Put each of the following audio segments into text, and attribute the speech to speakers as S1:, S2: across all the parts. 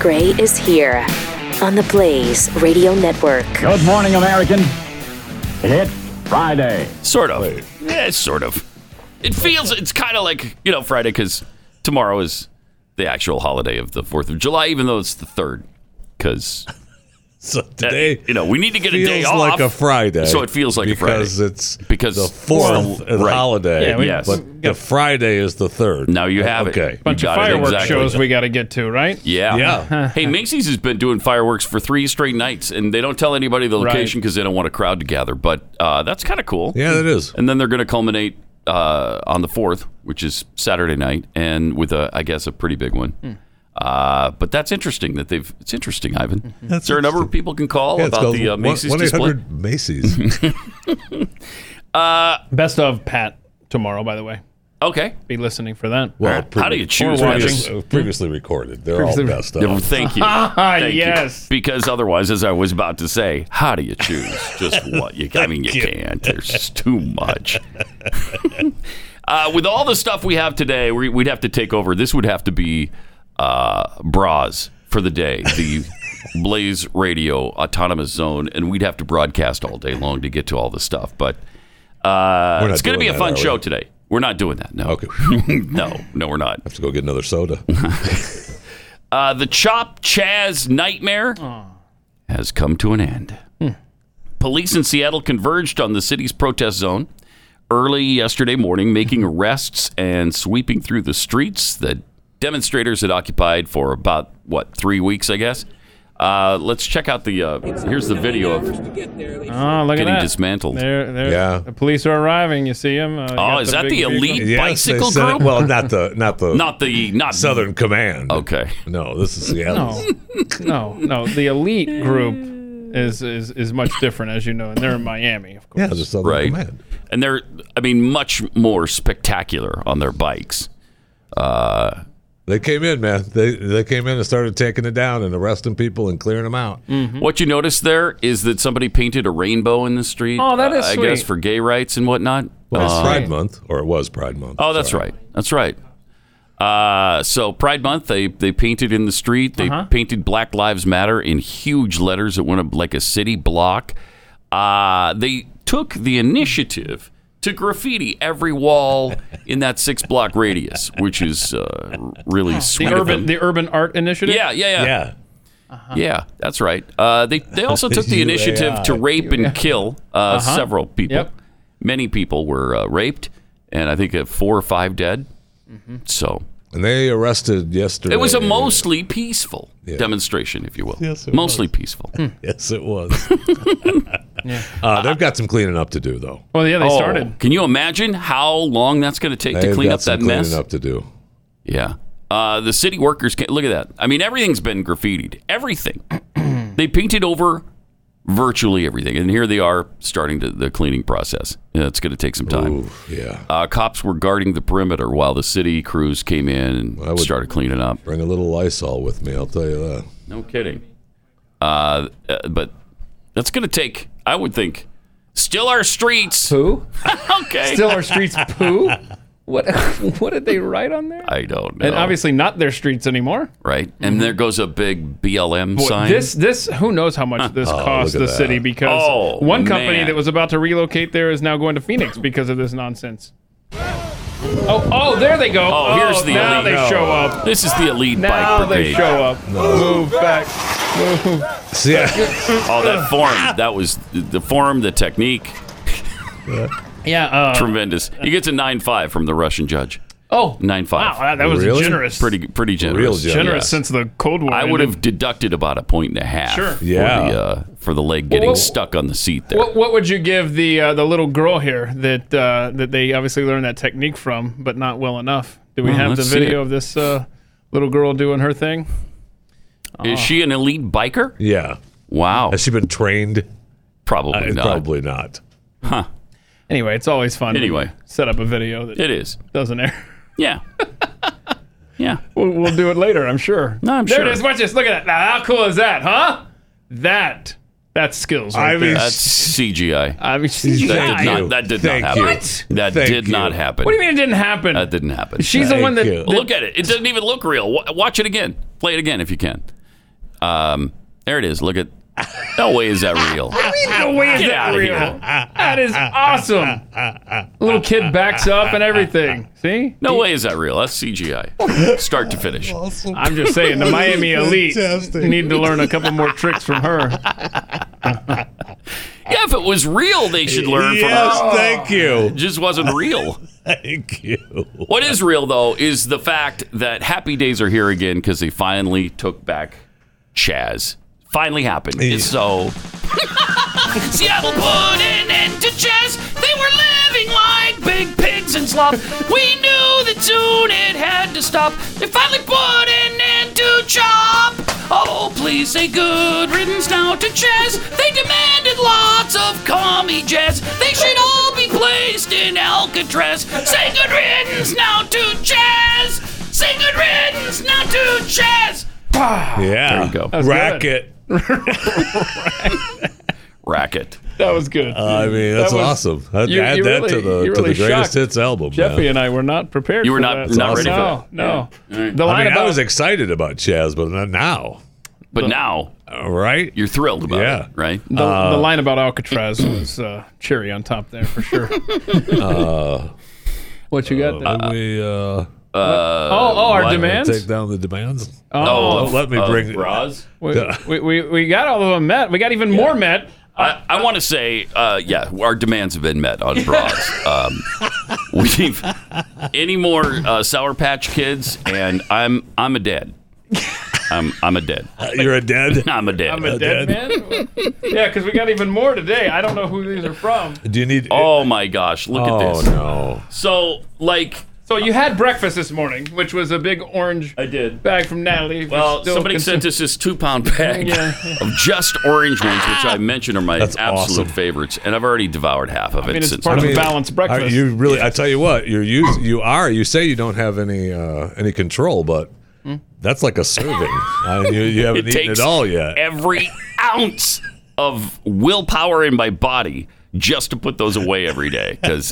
S1: Gray is here on the Blaze Radio Network.
S2: Good morning, American. It's Friday.
S3: Sort of. Yeah, sort of. It feels it's kind of like you know Friday because tomorrow is the actual holiday of the Fourth of July, even though it's the third. Because
S4: So today,
S3: you know we need to get a
S4: feels
S3: day off.
S4: like a Friday.
S3: So it feels like a Friday.
S4: because it's
S3: Because
S4: the fourth
S3: it's the-
S4: is
S3: right.
S4: holiday.
S3: Yeah, we- Yes.
S4: but the Friday is the third.
S3: Now you have it.
S4: okay.
S3: You
S5: bunch of
S3: got it
S5: fireworks
S3: exactly.
S5: shows we got to get to, right?
S3: Yeah.
S4: Yeah.
S3: hey, Macy's has been doing fireworks for three straight nights, and they don't tell anybody the
S5: Right.
S3: location because they don't want a crowd to gather. But uh, that's kind of cool.
S4: Yeah, that is.
S3: And then they're going to culminate uh, on the fourth, which is Saturday night, and with a, I guess, a pretty big one. Uh, but that's interesting that they've. It's interesting, Ivan. is there a number of people can call
S4: Yeah, it's
S3: about
S4: called
S3: the uh, Macy's display?
S4: 1-800 Macy's.
S5: Best of Pat tomorrow, by the way.
S3: Uh, Okay.
S5: Be listening for that.
S4: Well,
S3: How do you choose?
S5: Or
S3: man?
S5: watching.
S4: previous- uh, previously recorded. They're all
S5: Previously-
S4: best
S3: Yeah, well,
S4: of.
S3: Thank you. Oh,
S5: Ah,
S3: Thank you.
S5: yes.
S3: Because otherwise, as I was about to say, how do you choose just what you? I mean, you can't. There's too much. uh, with all the stuff we have today, we, we'd have to take over. This would have to be uh, bras for the day. The Blaze Radio Autonomous Zone, and we'd have to broadcast all day long to get to all the stuff. But uh,
S4: not
S3: it's going to be
S4: doing that,
S3: a fun
S4: are we?
S3: show today. We're not doing that. No.
S4: Okay.
S3: no. No, we're not.
S4: Have to go get another soda.
S3: Uh, the Chop Chaz nightmare has come to an end. Police in Seattle converged on the city's protest zone early yesterday morning, making
S5: Mm-hmm.
S3: arrests and sweeping through the streets that demonstrators had occupied for about, what, three weeks, I guess? Uh, let's check out the. Uh, here's the video of
S5: Oh, look
S3: getting
S5: at that.
S3: dismantled. Oh,
S5: They're, they're,
S4: Yeah.
S5: The police are arriving. You see them. Uh, you got
S3: is that
S5: big
S3: the
S5: vehicle.
S3: elite?
S4: they
S3: Bicycle
S4: sent it-
S3: group?
S4: Well, not the not the
S3: Not the. Not
S4: Southern Command.
S3: Okay.
S4: No, this is Seattle.
S5: No, no, no. The elite group is, is is much different, as you know, and they're in Miami, of course.
S4: Yeah, the Southern
S3: Right.
S4: Command.
S3: and they're i mean much more spectacular on their bikes uh,
S4: They came in, man. They they came in and started taking it down and arresting people and clearing them out.
S5: Mm-hmm.
S3: what you notice there is that somebody painted a rainbow in the street
S5: Oh, that is
S3: i
S5: sweet.
S3: guess for gay rights and whatnot
S4: Well, it's
S3: Uh,
S4: Pride Month, or it was Pride Month.
S3: oh that's right that's right uh, so pride month they, they painted in the street
S5: Uh-huh.
S3: they painted black lives matter in huge letters that went up like a city block uh, they took the initiative to graffiti every wall in that six block radius which is uh, really sweet
S5: The
S3: of
S5: urban
S3: them.
S5: the urban art initiative.
S3: yeah, yeah, yeah.
S4: Yeah.
S5: Uh-huh.
S3: Yeah, that's right. Uh, they they also took the initiative to rape and kill uh, several people.
S5: Uh-huh. Yep.
S3: Many people were uh, raped, and I think uh, four or five dead.
S5: Mm-hmm.
S3: So
S4: And they arrested yesterday.
S3: it was a mostly peaceful
S4: Yeah.
S3: demonstration, if you will.
S4: Yes, it
S3: mostly peaceful.
S5: Hmm.
S4: Yes, it was. uh, they've got some cleaning up to do, though.
S5: Well, yeah, they
S3: Oh,
S5: started.
S3: Can you imagine how long that's going to take
S4: They've
S3: to clean
S4: got
S3: up
S4: some
S3: that mess?
S4: Cleaning up to do.
S3: Yeah. Uh, the city workers can look at that. I mean, everything's been graffitied. Everything. they painted over virtually everything, and here they are starting to, the cleaning process. Yeah, it's going to take some time.
S4: Ooh, yeah.
S3: Uh, cops were guarding the perimeter while the city crews came in and
S4: would-
S3: started cleaning up.
S4: Bring a little Lysol with me. I'll tell you that.
S3: No kidding. Uh, uh, but that's going to take, I would think, still our streets.
S5: Poo.
S3: Okay.
S5: Still our streets poo. What what did they write on there?
S3: I don't know.
S5: and obviously not their streets anymore.
S3: right? And there goes a big BLM
S5: Boy,
S3: sign.
S5: This this who knows how much this cost
S4: look
S5: the
S4: at that.
S5: city because
S3: Oh,
S5: one company
S3: man.
S5: that was about to relocate there is now going to Phoenix because of this nonsense. Oh oh there they go.
S3: Oh, here's the
S5: now
S3: elite.
S5: they
S3: No.
S5: show up.
S3: This is the elite
S5: Now
S3: bike brigade.
S5: they show up. Move back. Move.
S4: See, I-
S3: Oh, that form. That was the form, the technique.
S5: Yeah. Uh,
S3: Tremendous. You get to 9 5 from the Russian judge.
S5: oh
S3: 9
S5: wow,
S3: 5.
S5: that, that was
S4: Really?
S5: generous.
S3: Pretty, pretty generous.
S4: Real generous.
S5: generous
S3: Yeah.
S5: since the Cold War.
S3: I would
S5: ended.
S3: have deducted about a point and a half
S5: Sure.
S3: for,
S4: Yeah.
S3: the, uh, for the leg getting
S5: what-
S3: stuck on the seat there.
S5: What, what would you give the uh, the little girl here that uh, that they obviously learned that technique from, but not well enough? Do we
S3: Well,
S5: have the
S3: Hmm, let's see
S5: video
S3: it.
S5: of this uh, little girl doing her thing?
S3: Is she an elite biker?
S4: yeah.
S3: Wow.
S4: Has she been trained? Uh,
S3: Probably not.
S4: Probably not.
S5: Ah. Anyway, it's always fun. when
S3: Anyway.
S5: you set up a video that
S3: It is.
S5: doesn't air.
S3: Yeah. yeah.
S5: We'll, we'll do it later, I'm sure.
S3: No, I'm
S5: there
S3: sure.
S5: it is. Watch this. Look at that. Now, how cool is that, huh? That that's skills.
S4: I
S5: Right
S4: mean,
S5: there.
S3: That's CGI.
S5: I mean,
S3: That
S4: Thank
S3: did
S4: you.
S3: not, that did not
S4: Thank
S3: happen.
S4: you.
S3: That
S4: Thank
S3: did
S4: you.
S3: not happen.
S5: What do you mean it didn't happen?
S3: That didn't happen.
S5: She's the one
S4: Thank
S5: that.
S4: you.
S5: that-
S3: Look at it. It doesn't even look real. Wa- Watch it again. Play it again if you can. Um, there it is. Look at. No way is that real.
S5: No way is
S3: Get
S5: that
S3: outta
S5: real.
S3: here.
S5: That is awesome. Little kid backs up and everything. See?
S3: No way is that real. That's CGI, start to finish.
S5: I'm just saying, the Miami Elite
S4: Fantastic.
S5: need to learn a couple more tricks from her.
S3: Yeah, if it was real, they should learn from
S4: yes,
S3: us.
S4: thank
S3: It
S4: you.
S3: just wasn't real.
S4: Thank you.
S3: What is real, though, is the fact that happy days are here again because they finally took back Chaz. Finally happened. It's so. Seattle put an end to Chaz. They were living like big pigs in slop. We knew that soon it had to stop. They finally put an end to Chop. Oh, please say good riddance now to Chaz. They demanded lots of commie jazz. They should all be placed in Alcatraz. Say good riddance now to Chaz. Say good riddance now to Chaz.
S4: Yeah.
S3: you go.
S5: That's
S4: Racket.
S3: Racket.
S5: That was good.
S4: I mean, that's
S5: was-
S4: awesome. That,
S5: you-
S4: add
S5: you
S4: that
S5: really-
S4: to the
S5: you
S4: to
S5: really
S4: the greatest
S5: shocked
S4: hits album.
S5: Jeffy
S4: man.
S5: and I were not prepared.
S3: You were
S5: for
S3: not-
S5: that.
S3: not ready for
S5: no,
S3: that.
S5: No,
S3: Yeah. All right.
S5: The
S4: I
S5: line
S4: mean, I
S5: about
S4: was excited about Chaz, but not now.
S3: But now
S4: All right.
S3: you're thrilled about
S4: Yeah.
S3: it, right?
S5: the,
S4: Uh,
S5: the line about Alcatraz was uh, cherry on top there for sure.
S4: Uh,
S5: what you got? There?
S4: Let me uh,
S5: oh, oh, our
S3: what?
S5: demands.
S4: take down the demands.
S3: Oh,
S4: let me
S3: of
S4: bring-
S3: bras.
S5: We, we, we, we got all of them met. We got even more met.
S3: I, I want to say, uh, yeah, our demands have been met on bras. um, we've any more uh, Sour Patch Kids, and I'm I'm a dad. I'm I'm a dad.
S4: Uh, you're a dead.
S3: I'm a dad.
S5: I'm a dead, man. yeah, because we got even more today. I don't know who these are from.
S4: Do you need?
S3: oh my gosh! Look at
S4: oh
S3: this.
S4: no.
S3: So like,
S5: So you had breakfast this morning, which was a big orange
S3: did.
S5: bag from Natalie. If
S3: Well,
S5: you're still
S3: somebody
S5: concerned-
S3: sent us this two-pound bag
S5: Yeah.
S3: of just orange ones, which I mentioned are my
S4: That's
S3: absolute
S4: awesome.
S3: favorites, and I've already devoured half of it
S5: I mean, it's
S3: since.
S5: part of
S4: I
S5: a
S4: mean,
S5: balanced
S4: Are
S5: breakfast.
S4: you really? I tell you what, you're you you are. You say you don't have any uh, any control, but that's like a serving. I mean, uh, you, you haven't
S3: it
S4: eaten
S3: takes
S4: it all yet.
S3: every ounce of willpower in my body just to put those away every day because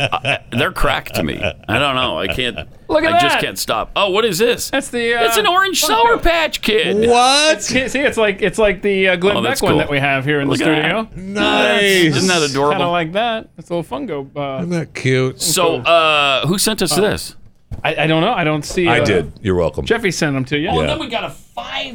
S3: they're cracked to me. I don't know. I can't.
S5: Look at
S3: I just
S5: that.
S3: can't stop. Oh, what is this?
S5: That's the. Uh,
S3: it's an orange
S5: Funko.
S3: sour patch kid.
S4: what?
S5: See, see, it's like it's like the uh, Glenn
S3: Oh,
S5: Beck
S3: that's
S5: one
S3: cool.
S5: that we have here in
S3: Look
S5: the studio.
S3: at
S4: Nice.
S3: Isn't that
S5: Kind
S3: adorable?
S5: of like that. It's a little fungo. Uh,
S4: Isn't that cute?
S3: so, uh, who sent us this?
S5: I, I don't know. I don't see.
S4: I
S5: uh,
S4: did. You're welcome.
S5: Jeffy sent them to you.
S3: Oh, and
S4: Yeah.
S3: then we got a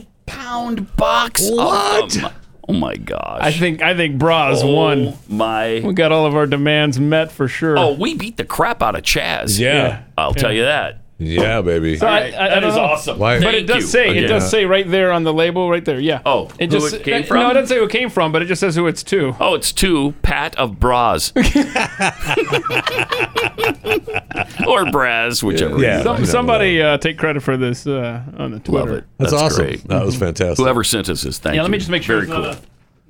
S3: five-pound box. of
S4: What?
S3: them. Oh my gosh!
S5: I think I think Bras
S3: oh,
S5: won.
S3: My.
S5: We got all of our demands met for sure.
S3: Oh, we beat the crap out of Chaz.
S4: yeah.
S3: I'll tell you that.
S4: yeah, baby.
S5: I-
S3: That is
S5: I- I don't know.
S3: awesome.
S4: Why-
S5: But it
S3: Thank
S5: does
S3: you
S5: say it
S3: again.
S5: does say right there on the label right there. Yeah.
S3: Oh,
S5: it
S3: who
S5: just
S3: it came
S5: uh,
S3: from?
S5: No, it doesn't say who it came from, but it just says who it's to.
S3: Oh, it's two Pat of Bras. or Braz, whichever.
S4: Yeah. I
S5: Some,
S4: know
S5: somebody uh, take credit for this uh, on the Twitter.
S3: Love it.
S4: That's, awesome.
S3: great.
S4: That was fantastic.
S3: Whoever sent us this, thank
S5: Yeah,
S3: you.
S5: let me just make sure.
S3: Very cool.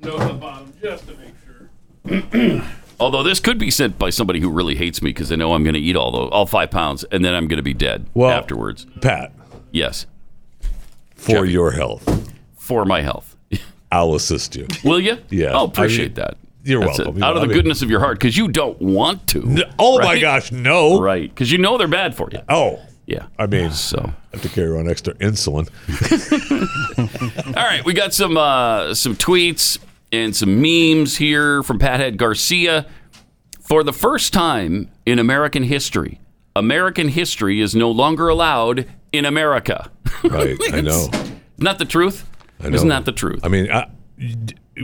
S5: there's not a note at the bottom, just to make sure.
S3: Although this could be sent by somebody who really hates me because they know I'm going to eat all those, all five pounds, and then I'm going to be dead
S4: Well-
S3: afterwards.
S4: Pat,
S3: Yes,
S4: for
S3: Jeffy.
S4: your health,
S3: for my health.
S4: I'll assist you.
S3: Will you?
S4: Yeah.
S3: I'll appreciate
S4: I mean,
S3: that.
S4: you're
S3: That's
S4: welcome.
S3: it. Out
S4: You know,
S3: of
S4: I
S3: the
S4: mean-
S3: goodness of your heart, because you don't want to.
S4: N- Oh my
S3: Right?
S4: gosh, no.
S3: Right? Because you know they're bad for you.
S4: Oh,
S3: Yeah.
S4: I mean,
S3: So.
S4: I have to carry around extra insulin.
S3: All right, we got some uh, some tweets and some memes here from Pathead Garcia. For the first time in American history, American history is no longer allowed in America.
S4: Right, I know.
S3: Isn't that the truth?
S4: I know.
S3: Isn't that the truth?
S4: I mean, I,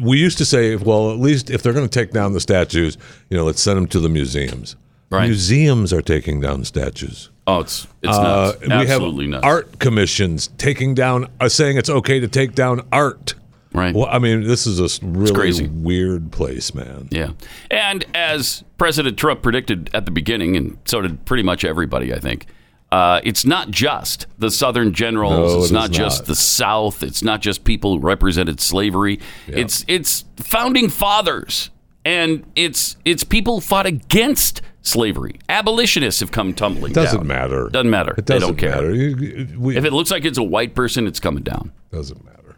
S4: we used to say, well, at least if they're going to take down the statues, you know, let's send them to the museums.
S3: Right.
S4: Museums are taking down statues.
S3: oh, it's it's
S4: Uh,
S3: nuts. Absolutely
S4: we have
S3: nuts.
S4: art commissions taking down, uh, saying it's okay to take down art.
S3: Right.
S4: Well, I mean, this is a s- really
S3: crazy.
S4: weird place, man.
S3: Yeah. And as President Trump predicted at the beginning, and so did pretty much everybody, I think, uh, it's not just the Southern generals.
S4: No,
S3: it's
S4: it
S3: not
S4: is
S3: just
S4: not.
S3: the South. It's not just people who represented slavery. It's it's founding fathers, and it's it's people who fought against slavery. Abolitionists have come tumbling.
S4: Doesn't
S3: down.
S4: matter.
S3: Doesn't matter.
S4: It
S3: They
S4: doesn't
S3: don't care.
S4: matter. You- we-
S3: If it looks like it's a white person, it's coming down.
S4: doesn't matter.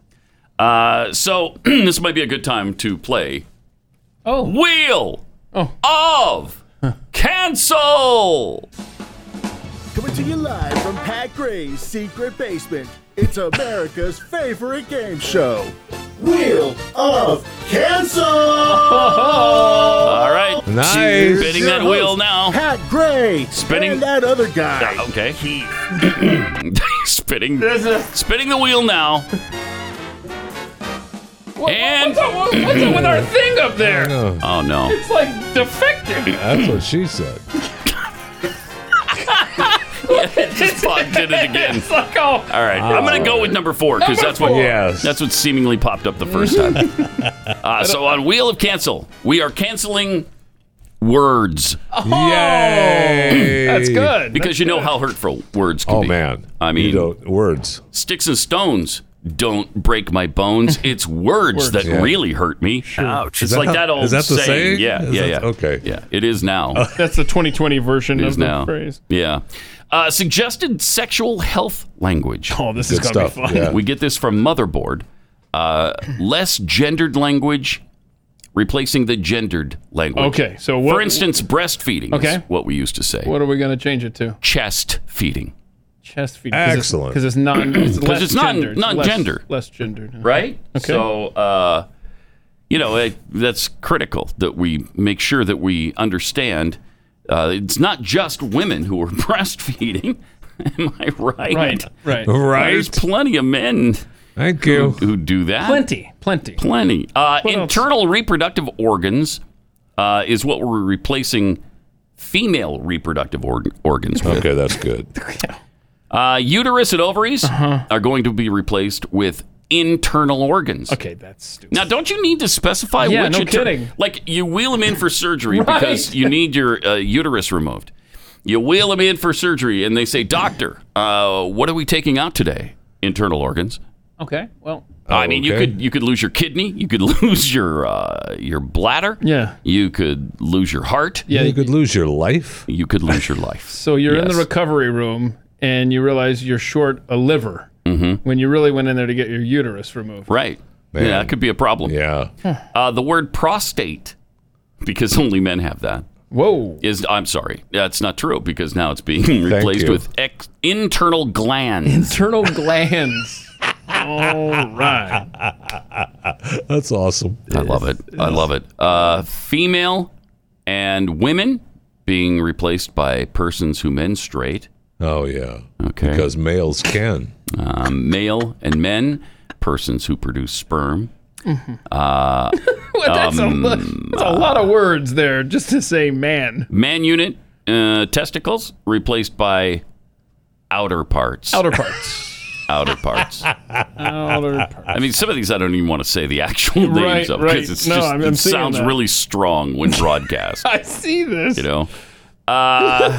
S3: Uh, so this might be a good time to play.
S5: Oh.
S3: wheel of cancel.
S6: Coming to you live from Pat Gray's Secret Basement. It's America's favorite game show. Wheel of Cancel!
S3: Oh. All right.
S4: Nice.
S3: She's Spinning
S6: Your
S3: that wheel
S6: host,
S3: now.
S6: Pat Gray.
S3: Spinning-
S6: And that other guy.
S3: Okay. spinning. Spinning the wheel now. And
S5: What's up, what's up with our thing up there?
S4: Oh,
S3: oh no.
S5: It's like defective.
S4: that's what she said.
S3: Just Bob did it again.
S5: It's like, oh,
S3: All right, I'm gonna go with number four because that's what
S5: four.
S4: Yes.
S3: that's what seemingly popped up the first time. Uh, so on Wheel of Cancel, we are canceling words
S4: Oh. Yay!
S5: that's good.
S3: because you know how hurtful words can
S4: Oh
S3: be.
S4: man,
S3: I
S4: You
S3: mean,
S4: don't- words.
S3: sticks and stones don't break my bones. It's words, that
S4: Yeah.
S3: really hurt me. Ouch! It's
S4: that
S3: like
S4: how-
S3: that old
S4: is that the
S3: saying.
S4: saying?
S3: Yeah,
S4: Is
S3: yeah,
S4: that-
S3: yeah.
S4: okay.
S3: yeah, it is now.
S5: That's the 2020 version
S3: Oh. it
S5: of
S3: is
S5: the
S3: now.
S5: phrase.
S3: Yeah. Uh, suggested sexual health language.
S5: Oh, this
S4: Good
S5: is gonna
S4: stuff.
S5: be fun.
S4: Yeah.
S3: We get this from Motherboard. Uh, less gendered language, replacing the gendered language.
S5: Okay, so what,
S3: For instance, breastfeeding is
S5: Okay.
S3: what we used to say.
S5: what are we gonna change it to?
S3: Chest feeding,
S5: Chest feed.
S4: Excellent.
S5: Because it's, non. It's less
S3: it's non-
S5: gendered. It's
S3: non-gender.
S5: Less, less gendered.
S3: right?
S5: Mm-hmm. Okay.
S3: So, uh, you know, it, that's critical that we make sure that we understand. Uh, it's not just women who are breastfeeding. Am I right?
S5: Right. Right.
S3: There's
S4: Right.
S3: plenty of men
S4: Thank you.
S3: who do that.
S5: Plenty. Plenty.
S3: plenty. Uh,
S5: else?
S3: internal reproductive organs uh, is what we're replacing female reproductive or- organs with.
S4: Okay, that's good.
S3: Uh, uterus and ovaries
S5: Uh-huh.
S3: are going to be replaced with internal organs.
S5: Okay, that's stupid.
S3: Now, don't you need to specify
S5: Yeah,
S3: which?
S5: no
S3: inter-
S5: kidding.
S3: Like you wheel them in for surgery because
S5: Right.
S3: you need your uh, uterus removed. You wheel them in for surgery, and they say, "Doctor, uh, what are we taking out today? Internal organs."
S5: Okay. Well.
S3: I mean, you
S4: okay.
S3: could you could lose your kidney, you could lose your uh, your bladder,
S5: Yeah.
S3: you could lose your heart,
S5: Yeah.
S4: You could lose your life.
S3: you could lose your life.
S5: So you're in
S3: Yes.
S5: the recovery room and you realize you're short a liver
S3: Mm-hmm.
S5: when you really went in there to get your uterus removed.
S3: right?
S4: Man.
S3: Yeah, that could be a problem.
S4: Yeah.
S3: Uh, the word prostate, because only men have that.
S5: Whoa.
S3: Is I'm sorry, that's not true because now it's being replaced
S4: you.
S3: with ex- internal glands.
S5: Internal glands. All right.
S4: That's awesome.
S3: I love it. I love it. Uh, female and women being replaced by persons who menstruate.
S4: Oh yeah.
S3: Okay.
S4: Because males can.
S3: um, male and men, persons who produce sperm.
S5: Mm-hmm.
S3: Uh, um,
S5: Well, that's, a, lo- that's a lot of words there just to say man.
S3: Man unit, uh, testicles replaced by outer parts.
S5: Outer parts.
S3: Outer parts.
S5: Outer parts.
S3: I mean, some of these I don't even want to say the actual
S5: Right,
S3: names of
S5: right.
S3: because it's
S5: No,
S3: just
S5: I'm-
S3: it
S5: I'm seeing
S3: sounds
S5: that.
S3: really strong when broadcast.
S5: I see this.
S3: you know, Uh,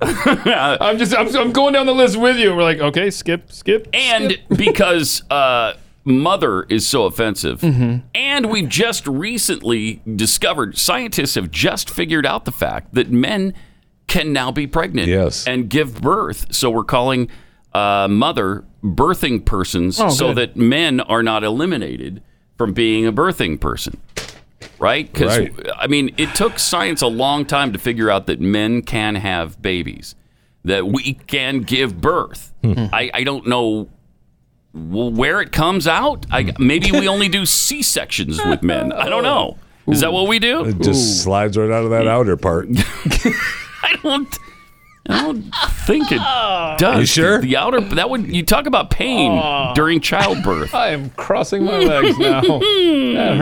S5: I'm just I'm, I'm going down the list with you. We're like, okay, skip, skip.
S3: and because uh, mother is so offensive,
S4: Mm-hmm.
S3: and we've just recently discovered scientists have just figured out the fact that men can now be pregnant
S4: Yes.
S3: and give birth. So we're calling uh, mother birthing persons
S4: Oh,
S3: so
S5: good.
S3: that men are not eliminated from being a birthing person. Right? Because,
S4: Right.
S3: I mean, it took science a long time to figure out that men can have babies, that we can give birth.
S4: Hmm.
S3: I, I don't know well, where it comes out. I, maybe we only do C sections with men. I don't know. Is that what we do?
S4: It just slides right out of that outer part.
S3: I don't. I don't think it does.
S4: You sure?
S3: The outer that would you talk about pain during childbirth?
S5: I am crossing my legs now. that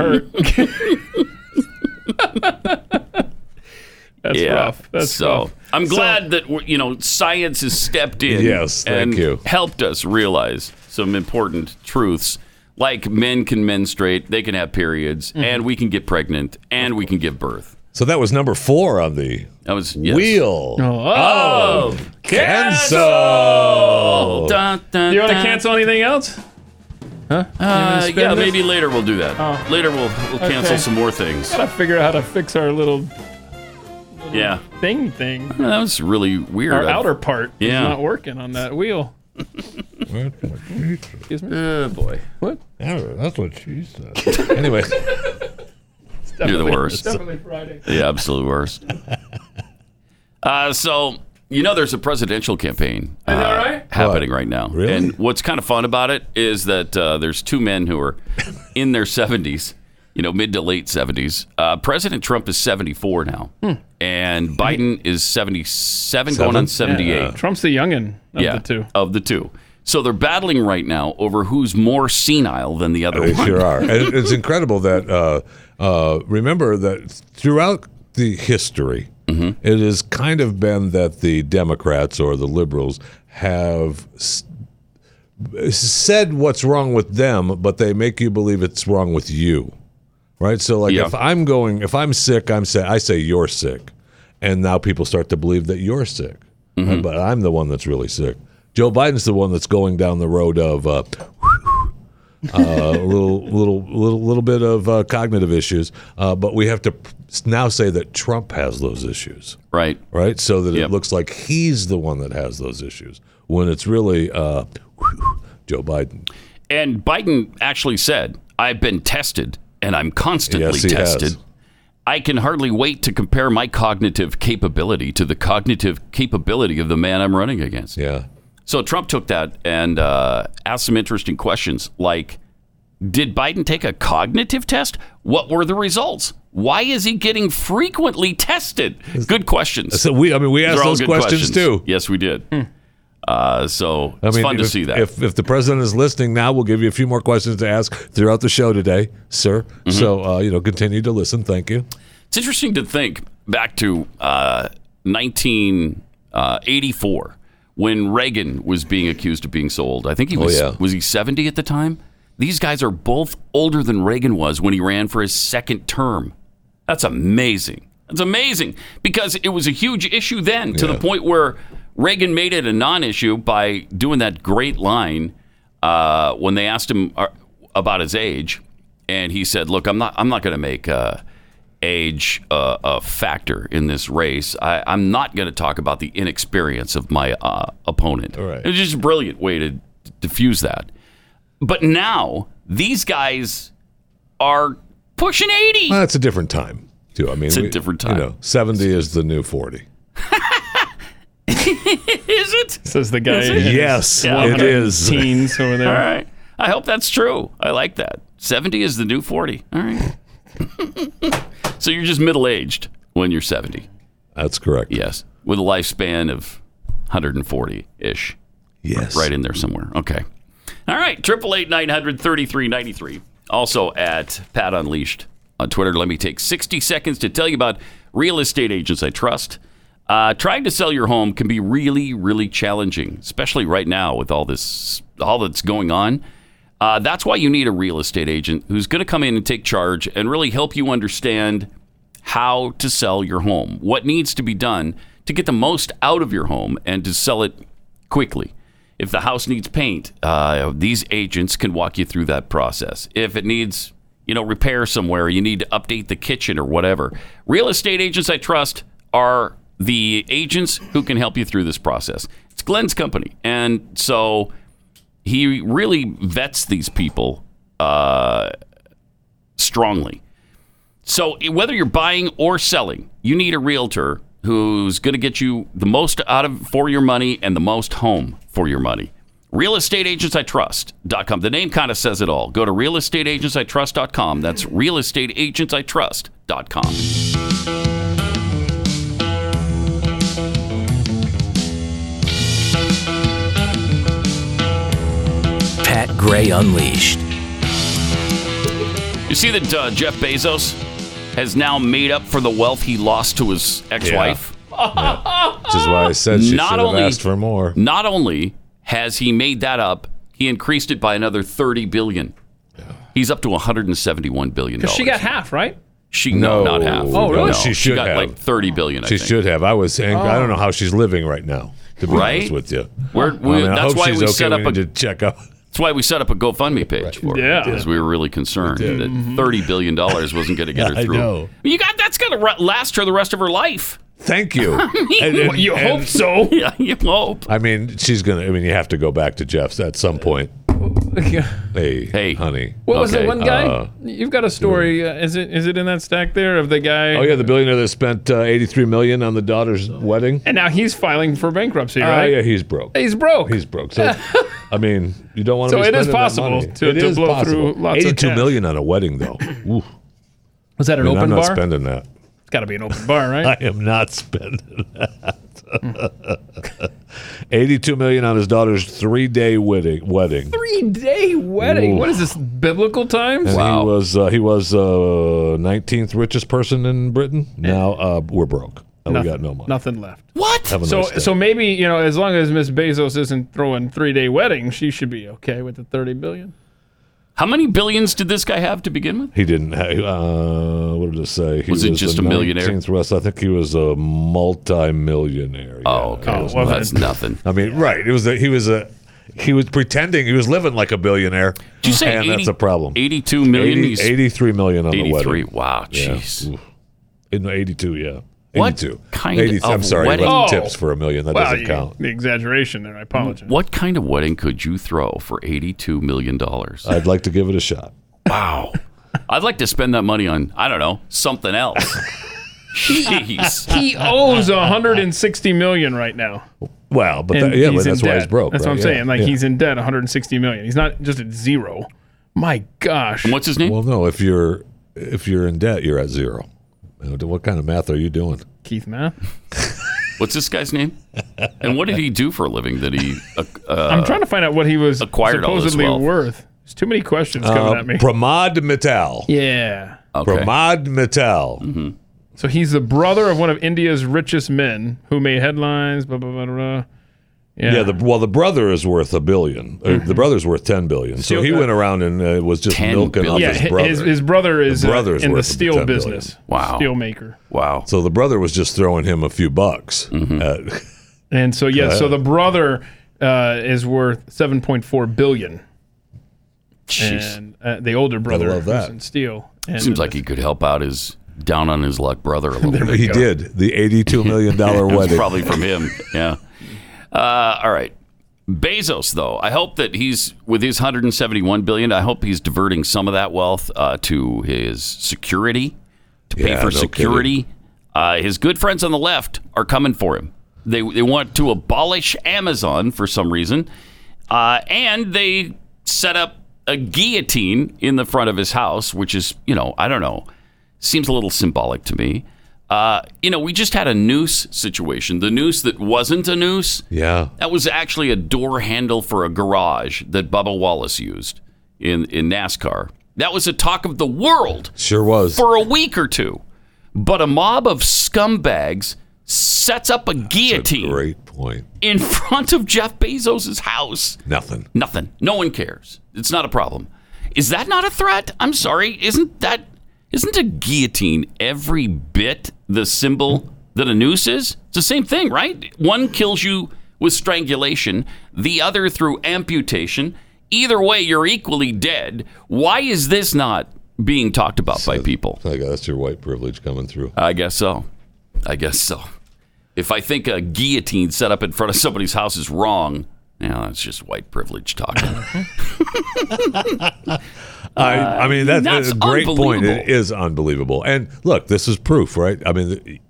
S5: hurt. That's rough. That's
S3: so
S5: rough.
S3: I'm glad that we're, you know science has stepped in.
S4: Yes, thank
S3: and
S4: you.
S3: Helped us realize some important truths, like men can menstruate, they can have periods,
S5: Mm-hmm.
S3: and we can get pregnant, and we can give birth.
S4: So that was number four on the
S3: That was yes.
S4: wheel.
S3: Oh,
S4: Cancel.
S3: Dun, dun,
S5: You want to
S3: dun.
S5: cancel anything else?
S3: Uh,
S5: spin
S3: yeah,
S5: this? Oh.
S3: maybe later we'll do that. Later we'll we'll cancel
S5: Okay.
S3: some more things.
S5: Gotta figure out how to fix our little
S3: Yeah,
S5: thing thing.
S3: that was really weird.
S5: Our
S3: I-
S5: outer part
S3: Yeah.
S5: is not working on that wheel.
S3: Oh boy,
S5: What?
S4: That's what she said. Anyway,
S3: you're the worst.
S5: Definitely Friday.
S3: The absolute worst. Uh, so You know, there's a presidential campaign uh,
S5: right?
S3: happening right now.
S4: Really?
S3: And what's kind of fun about it is that uh, there's two men who are in their 70s, you know, mid to late 70s. Uh, President Trump is 74 now,
S5: Hmm.
S3: and Biden is 77, going on 78.
S5: Trump's the youngin of
S3: yeah,
S5: the two.
S3: of the two. So they're battling right now over who's more senile than the other
S4: They
S3: one.
S4: sure are. And it's incredible that uh, uh, remember that throughout the history, it has kind of been that the Democrats or the liberals have s- said what's wrong with them, but they make you believe it's wrong with you, right? So like
S3: Yeah.
S4: if I'm going, if I'm sick, I'm say I say you're sick, and now people start to believe that you're sick, right? but I'm the one that's really sick. Joe Biden's the one that's going down the road of uh, uh, a little, little, little, little bit of uh, cognitive issues, uh, but we have to p- now say that Trump has those issues,
S3: Right.
S4: right? So that
S3: Yep.
S4: it looks like he's the one that has those issues when it's really uh, Joe Biden.
S3: And Biden actually said, I've been tested and I'm constantly
S4: Yes, he has.
S3: tested. I can hardly wait to compare my cognitive capability to the cognitive capability of the man I'm running against.
S4: Yeah,
S3: So Trump took that and uh, asked some interesting questions like Did Biden take a cognitive test? What were the results? Why is he getting frequently tested? Good questions.
S4: so we, I mean, we
S3: These
S4: asked
S3: are all
S4: those
S3: good
S4: questions, too.
S3: Yes, we did. Uh, so
S4: I
S3: it's
S4: mean,
S3: fun
S4: if,
S3: to see that.
S4: If, if the president is listening now, we'll give you a few more questions to ask throughout the show today, sir.
S3: Mm-hmm.
S4: So uh, you know, continue to listen. Thank you.
S3: It's interesting to think back to uh, 1984 when Reagan was being accused of being so old. I think he was
S4: yeah.
S3: was he 70 at the time. These guys are both older than Reagan was when he ran for his second term. That's amazing. That's amazing because it was a huge issue then to the point where Reagan made it a non-issue by doing that great line uh, when they asked him uh, about his age, and he said, "Look, I'm not. I'm not going to make." Uh, age uh, a factor in this race. I, I'm not going to talk about the inexperience of my uh, opponent.
S4: right.
S3: It was just a brilliant way to diffuse that. But now these guys are pushing 80.
S4: Well, that's a different time too. I mean,
S3: It's a different time.
S4: You know, seventy is the new forty.
S3: Is it?
S5: Says the guy. in his
S4: Yes, it
S5: 100
S4: is.
S5: Teens over there.
S3: All right. I hope that's true. I like that. 70 is the new 40. All right. so you're just middle aged when you're 70.
S4: That's correct.
S3: Yes. With a lifespan of 140 ish.
S4: Yes.
S3: right in there somewhere. Okay. All right. Triple eight nine hundred thirty three ninety three. Also at Pat Unleashed on Twitter. Let me take sixty seconds to tell you about real estate agents I trust. Uh, trying to sell your home can be really, really challenging, especially right now with all this, all that's going on. Uh, that's why you need a real estate agent who's going to come in and take charge and really help you understand how to sell your home, what needs to be done to get the most out of your home and to sell it quickly. If the house needs paint, uh, these agents can walk you through that process. If it needs, you know, repair somewhere, you need to update the kitchen or whatever. Real estate agents I trust are the agents who can help you through this process. It's Glenn's company, and so he really vets these people uh, strongly. So whether you're buying or selling, you need a realtor who's going to get you the most out of for your money and the most home for your money. Real estate agents I trust.com. The name kind of says it all. Go to real estate agents I trust.com. That's real estate agents I trust.com.
S7: Pat Gray Unleashed.
S3: You see that uh, Jeff Bezos has now made up for the wealth he lost to his ex-wife.
S4: Which is why I said she
S3: Not
S4: should
S3: only-
S4: have asked for more.
S3: Not only has he made that up, he increased it by another 30 billion. He's up to 171 billion dollars.
S5: She got half, right?
S3: She no,
S4: No.
S3: not half.
S4: Oh,
S5: really?
S3: No,
S4: She should
S3: got
S4: have.
S3: like 30 billion. I
S4: She
S3: think. Oh.
S4: should have. I was. Ang- I don't know how she's living right now. To be
S3: Right?
S4: honest with you,
S3: We're,
S4: I
S3: we,
S4: mean, I
S3: that's
S4: hope
S3: why
S4: she's
S3: we
S4: okay.
S3: set
S4: We
S3: up a.
S4: need to check up.
S3: That's why we set up a GoFundMe page for her.
S5: Yeah. Mm-hmm.
S3: because we were really concerned that 30 billion dollars wasn't going to get her
S4: I
S3: through.
S4: know.
S3: You got that's going to last her the rest of her life.
S4: Thank you. And- and-
S5: You
S4: and-
S5: hope so.
S3: Yeah, you hope.
S4: I mean, she's gonna. I mean, you have to go back to Jeff's at some point. Hey,
S3: Hey.
S4: honey.
S5: What was
S3: Okay,
S5: the one guy?
S4: uh,
S5: You've got a story. Uh, is it is it in that stack there of the guy?
S4: Oh yeah, the billionaire that spent uh, eighty-three million on the daughter's wedding.
S5: And now he's filing for bankruptcy,
S4: Ah,
S5: right?
S4: yeah, he's broke.
S5: He's broke.
S4: He's broke. So, I mean, you don't want to.
S5: So
S4: be
S5: it is
S4: spending that
S5: possible
S4: money.
S5: to-
S4: It
S5: to
S4: is
S5: blow
S4: possible.
S5: through lots of
S4: Eighty-two
S5: cash.
S4: million on a wedding, though. Ooh,
S5: Was that an
S4: and I'm
S5: open
S4: not
S5: bar?
S4: spending that.
S5: It's got to be an open bar,
S4: I
S5: right?
S4: am not spending that. Eighty-two million on his daughter's three-day wedding. Wedding.
S5: Three day wedding.
S4: Ooh.
S5: What is this? Biblical times?
S4: And
S3: Wow.
S4: He was uh, he was uh, 19th richest person in Britain. Now uh, we're broke. Now we
S5: Nothing-
S4: got no money.
S5: Nothing left.
S3: What?
S4: Have a
S5: So
S4: nice day.
S5: so maybe you know as long as Miss Bezos isn't throwing three day weddings, she should be okay with the thirty billion.
S3: How many billions did this guy have to begin with?
S4: he didn't. Have, uh, what did it say? He
S3: Was it just
S4: the
S3: a millionaire?
S4: 19th rest. I think he was a multi-millionaire.
S3: Oh, okay.
S5: Oh, well,
S3: that's
S5: then-
S3: nothing.
S4: I mean, right? It was. A, he was a. He was pretending he was living like a billionaire.
S3: Did you say
S4: and
S3: 80,
S4: that's a problem.
S3: 82 million?
S4: 80
S3: He's
S4: 83 million on the
S3: 83.
S4: wedding.
S3: Wow,
S4: Yeah.
S3: jeez.
S4: Oof. In 82, yeah.
S3: What
S4: 82.
S3: kind
S4: 80 I'm
S3: of
S4: sorry.
S3: wedding?
S4: left
S5: Oh.
S4: Tips for a million. That doesn't
S5: you-
S4: count.
S5: The exaggeration there. I apologize.
S3: What kind of wedding could you throw for $82 million?
S4: I'd like to give it a shot.
S3: Wow. I'd like to spend that money on, I don't know, something else. Jeez.
S5: He owes 160 million right now.
S4: Well, Oh, but
S5: And
S4: that, yeah, but
S5: he's in
S4: that's why
S5: debt.
S4: he's broke.
S5: That's
S4: right?
S5: what I'm
S4: Yeah,
S5: saying. Like
S4: yeah.
S5: he's in debt 160 million. He's not just at zero. My gosh.
S3: What's his name?
S4: Well, no. If you're if you're in debt, you're at zero. You know, What kind of math are you doing?
S5: Keith Math?
S3: What's this guy's name? And what did he do for a living that he uh, uh,
S5: I'm trying to find out what he was
S3: acquired all this
S5: supposedly
S3: wealth.
S5: worth. There's too many questions coming
S4: Uh,
S5: at me.
S4: Pramod Mittal.
S5: yeah.
S3: okay. Mm-hmm.
S4: Pramod Mittal.
S5: So he's the brother of one of India's richest men who made headlines. Blah blah blah. blah. Yeah. Mm-hmm.
S4: Yeah. the well, the brother is worth a 1000000000 The brother's worth ten billion. So
S5: Still-
S4: he went around and uh, was just
S3: 10
S4: milking off
S3: billion.
S5: yeah,
S4: his
S5: his
S4: brother.
S5: his, brother is uh,
S4: brother is
S5: in the
S4: worth
S5: steel
S4: 10 billion.
S5: business.
S3: Wow.
S5: Steel maker.
S3: Wow. Mm-hmm.
S4: so the brother was just throwing him a few bucks. at-
S5: And so yeah, so the brother uh, is worth 7.4 billion,
S3: Jeez.
S5: and uh, the older brother
S4: love that.
S5: is in steel. And
S3: Seems like he could help out his down on his luck brother a little bit.
S4: he did the eighty-two million dollar
S3: It's
S4: wedding.
S3: probably from him. Yeah. Uh, all right. Bezos, though, I hope that he's with his 171 billion. I hope he's diverting some of that wealth uh, to his security, to pay
S4: Yeah,
S3: for
S4: no
S3: security. Uh, his good friends on the left are coming for him. They they want to abolish Amazon for some reason, uh, and they set up a guillotine in the front of his house, which is you know I don't know seems a little symbolic to me. Uh, you know, we just had a noose situation. The noose that wasn't a noose.
S4: yeah,
S3: That was actually a door handle for a garage that Bubba Wallace used in, in NASCAR. That was a talk of the world
S4: sure was.
S3: for a week or two. But a mob of scumbags sets up a guillotine
S4: Great point.
S3: in front of Jeff Bezos' house.
S4: Nothing.
S3: Nothing. No one cares. It's not a problem. Is that not a threat? I'm sorry. Isn't that isn't a guillotine every bit the symbol that a noose is? It's the same thing, right? One kills you with strangulation, the other through amputation. Either way, you're equally dead. Why is this not being talked about by people?
S4: Like, that's your white privilege coming through.
S3: I guess so. I guess so. If I think a guillotine set up in front of somebody's house is wrong, you know, that's just white privilege talking.
S4: I, I mean, that's,
S3: that's
S4: a great point. It
S3: unbelievable.
S4: is unbelievable. And look, this is proof, right? I mean, th-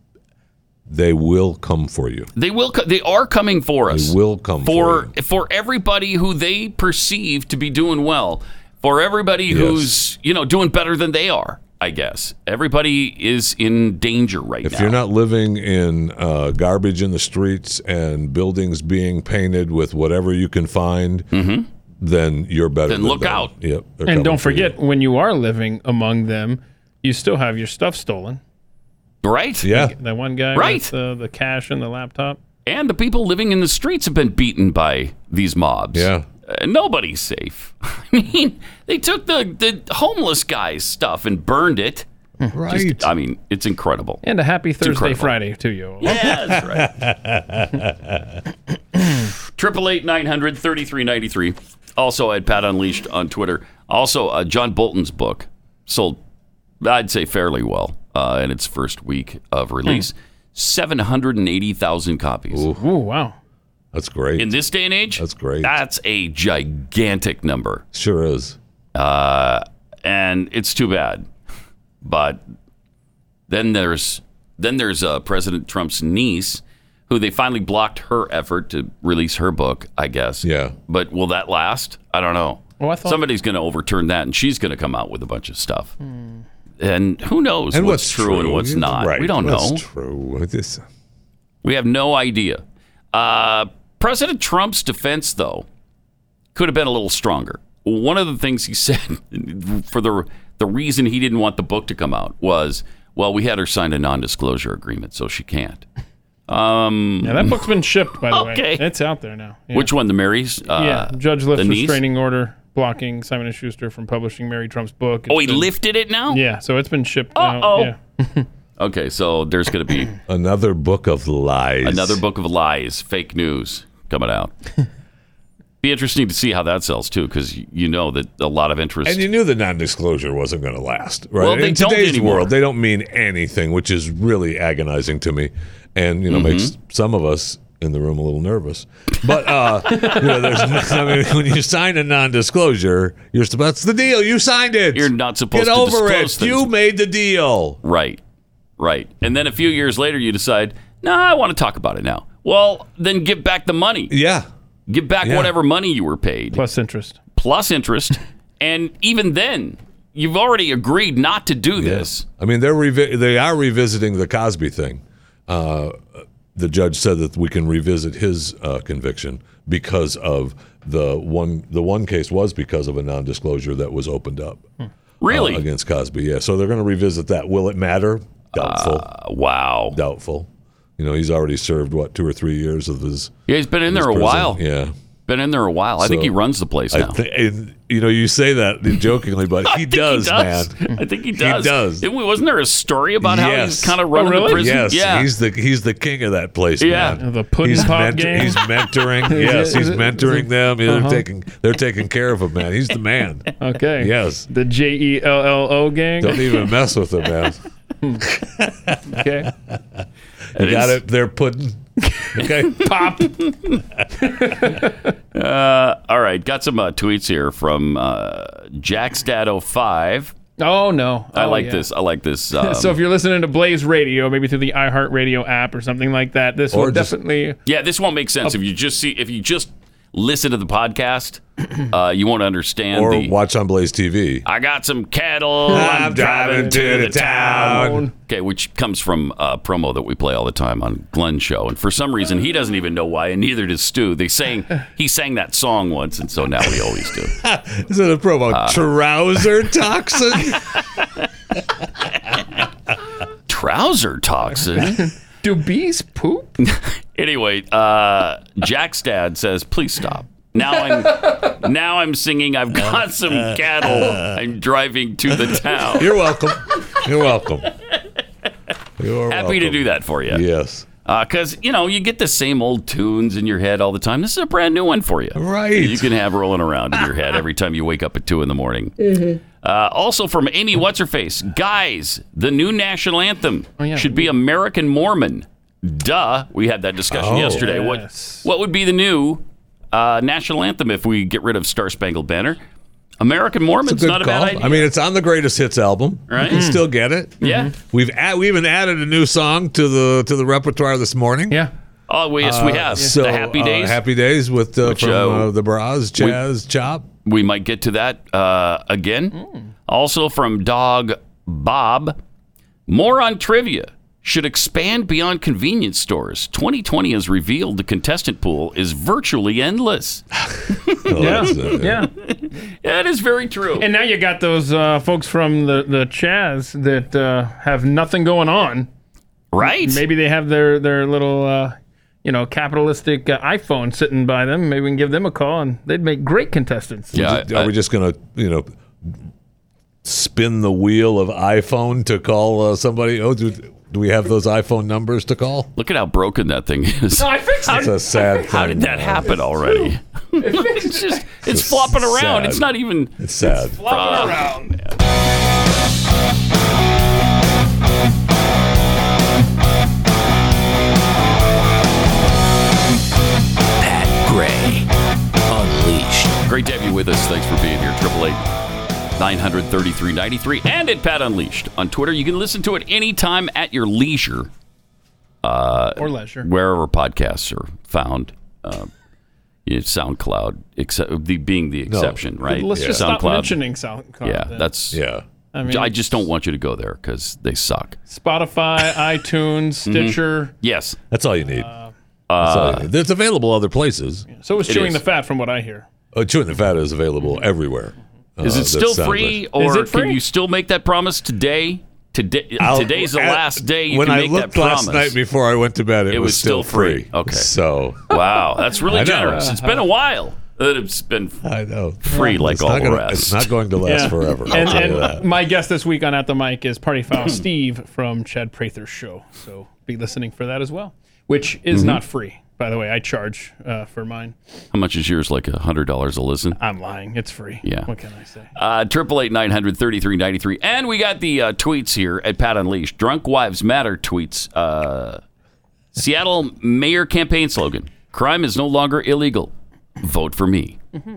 S4: they will come for you.
S3: They will. co- They are coming for us.
S4: will come
S3: for
S4: for
S3: for, everybody who they perceive to be doing well. For everybody who's you know doing better than they are. I guess everybody is in danger right
S4: If
S3: now.
S4: you're not living in uh, garbage in the streets and buildings being painted with whatever you can find, then you're better. than
S3: Mm-hmm. Then look
S4: them.
S3: out.
S4: Yep. they're
S5: and
S4: coming
S5: don't
S4: for you.
S5: forget, when you are living among them, you still have your stuff stolen.
S3: right?
S4: Yeah.
S5: That one guy
S3: Right.
S5: with uh, the cash and the laptop.
S3: And the people living in the streets have been beaten by these mobs.
S4: Yeah.
S3: Uh, nobody's safe. I mean, they took the, the homeless guy's stuff and burned it.
S4: Hmm. Right.
S3: I mean, it's incredible.
S5: And a happy Thursday,
S3: incredible.
S5: Friday to you.
S3: Yeah, that's right. Triple eight nine hundred thirty three ninety three. Also at Pat Unleashed on Twitter. Also, uh, John Bolton's book sold, I'd say, fairly well uh, in its
S5: Hmm.
S3: first week of release. Seven hundred and eighty thousand copies.
S5: Ooh, wow.
S4: That's great.
S3: in this day and age.
S4: That's great.
S3: That's a gigantic number, Uh,
S4: sure is.
S3: and it's too bad. But then there's then there's uh, President Trump's niece, who they finally blocked her effort to release her book. I guess.
S4: Yeah.
S3: But will that last? I don't know.
S5: Well, Oh, I thought-
S3: Somebody's going to overturn that, and she's going to come out with a bunch of stuff.
S5: Hmm.
S3: And who knows
S4: And
S3: what's, true, and what's not?
S4: Right.
S3: We don't
S4: What's
S3: know.
S4: True. This-
S3: We have no idea. Uh, President Trump's defense, though, could have been a little stronger. One of the things he said for the the reason he didn't want the book to come out was, well, we had her sign a non-disclosure agreement, so she can't.
S5: Yeah, that book's been shipped, by the
S3: Okay.
S5: way. It's out there now. Yeah.
S3: Which one, the Marys? Uh,
S5: Yeah, Judge
S3: the
S5: lifts
S3: niece?
S5: restraining order blocking Simon and Schuster from publishing Mary Trump's book.
S3: Oh,
S5: It's
S3: he
S5: been-
S3: lifted it now.
S5: Yeah, so it's been shipped.
S3: Uh-oh.
S5: Out. Yeah.
S3: Okay, so there's going to be
S4: Another book of lies.
S3: another book of lies, fake news coming out. be interesting to see how that sells too, because you know that a lot of interest.
S4: And you knew the non-disclosure wasn't going to last, right?
S3: Well, they
S4: In
S3: don't
S4: today's
S3: anymore.
S4: world, they don't mean anything, which is really agonizing to me, and you know
S3: Mm-hmm.
S4: makes some of us in the room a little nervous. But uh, you know, there's I mean, when you sign a non-disclosure, you're sup- that's the deal. You signed it.
S3: You're not supposed
S4: Get
S3: to
S4: over it.
S3: disclose things.
S4: You made the deal.
S3: Right. Right. And then a few years later, you decide, no, I want to talk about it now. Well, then give back the money.
S4: Yeah.
S3: Give back
S4: Yeah.
S3: whatever money you were paid
S5: Plus interest.
S3: plus interest. and even then, you've already agreed not to do this.
S4: I mean, they're revi- they are revisiting the Cosby thing. Uh, the judge said that we can revisit his uh, conviction because of the one the one case was because of a non-disclosure that was opened up uh,
S3: Hmm. Really?
S4: against Cosby. Yeah, so they're going to revisit that. Will it matter? Doubtful.
S3: Uh, wow.
S4: Doubtful. You know, he's already served what two or three years of his.
S3: Yeah, he's been in there a
S4: prison.
S3: while.
S4: Yeah.
S3: Been in there a while. I think
S4: So,
S3: he runs the place
S4: I
S3: now.
S4: thi- and, you know, you say that jokingly, but
S3: I
S4: he,
S3: think
S4: does, man.
S3: I think he does.
S4: does.
S3: Didn't we- wasn't there a story about how he's
S4: Yes. Oh,
S3: kind of running
S5: really?
S3: the prison?
S4: Yes,
S3: yeah.
S4: he's the he's the king of that place.
S3: Yeah.
S4: man.
S5: The pudding
S4: he's
S5: pop game.
S4: He's mentoring. yes,
S5: it-
S4: he's
S5: is it- Uh-huh.
S4: mentoring them. They're taking they're taking care of him, man. He's the man.
S5: Okay.
S4: Yes.
S5: The J E L L O gang.
S4: Don't even mess with him, man.
S5: Okay.
S4: You got it. They're pudding. Okay.
S5: Pop.
S3: All right, got some uh, tweets here from uh, Jackstad05.
S5: Oh no.
S3: I
S5: Oh,
S3: like
S5: yeah.
S3: this. I like this. Um,
S5: so if you're listening to Blaze Radio, maybe through the iHeartRadio app or something like that, this
S4: Or
S5: will
S4: just-
S5: definitely.
S3: yeah, this won't make
S5: Oh.
S3: sense if you just see if you just listen to the podcast. Uh, you won't understand.
S4: Or
S3: the,
S4: watch on Blaze TV.
S3: I got some cattle. I'm, driving, to the town. Okay, which comes from a promo that we play all the time on Glenn's show, and for some reason he doesn't even know why, and neither does Stu. They sang he sang that song once, and so now we always do.
S4: Is it a promo?
S3: Uh,
S4: Trouser toxin.
S3: Trouser toxin.
S5: Do bees poop?
S3: Anyway, uh, Jack's dad says, "Please stop." Now I'm now I'm singing. I've got some cattle. I'm driving to the town.
S4: Uh, You're welcome. You're welcome. You're
S3: Happy to
S4: welcome.
S3: do that for you,
S4: Yes.
S3: because you know you get the same old tunes in your head all the time. This is a brand new one for you,
S4: Right.
S3: You can have rolling around in your head every time you wake up at two in the morning. Uh, also from Amy, what's her face? Guys, the new national anthem
S4: Oh,
S5: yeah.
S3: should be American Mormon. Duh, we had that discussion
S4: Oh.
S3: yesterday.
S5: Yes.
S3: What what would be the new uh, national anthem if we get rid of Star Spangled Banner? American Mormon's
S4: Good
S3: not a
S4: call.
S3: bad idea.
S4: I mean, it's on the greatest hits album.
S3: Right.
S4: You still get it.
S3: yeah.
S4: We've ad- we even added a new song to the to the repertoire this morning.
S5: Yeah.
S3: Oh, well, yes, we have the Happy
S4: uh,
S3: Days.
S4: happy days with uh,
S3: Which,
S4: from
S3: uh,
S4: uh, the Bras, Jazz, Chop.
S3: we might get to that uh, again. Also from Dog Bob, more on trivia. Should expand beyond convenience stores. 2020 has revealed the contestant pool is virtually endless.
S4: yeah,
S5: Yeah.
S3: That is very true.
S5: And now you got those uh, folks from the the Chaz that uh, have nothing going on.
S3: right?
S5: Maybe they have their their little uh, you know capitalistic uh, iPhone sitting by them. Maybe we can give them a call and they'd make great contestants.
S3: Yeah,
S4: Are we just gonna you know spin the wheel of iPhone to call uh, somebody? Oh, do, do we have those iPhone numbers to call?
S3: Look at how broken that thing is.
S5: I fixed
S4: That's a sad thing.
S3: How did that happen already? it's just it's flopping around.
S4: sad.
S3: It's not even
S4: It's sad.
S7: Pat
S3: 933.93 and at Pat Unleashed on Twitter. You can listen to it anytime at your leisure, Uh,
S5: or leisure.
S3: wherever podcasts are found. Uh, yeah, SoundCloud except the, being the exception, right?
S5: Let's just
S3: SoundCloud.
S5: stop mentioning SoundCloud.
S3: Yeah,
S5: then.
S3: that's
S4: Yeah.
S5: I
S3: I,
S5: mean,
S3: just don't want you to go there because they suck. Mm-hmm.
S5: Spotify, iTunes, Stitcher.
S3: Yes,
S4: That's all you need. That's all you need. It's available other places.
S5: So is chewing
S3: is.
S5: the fat, from what I hear.
S4: Oh, Chewing the Fat is available everywhere.
S3: Mm-hmm.
S4: Uh,
S3: is it
S4: that's
S3: still
S4: sound
S3: free,
S4: good.
S3: or
S5: it
S3: can
S5: free?
S3: you still make that promise today? Today,
S4: I'll-
S3: today's the
S4: at-
S3: last day you
S4: when
S3: can
S4: I
S3: make
S4: looked
S3: that promise.
S4: last night before I went to bed, it,
S3: It
S4: was,
S3: was still
S4: still free.
S3: free. Okay.
S4: so
S3: wow, Oh, that's
S4: I
S3: really
S4: know.
S3: generous. It's been a while that it's been
S4: I know
S3: free like
S4: it's
S3: all
S4: not
S3: the
S4: gonna,
S3: rest.
S4: It's not going to last forever. I'll
S5: and
S4: tell you
S5: and
S4: that.
S5: my guest this week on At the Mic is Party Foul Steve from Chad Prather's show. So be listening for that as well, which is
S4: Mm-hmm.
S5: not free, by the way. I charge uh, for mine.
S3: How much is yours? Like a hundred dollars a listen.
S5: I'm lying. It's free.
S3: Yeah. Uh,
S5: What can I say?
S3: Triple eight nine hundred thirty three ninety three, and we got the uh, tweets here at Pat Unleashed. Drunk wives matter tweets. Uh, Seattle mayor campaign slogan: Crime is no longer illegal. Vote for me.
S5: Mm-hmm.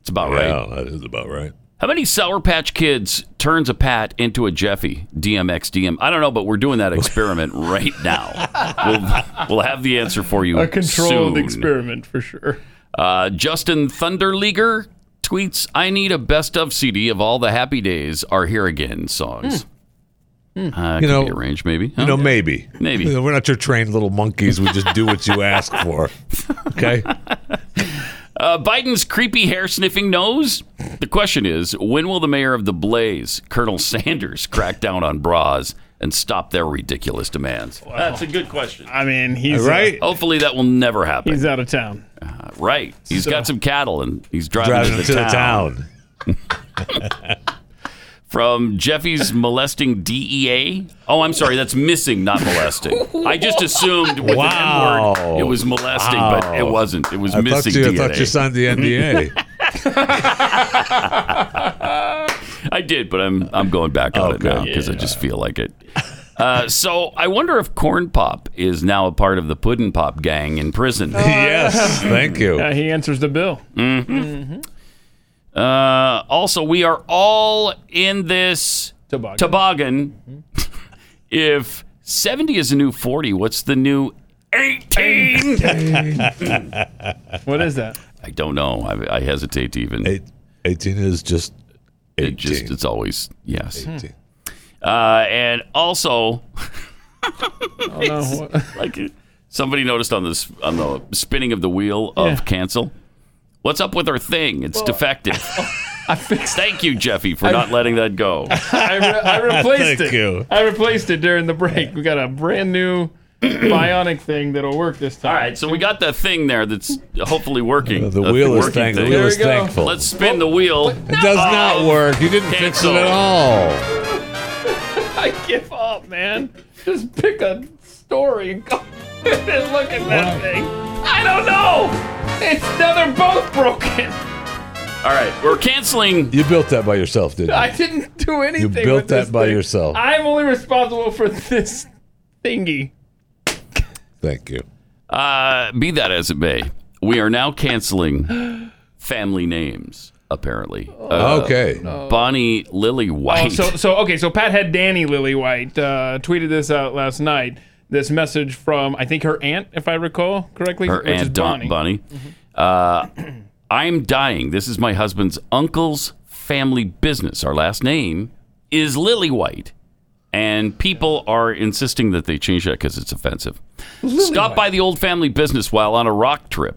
S3: it's about right.
S4: Yeah, that is about right.
S3: How many Sour Patch Kids turns a Pat into a Jeffy? DMX DM. I don't know, but we're doing that experiment right now. We'll, we'll have the answer for you.
S5: A controlled
S3: soon.
S5: experiment for sure.
S3: Uh, Justin Thunderleaguer tweets, I need a best of CD of all the Happy Days Are Here Again songs. Uh,
S5: Hmm.
S4: You
S3: could
S4: know-
S3: be arranged, maybe.
S4: You know, maybe.
S3: Maybe.
S4: You know, We're not your trained little monkeys. We just do what you ask for. Okay?
S3: Uh, Biden's creepy hair sniffing nose. The question is, when will the mayor of the Blaze, Colonel Sanders, crack down on bras and stop their ridiculous demands? That's a good question.
S5: I mean, he's uh,
S4: Right?
S3: Hopefully that will never happen.
S5: he's out of town.
S3: right. He's got some cattle and he's driving,
S4: Driving
S3: to,
S4: to the town.
S3: from Jeffy's molesting DEA. Oh, I'm sorry, that's missing, not molesting. I just assumed with
S4: Wow.
S3: an M word it was molesting, but it wasn't. It was
S4: Oh. I thought,
S3: missing
S4: you, I
S3: DNA.
S4: thought you signed the NDA.
S3: I did, but I'm I'm going back
S4: Okay.
S3: on it now because I just feel like it. Uh, so I wonder if Corn Pop is now a part of the Puddin' Pop gang in prison.
S5: Oh,
S3: Mm.
S4: yes. Thank you.
S5: Uh, he answers the bill.
S3: Mm-hmm. Uh, also, we are all in this
S5: Toboggan. Mm-hmm.
S3: toboggan. if 70 is a new 40, what's the new 18?
S5: What is that?
S3: I don't know. I, I hesitate to even.
S4: Eight, 18 is just 18.
S3: It just it's always yes.
S4: 18.
S3: Hmm. Uh, and also,
S5: Oh, no. What-
S3: like somebody noticed on this on the spinning of the wheel of
S5: Yeah.
S3: cancel. What's up with our thing? It's defective.
S5: I fixed
S3: Thank you, Jeffy, for not letting that go.
S5: I, re- I replaced
S4: Thank
S5: it.
S4: you.
S5: I replaced it during the break. We got a brand new bionic thing that'll work this time.
S3: All right, so we got that thing there that's hopefully working.
S4: The
S3: Uh,
S4: wheel is
S3: working
S4: thank- the
S3: thing.
S4: wheel
S5: There
S4: is
S5: we go.
S4: thankful.
S3: Let's spin the wheel.
S4: it does not work. You didn't fix it
S3: Cancel.
S4: at all.
S5: I give up, man. Just pick a story and go and look at that thing. I don't know. It's now they're both broken.
S3: All right, we're canceling.
S4: You built that by yourself, didn't you?
S5: I didn't do anything.
S4: you
S5: with
S4: built
S5: this
S4: that by
S5: thing.
S3: Oh.
S4: yourself.
S5: I'm only responsible for this thingy.
S4: Thank you.
S3: Uh, be that as it may, we are now canceling family names. Apparently, uh,
S4: okay.
S3: Bonnie Lily White.
S5: Oh, so so okay. So Pat had Danny Lily White uh, tweeted this out last night. This message from I think her aunt, if I recall correctly,
S3: her
S5: which is
S3: aunt Don-
S5: Bonnie. Mm-hmm.
S3: Bonnie. Uh, I'm dying. This is my husband's uncle's family business. Our last name is Lily White, and people are insisting that they change that because it's offensive. Stop by the old family business while on a rock trip.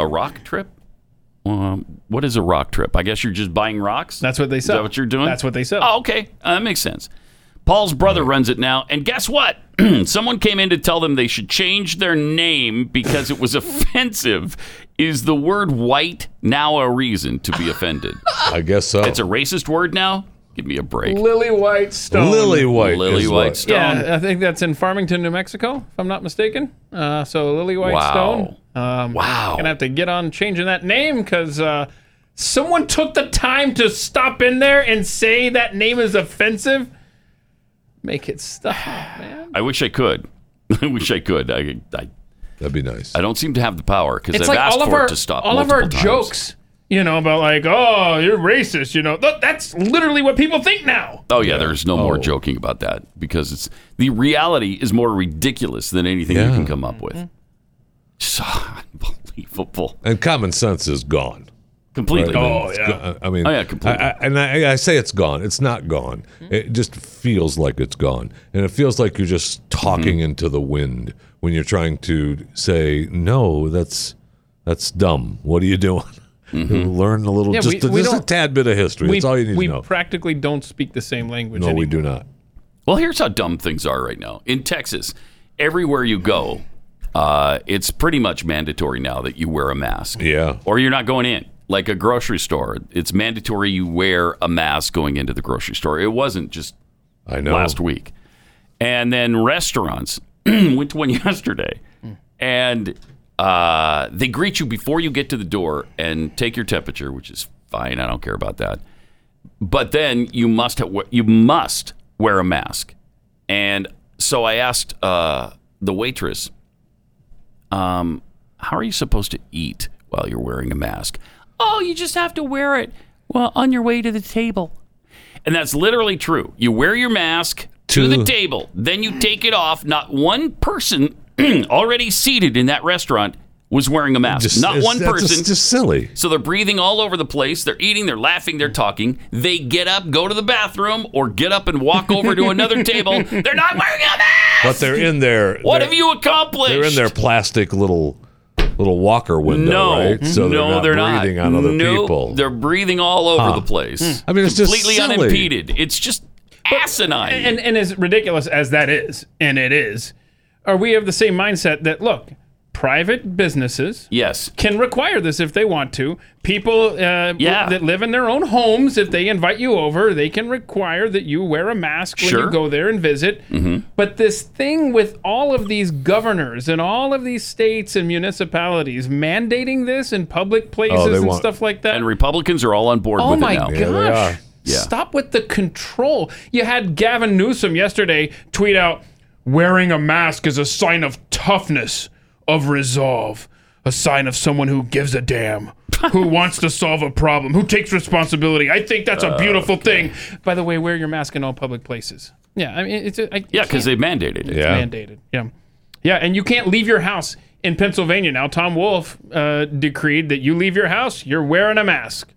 S3: A rock trip? Um, what is a rock trip? I guess you're just buying rocks.
S5: That's what they
S3: Is
S5: sell.
S3: that what you're doing?
S5: That's what they sell.
S3: Oh, okay. Uh, that makes sense. Paul's brother runs it now, and guess what? Someone came in to tell them they should change their name because it was offensive. Is the word white now a reason to be offended?
S4: I guess so.
S3: it's a racist word now? Give me a break.
S5: Lily White Stone.
S4: Lily White.
S3: Lily
S4: is
S3: White
S4: what-
S3: Stone.
S5: Yeah, I think that's in Farmington, New Mexico, if I'm not mistaken. Uh, so Lily White
S3: Wow.
S5: Stone. Um,
S3: Wow.
S5: Gonna have to get on changing that name because uh, someone took the time to stop in there and say that name is offensive. Make it stop, man.
S3: I wish I could. I wish I could. I, I,
S4: That'd be nice.
S3: I don't seem to have the power because
S5: It's
S3: I've
S5: like
S3: asked
S5: all of
S3: for
S5: our
S3: it to stop.
S5: all of our
S3: multiple times.
S5: jokes. you know, about like, oh, you're racist, you know. Th- that's literally what people think now.
S3: Oh yeah, there's no more joking about that because it's the reality is more ridiculous than anything you
S4: Yeah.
S3: can come up
S5: Mm-hmm.
S3: with. So unbelievable,
S4: And common sense is gone.
S3: completely.
S5: Oh,
S4: It's
S5: yeah.
S4: go- I mean,
S3: Oh, yeah, completely. Hmm?
S4: I, I, and I, I say it's gone. It's not gone. It just feels like it's gone, and it feels like you're just talking
S3: Hmm.
S4: into the wind when you're trying to say no. That's that's dumb. What are you doing?
S3: Mm-hmm.
S4: Learn a little,
S5: Yeah,
S4: just,
S5: we-
S4: just
S5: we
S4: a
S5: don't-
S4: tad bit of history.
S5: we
S4: that's all you need
S5: we
S4: to know.
S5: practically don't speak the same language
S4: no, we
S5: anymore.
S4: do not.
S3: Well, here's how dumb things are right now. In Texas, everywhere you go, uh, it's pretty much mandatory now that you wear a mask.
S4: Yeah.
S3: Or you're not going in. Like a grocery store, it's mandatory you wear a mask going into the grocery store. It wasn't just
S4: I know.
S3: last week. And then restaurants went to one yesterday,
S5: Hmm.
S3: and uh, they greet you before you get to the door and take your temperature, which is fine. I don't care about that. But then you must ha- you must wear a mask. And so I asked uh, the waitress, um, "How are you supposed to eat while you're wearing a mask?" Oh, you just have to wear it well on your way to the table. And that's literally true. You wear your mask to, the
S4: To-
S3: table, then you take it off. Not one person already seated in that restaurant was wearing a mask.
S4: Just-
S3: Not
S4: it's-
S3: one
S4: that's
S3: person.
S4: Just, just silly.
S3: So they're breathing all over the place. They're eating, they're laughing, they're talking. They get up, go to the bathroom, or get up and walk over to another table. They're not wearing a mask.
S4: But they're in their.
S3: what
S4: their-
S3: have you accomplished?
S4: They're in their plastic little little walker window,
S3: no,
S4: right? So
S3: no,
S4: they're
S3: they're
S4: not breathing
S3: not.
S4: on other
S3: Nope,
S4: people. Hmm.
S3: They're breathing all over the place.
S4: I mean, it's just
S3: completely
S4: silly.
S3: unimpeded. It's just asinine.
S5: And, and as ridiculous as that is, and it is, are we of the same mindset that look, private businesses
S3: yes.
S5: can require this if they want to. People uh,
S3: Yeah.
S5: that live in their own homes, if they invite you over, they can require that you wear a mask when
S3: Sure.
S5: you go there and visit.
S3: Mm-hmm.
S5: But this thing with all of these governors and all of these states and municipalities mandating this in public
S3: Oh,
S5: places
S4: Oh, they
S5: and
S4: want-
S5: stuff like that.
S3: And Republicans are all on board
S5: Oh
S3: with
S5: my
S3: it now.
S5: gosh.
S4: they are.
S3: Yeah.
S5: Stop with the control. You had Gavin Newsom yesterday tweet out wearing a mask is a sign of toughness, of resolve, a sign of someone who gives a damn, who wants to solve a problem, who takes responsibility. I think that's
S3: Oh,
S5: a beautiful thing. By the way, wear your mask in all public places. Yeah, I mean it's a, I,
S3: Yeah, because they mandated it.
S4: Yeah.
S5: mandated. Yeah. Yeah, and you can't leave your house in Pennsylvania now. Tom Wolf uh, decreed that you leave your house, you're wearing a mask.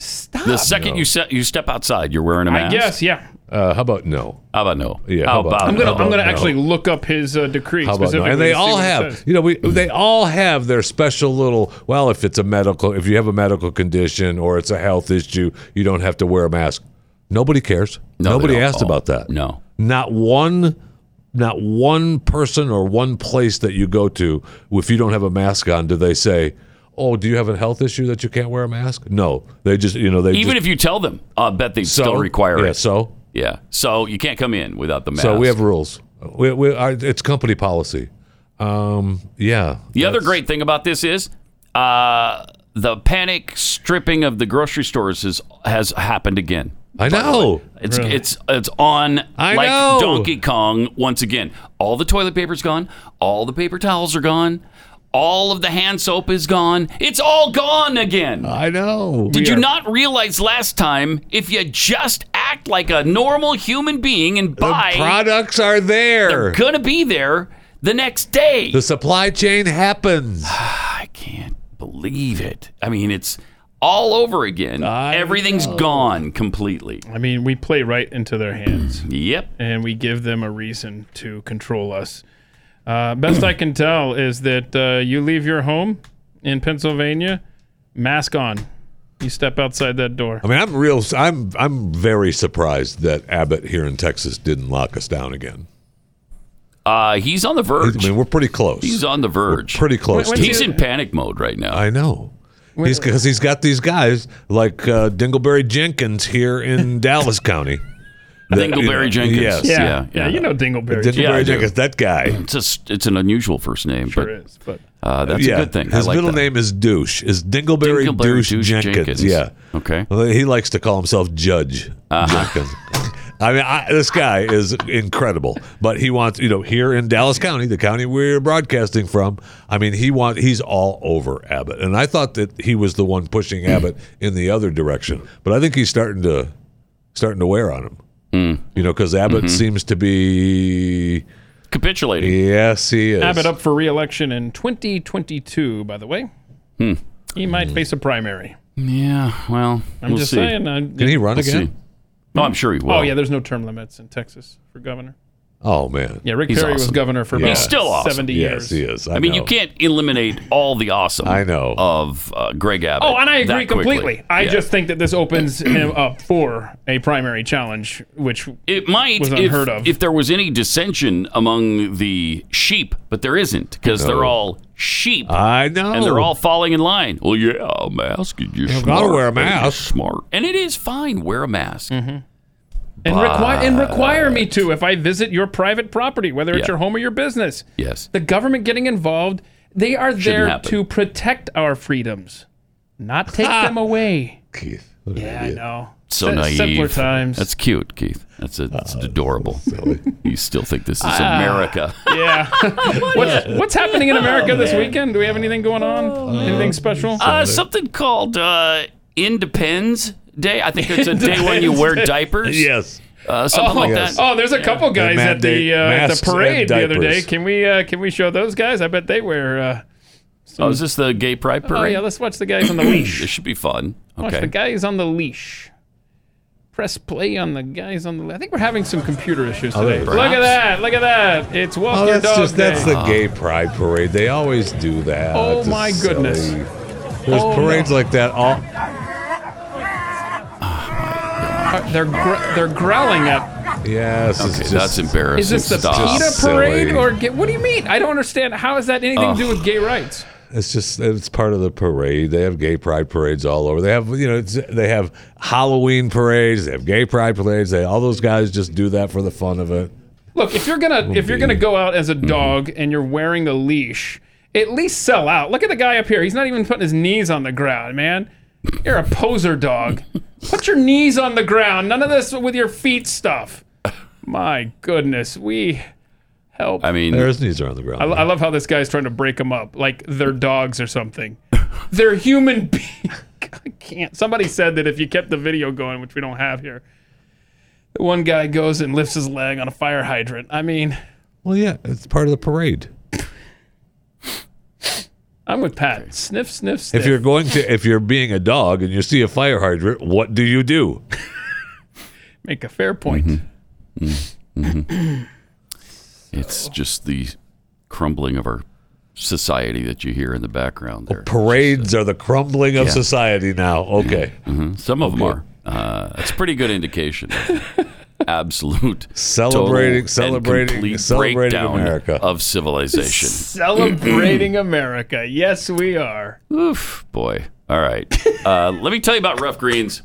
S5: Stop.
S3: The second you se- you step outside, you're wearing a mask.
S5: I guess, yeah.
S4: Uh, how about no?
S3: How about no?
S4: Yeah,
S3: How
S4: how
S3: about,
S4: about-
S5: I'm gonna,
S4: Oh, How
S5: I'm gonna
S4: about no?
S5: actually look up his uh, decree
S4: How about no?
S5: specifically.
S4: And they
S5: to see
S4: all
S5: what it
S4: have,
S5: says.
S4: you know, we they all have their special little. Well, if it's a medical, if you have a medical condition or it's a health issue, you don't have to wear a mask. Nobody cares.
S3: No, they
S4: Nobody
S3: don't.
S4: asked
S3: Oh,
S4: about that.
S3: no.
S4: not one, not one person or one place that you go to, if you don't have a mask on, do they say? Oh, do you have a health issue that you can't wear a mask? No, they just, you know, they
S3: Even
S4: just,
S3: if you tell them, I bet they still require
S4: yeah,
S3: it.
S4: So
S3: Yeah. So you can't come in without the mask.
S4: So we have rules. We, we, our, it's company policy. Um, yeah.
S3: the other great thing about this is uh, the panic stripping of the grocery stores has has happened again.
S4: I know.
S3: It's it's it's on
S4: I
S3: like
S4: know.
S3: Donkey Kong once again. All the toilet paper's gone. All the paper towels are gone. All of the hand soap is gone. It's all gone again.
S4: I know.
S3: Did you
S5: are-
S3: not realize last time if you just act like a normal human being and
S4: the
S3: buy,
S4: products are
S3: they're
S4: there.
S3: going to be there the next day?
S4: the supply chain happens.
S3: I can't believe it. I mean, it's all over again. Everything's gone completely.
S5: I mean, we play right into their hands,
S3: Yep.
S5: and we give them a reason to control us. Uh, best I can tell is that uh, you leave your home in Pennsylvania, mask on. You step outside that door.
S4: I mean, I'm real. I'm I'm very surprised that Abbott here in Texas didn't lock us down again.
S3: Uh, he's on the
S4: I
S3: verge.
S4: mean, we're pretty close.
S3: He's on the verge.
S4: pretty close.
S5: Wait,
S4: to
S5: wait,
S4: it.
S3: He's in panic mode right now.
S4: I know. He's because he's got these guys like uh, Dingleberry Jenkins here in Dallas County. That, you
S3: Dingleberry
S4: know,
S3: Jenkins.
S4: Yes.
S5: yeah,
S3: Yeah,
S5: yeah,
S3: yeah.
S5: you know Dingleberry.
S4: Dingleberry
S3: Yeah, I do.
S4: Jenkins. That guy.
S3: It's, just, it's an unusual first name,
S5: sure
S3: but
S5: is, but
S3: uh, that's a good thing. I
S4: His
S3: like
S4: middle
S3: that.
S4: name is Douche. Is Dingleberry,
S3: Dingleberry
S4: Douche,
S3: Douche
S4: Jenkins.
S3: Jenkins.
S4: Yeah.
S3: Okay. Uh-huh.
S4: Well, he likes to call himself Judge Jenkins. I mean, I, this guy is incredible. But he wants, you know, here in Dallas County, the county we're broadcasting from. I mean, he want he's all over Abbott, and I thought that he was the one pushing Abbott in the other direction. But I think he's starting to starting to wear on him. You know, because Abbott seems to be
S3: Capitulating.
S4: yes, he is.
S5: Abbott up for re-election in 2022. By the way, he might
S4: Hmm.
S5: face a primary.
S3: Yeah, well,
S5: I'm
S3: we'll
S5: just
S3: see.
S5: saying. uh, I,
S4: Can he run
S3: We'll
S4: again?
S3: see. No, I'm sure he will.
S5: Oh yeah, there's no term limits in Texas for governor.
S4: Oh man,
S5: Yeah, Rick
S3: He's
S5: Perry was
S3: awesome.
S5: governor for about
S3: He's still awesome.
S5: 70
S4: yes,
S5: years.
S4: he is. I,
S3: I mean, you
S4: know.
S3: can't eliminate all the awesome.
S4: I know.
S3: of uh, Greg Abbott.
S5: Oh, and I
S3: that
S5: agree
S3: quickly.
S5: completely. I
S3: Yeah.
S5: just think that this opens him up for a primary challenge, which
S3: it might
S5: was
S3: if,
S5: unheard of.
S3: if there was any dissension among the sheep, but there isn't because they're all sheep
S4: I know,
S3: and they're all falling in line. Well, yeah, a mask. and You're smart.
S4: gotta wear a
S3: and you're
S4: mask.
S3: Smart, and it is fine. Wear a mask.
S5: Mm-hmm. and, require and require me to if I visit your private property, whether it's
S3: Yeah.
S5: your home or your business.
S3: Yes.
S5: The government getting involved, they are there
S3: happen.
S5: to protect our freedoms, not take them away.
S4: Keith. What an
S5: Yeah, I
S4: idiot.
S5: know.
S3: So
S5: Sim-
S3: naive.
S5: Simpler times. Uh,
S3: That's cute, Keith. That's a, that's adorable.
S4: Silly.
S3: you still think this is America?
S5: yeah. what's, what's happening in America this
S3: Oh,
S5: weekend? Do we have anything going on? anything special?
S3: Uh, something called uh, Independence Day. I think it's a day when you wear
S5: Independence Day.
S3: diapers.
S4: yes.
S3: Uh, something like that.
S4: yes.
S5: Oh, there's a couple guys
S4: mad
S5: at the
S4: date
S5: uh, at
S4: masks
S5: the parade
S4: and
S5: the other day.
S4: diapers.
S5: Can we uh, can we show those guys? I bet they wear. Uh,
S3: Oh, is this the gay pride
S5: oh
S3: parade?
S5: yeah, let's watch the guys on the leash.
S3: this should be fun.
S5: Watch
S3: Okay.
S5: the guys on the leash. Press play on the guys on the. le- I think we're having some computer issues today.
S4: Oh, there-
S5: look at that! Look at that! It's walk
S4: Oh,
S5: your
S4: that's
S5: dog
S4: just
S5: day.
S4: that's the gay pride parade. They always do that.
S5: Oh,
S4: It's
S5: my
S4: silly.
S5: goodness.
S4: There's
S5: Oh,
S4: parades like that all
S5: Uh, they're gr- they're growling at.
S4: Yes,
S3: Okay, that's embarrassing.
S5: Is this the
S3: Stop.
S5: PETA
S4: just
S5: parade
S4: silly.
S5: or gay? What do you mean? I don't understand. How is that anything to do with gay rights?
S4: It's just it's part of the parade. They have gay pride parades all over. They have you know it's, they have Halloween parades. They have gay pride parades. They all those guys just do that for the fun of it.
S5: Look, if you're gonna if you're gonna go out as a dog and you're wearing a leash, at least sell out. Look at the guy up here. He's not even putting his knees on the ground, man. You're a poser dog. Put your knees on the ground. None of this with your feet stuff. My goodness, we help.
S3: I mean,
S4: Their knees are on the ground.
S5: I, I love how this guy's trying to break them up, like they're dogs or something. they're human beings. I can't. Somebody said that if you kept the video going, which we don't have here, the one guy goes and lifts his leg on a fire hydrant. I mean,
S4: well, yeah, it's part of the parade.
S5: I'm with Pat. Sniff, sniff, sniff.
S4: If you're going to if you're being a dog and you see a fire hydrant, what do you do?
S5: Make a fair point.
S3: Mm-hmm. it's just the crumbling of our society that you hear in the background there.
S4: Parades are the crumbling of society now. Okay.
S3: Mm-hmm. Some of them are. Uh, it's a pretty good indication. of Absolute
S4: Celebrating-
S3: total
S4: celebrating-
S3: and complete
S4: celebrating
S3: breakdown
S4: America.
S3: of civilization.
S5: Celebrating America. Yes, we are.
S3: Oof, boy. All right. Uh, let me tell you about rough greens.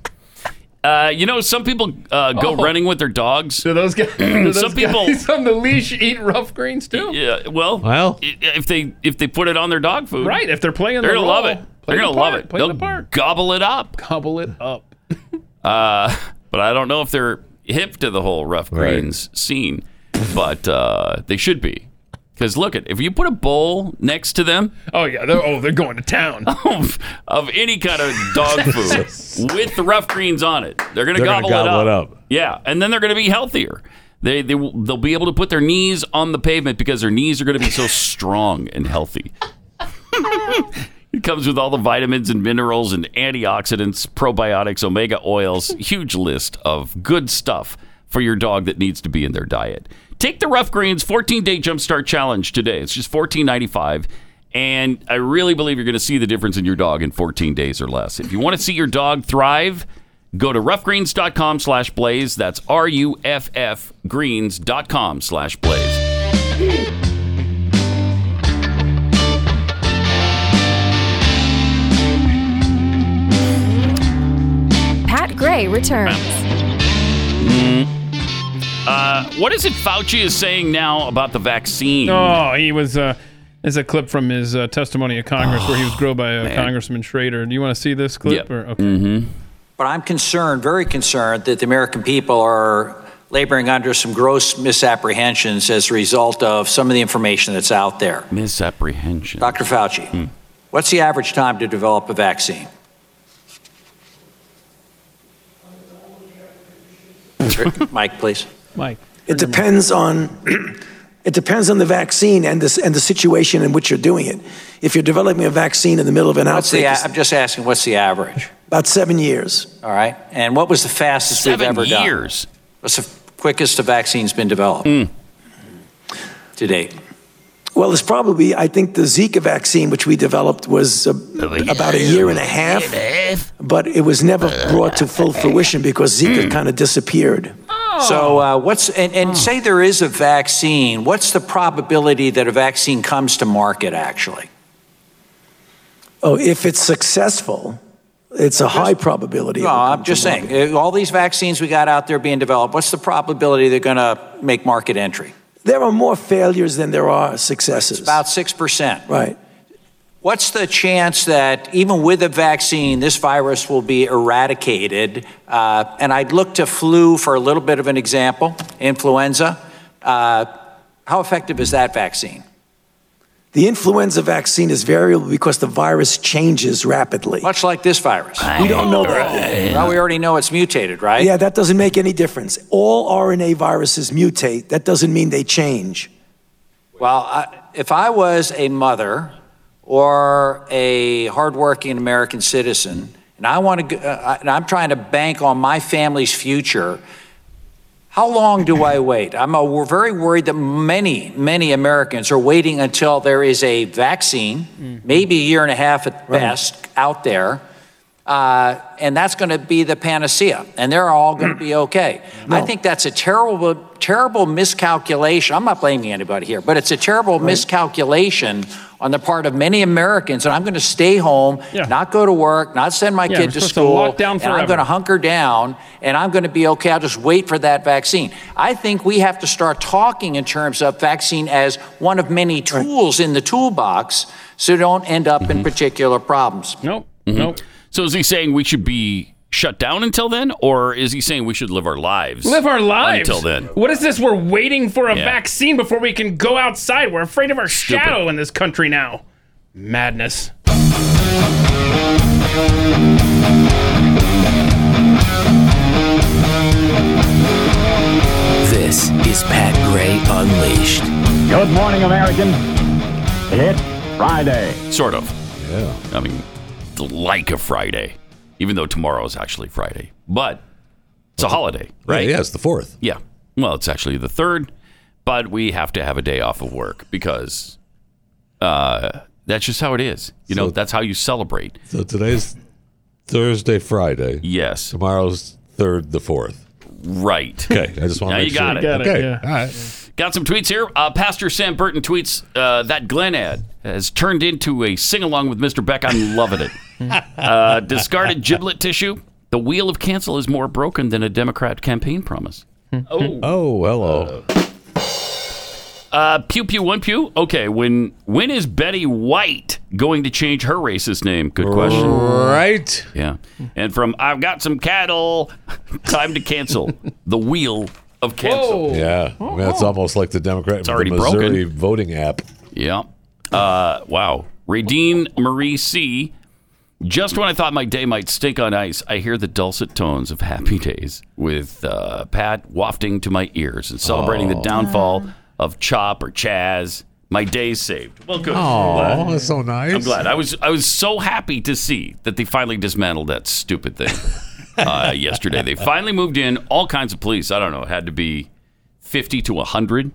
S3: Uh, you know, some people uh, go running with their dogs.
S5: Oh. Do those guys, do those
S3: Some people-
S5: guys on the leash eat rough greens too?
S3: Yeah. Well,
S4: Well.
S3: i- if they if they put it on their dog food,
S5: Right. If they're playing,
S3: They're
S5: the
S3: gonna
S5: role,
S3: love it.
S5: play
S3: They're
S5: the
S3: gonna
S5: part,
S3: love it.
S5: Play the
S3: They'll
S5: part.
S3: gobble it up.
S5: Gobble it up.
S3: Uh, but I don't know if they're hip to the whole rough
S4: Right.
S3: greens scene, but uh, they should be. Because look at if you put a bowl next to them
S5: Oh yeah. They're, oh, they're going to town.
S3: of, of any kind of dog food with the rough greens on it, they're gonna
S4: They're gonna
S3: gobble,
S4: gobble
S3: it,
S4: it
S3: up.
S4: up.
S3: Yeah, and then they're gonna be healthier. They they will- they'll be able to put their knees on the pavement because their knees are gonna be so strong and healthy. It comes with all the vitamins and minerals and antioxidants, probiotics, omega oils, huge list of good stuff for your dog that needs to be in their diet. Take the Rough Greens 14-day jumpstart challenge today. It's just $14.95 and I really believe you're going to see the difference in your dog in 14 days or less. If you want to see your dog thrive, go to roughgreens.com slash blaze. That's R-U-F-F greens.com slash blaze.
S8: Pat Gray returns.
S3: Mm-hmm. Uh, What is it Fauci is saying now about the vaccine?
S5: Oh, he was. Uh, there's a clip from his uh, testimony at Congress where he was grilled by uh, Congressman Schrader. Do you want to see this clip?
S3: Oh, Yep. Mm-hmm.
S5: Or, okay.
S9: But I'm concerned, very concerned, that the American people are laboring under some gross misapprehensions as a result of some of the information that's out there.
S3: Misapprehension.
S9: Dr. Fauci,
S3: Hmm.
S9: what's the average time to develop a vaccine? Mike, please.
S5: Mike.
S10: It depends on, it depends on the vaccine and the, and the situation in which you're doing it. If you're developing a vaccine in the middle of an
S9: What's the,
S10: outbreak,
S9: a-
S10: it's
S9: I'm just asking, what's the average?
S10: about seven years.
S9: All right. And what was the fastest we've
S3: Seven
S9: ever done?
S3: years. Hmm.
S9: What's the quickest a vaccine's been developed to date?
S10: Well, it's probably, I think the Zika vaccine, which we developed, was uh, about a year and a half, Uh, Hmm. but it was never brought to full fruition because Zika kind of disappeared. Oh.
S9: So, uh, what's and,
S10: Hmm.
S9: and say there is a vaccine? What's the probability that a vaccine comes to market? Actually,
S10: Oh, if it's successful, it's a high probability. it
S9: no,
S10: will
S9: I'm
S10: come
S9: just
S10: to
S9: saying.
S10: market.
S9: uh, All these vaccines we got out there being developed. What's the probability they're going to make market entry?
S10: There are more failures than there are successes.
S9: About six percent.
S10: right.
S9: What's the chance that even with a vaccine, this virus will be eradicated? Uh, and I'd look to flu for a little bit of an example, influenza. Uh, how effective is that vaccine?
S10: The influenza vaccine is variable because the virus changes rapidly.
S9: Much like this virus.
S10: We don't know that.
S9: Well, we already know it's mutated, right?
S10: Yeah, that doesn't make any difference. All RNA viruses mutate. That doesn't mean they change.
S9: Well, I, if I was a mother or a hardworking American citizen, and I want to, uh, and I'm trying to bank on my family's future, how long do I wait? I'm uh we're very worried that many, many Americans are waiting until there is a vaccine, maybe a year and a half at best, out there. Uh, and that's going to be the panacea, and they're all going to be okay. I think that's a terrible, terrible miscalculation. I'm not blaming anybody here, but it's a terrible miscalculation on the part of many Americans. And I'm going to stay home,
S5: Yeah.
S9: not go to work, not send my
S5: Yeah, we're
S9: kid to
S5: supposed to
S9: school,
S5: lock down
S9: and I'm
S5: forever.
S9: going to hunker down, and I'm going to be okay. I'll just wait for that vaccine. I think we have to start talking in terms of vaccine as one of many tools in the toolbox, so you don't end up in particular problems.
S5: Mm-hmm. Nope. Nope.
S3: Mm-hmm. So is he saying we should be shut down until then, or is he saying we should live our lives?
S5: Live our lives.
S3: until then.
S5: What is this? We're waiting for a
S3: Yeah.
S5: vaccine before we can go outside. We're afraid of our shadow in this country now. Madness.
S7: This is Pat Gray Unleashed.
S2: Good morning, American. It's Friday.
S3: Sort of. Yeah. I mean, it's like a Friday, even though tomorrow is actually Friday, but it's a holiday, right?
S4: Yeah, it's the fourth.
S3: Yeah. Well, it's actually the third, but we have to have a day off of work because uh, that's just how it is. You know,
S4: So-
S3: that's how you celebrate.
S4: So today's Thursday, Friday.
S3: Yes.
S4: Tomorrow's third, the fourth.
S3: Right.
S4: Okay, I just want
S3: Now
S4: to make
S3: you got
S4: sure.
S3: it. Got
S5: it,
S4: okay,
S5: yeah.
S4: all right.
S3: Got some tweets here. Uh, Pastor Sam Burton tweets uh, that Glenn ad has turned into a sing along with Mr. Beck. I'm loving it. uh, discarded giblet tissue. The wheel of cancel is more broken than a Democrat campaign promise.
S4: Oh, hello.
S3: Uh, pew pew one pew. Okay, when when is Betty White going to change her racist name? Good question.
S4: right.
S3: Yeah. And from I've got some cattle. Time to cancel the wheel of cancel.
S4: Yeah, I mean, that's almost like the Democrat the
S3: Oh, already
S4: Missouri voting app.
S3: Yeah. Uh, wow. Radine Marie C. Just when I thought my day might stink on ice, I hear the dulcet tones of happy days with uh, Pat wafting to my ears and celebrating the downfall of Chop or Chaz. My day's saved. Well, good. I'm
S4: Oh,
S3: glad.
S4: that's so nice.
S3: I'm glad. I was I was so happy to see that they finally dismantled that stupid thing uh, yesterday. They finally moved in all kinds of police. I don't know. It had to be 50 to 100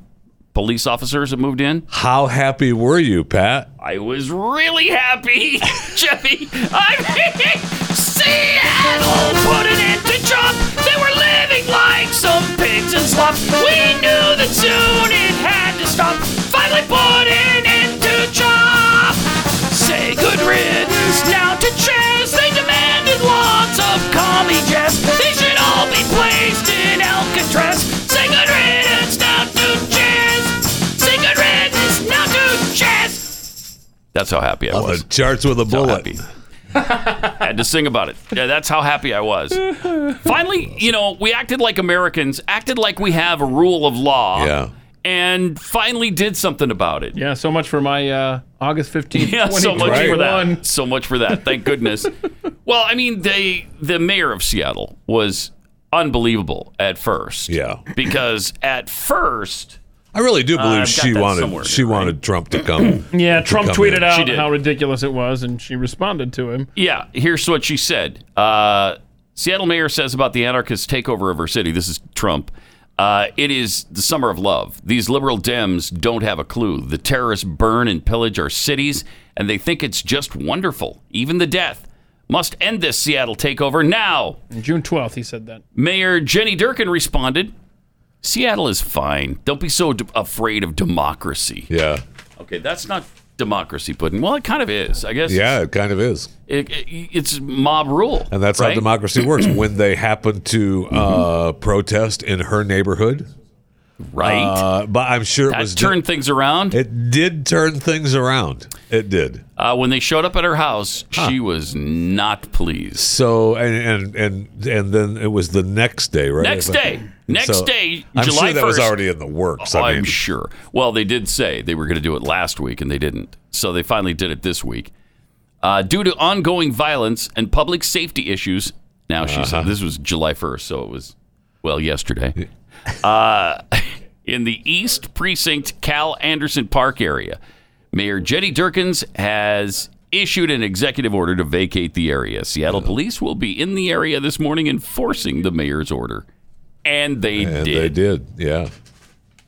S3: police officers that moved in.
S4: How happy were you, Pat?
S3: I was really happy, Jeffy. I mean, Seattle put an end to Trump. They were living like some pigs and slop. We knew that soon it had to stop. Finally put an end to Trump. Say good riddance now to chess. They demanded lots of commie jest. They should all be placed in Alcatraz. Say good riddance now to chess. Say good riddance now to chess. That's how happy I
S4: On the
S3: was.
S4: charts with a
S3: So
S4: bullet.
S3: happy. Had to sing about it. Yeah, that's how happy I was. Finally, you know, we acted like Americans, acted like we have a rule of law,
S4: Yeah.
S3: and finally did something about it.
S5: Yeah, so much for my uh, August 15th.
S3: Yeah, so much for
S5: 2021.
S3: that. So much for that. Thank goodness. well, I mean, they the mayor of Seattle was unbelievable at first.
S4: Yeah.
S3: Because at first
S4: I really do
S3: Uh,
S4: believe
S3: I've got
S4: she
S3: that
S4: wanted
S3: somewhere,
S4: she wanted Trump to come.
S5: Yeah,
S4: to
S5: Trump
S4: come
S5: tweeted
S4: in.
S5: out
S3: did.
S5: how ridiculous it was, and she responded to him.
S3: Yeah, here's what she said. Uh, Seattle mayor says about the anarchist takeover of her city. This is Trump. Uh, it is the summer of love. These liberal Dems don't have a clue. The terrorists burn and pillage our cities, and they think it's just wonderful. Even the death must end this Seattle takeover now.
S5: On June 12th, he said that.
S3: Mayor Jenny Durkin responded, "Seattle is fine. Don't be so d- afraid of democracy."
S4: Yeah.
S3: Okay, that's not democracy, pudding. Well, it kind of is, I guess.
S4: Yeah, it kind of is.
S3: It, it- it's mob rule,
S4: And that's how
S3: right? Mm-hmm.
S4: democracy works. When they happen to uh, protest in her neighborhood,
S3: Right.
S4: uh, but I'm sure it
S3: that
S4: was
S3: turned things around.
S4: it did turn things around. It did.
S3: Uh, when they showed up at her house, she was not pleased.
S4: So and and and and then it was the next day, right?
S3: Next
S4: If I-
S3: day. Next day,
S4: I'm
S3: July
S4: sure that was
S3: 1st.
S4: already in the works. I
S3: I'm
S4: mean,
S3: Oh, sure. Well, they did say they were going to do it last week, and they didn't. So they finally did it this week. Uh, due to ongoing violence and public safety issues, now she
S4: Uh-huh.
S3: said this was July 1st, so it was, well, yesterday. Uh, in the East Precinct, Cal Anderson Park area, Mayor Jenny Durkins has issued an executive order to vacate the area. Seattle police will be in the area this morning enforcing the mayor's order. And they
S4: and
S3: did.
S4: they did. Yeah,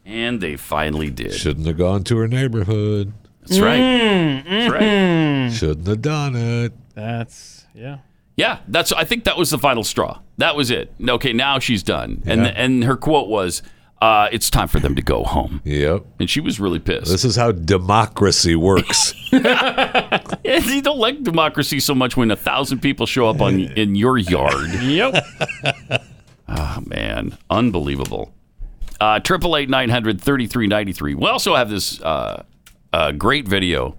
S3: And they finally did.
S4: shouldn't have gone to her neighborhood.
S3: That's right. That's right.
S4: Shouldn't have done it.
S5: That's, yeah.
S3: Yeah, that's. I think that was the final straw. That was it. Okay, now she's done. And and her quote was, uh, "It's time for them to go home."
S4: Yep.
S3: And she was really pissed.
S4: This is how democracy works.
S3: you don't like democracy so much when a thousand people show up on in your yard.
S5: Yep.
S3: Oh, man, unbelievable. Uh, Triple eight nine hundred thirty three ninety three. We also have this uh, uh, great video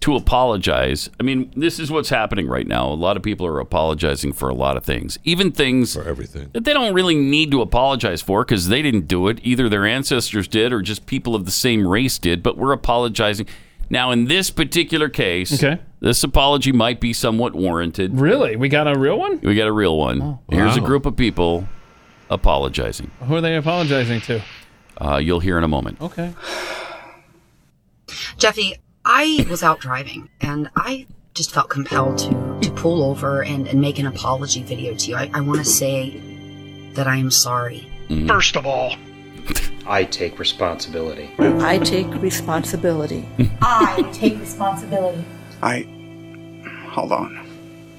S3: to apologize. I mean, this is what's happening right now. A lot of people are apologizing for a lot of things, even things
S4: for everything.
S3: that they don't really need to apologize for because they didn't do it. Either their ancestors did or just people of the same race did, but we're apologizing. Now, in this particular case,
S5: Okay.
S3: this apology might be somewhat warranted.
S5: really? We got a real one?
S3: We got a real one. Here's a
S4: Wow.
S3: group of people apologizing.
S5: Who are they apologizing to?
S3: Uh, you'll hear in a moment.
S5: Okay.
S11: Jeffy, I was out driving and I just felt compelled to, to pull over and, and make an apology video to you. I, I want to say that I am sorry.
S12: First of all,
S13: I take responsibility.
S14: I take responsibility.
S15: I take responsibility.
S12: I. Hold on.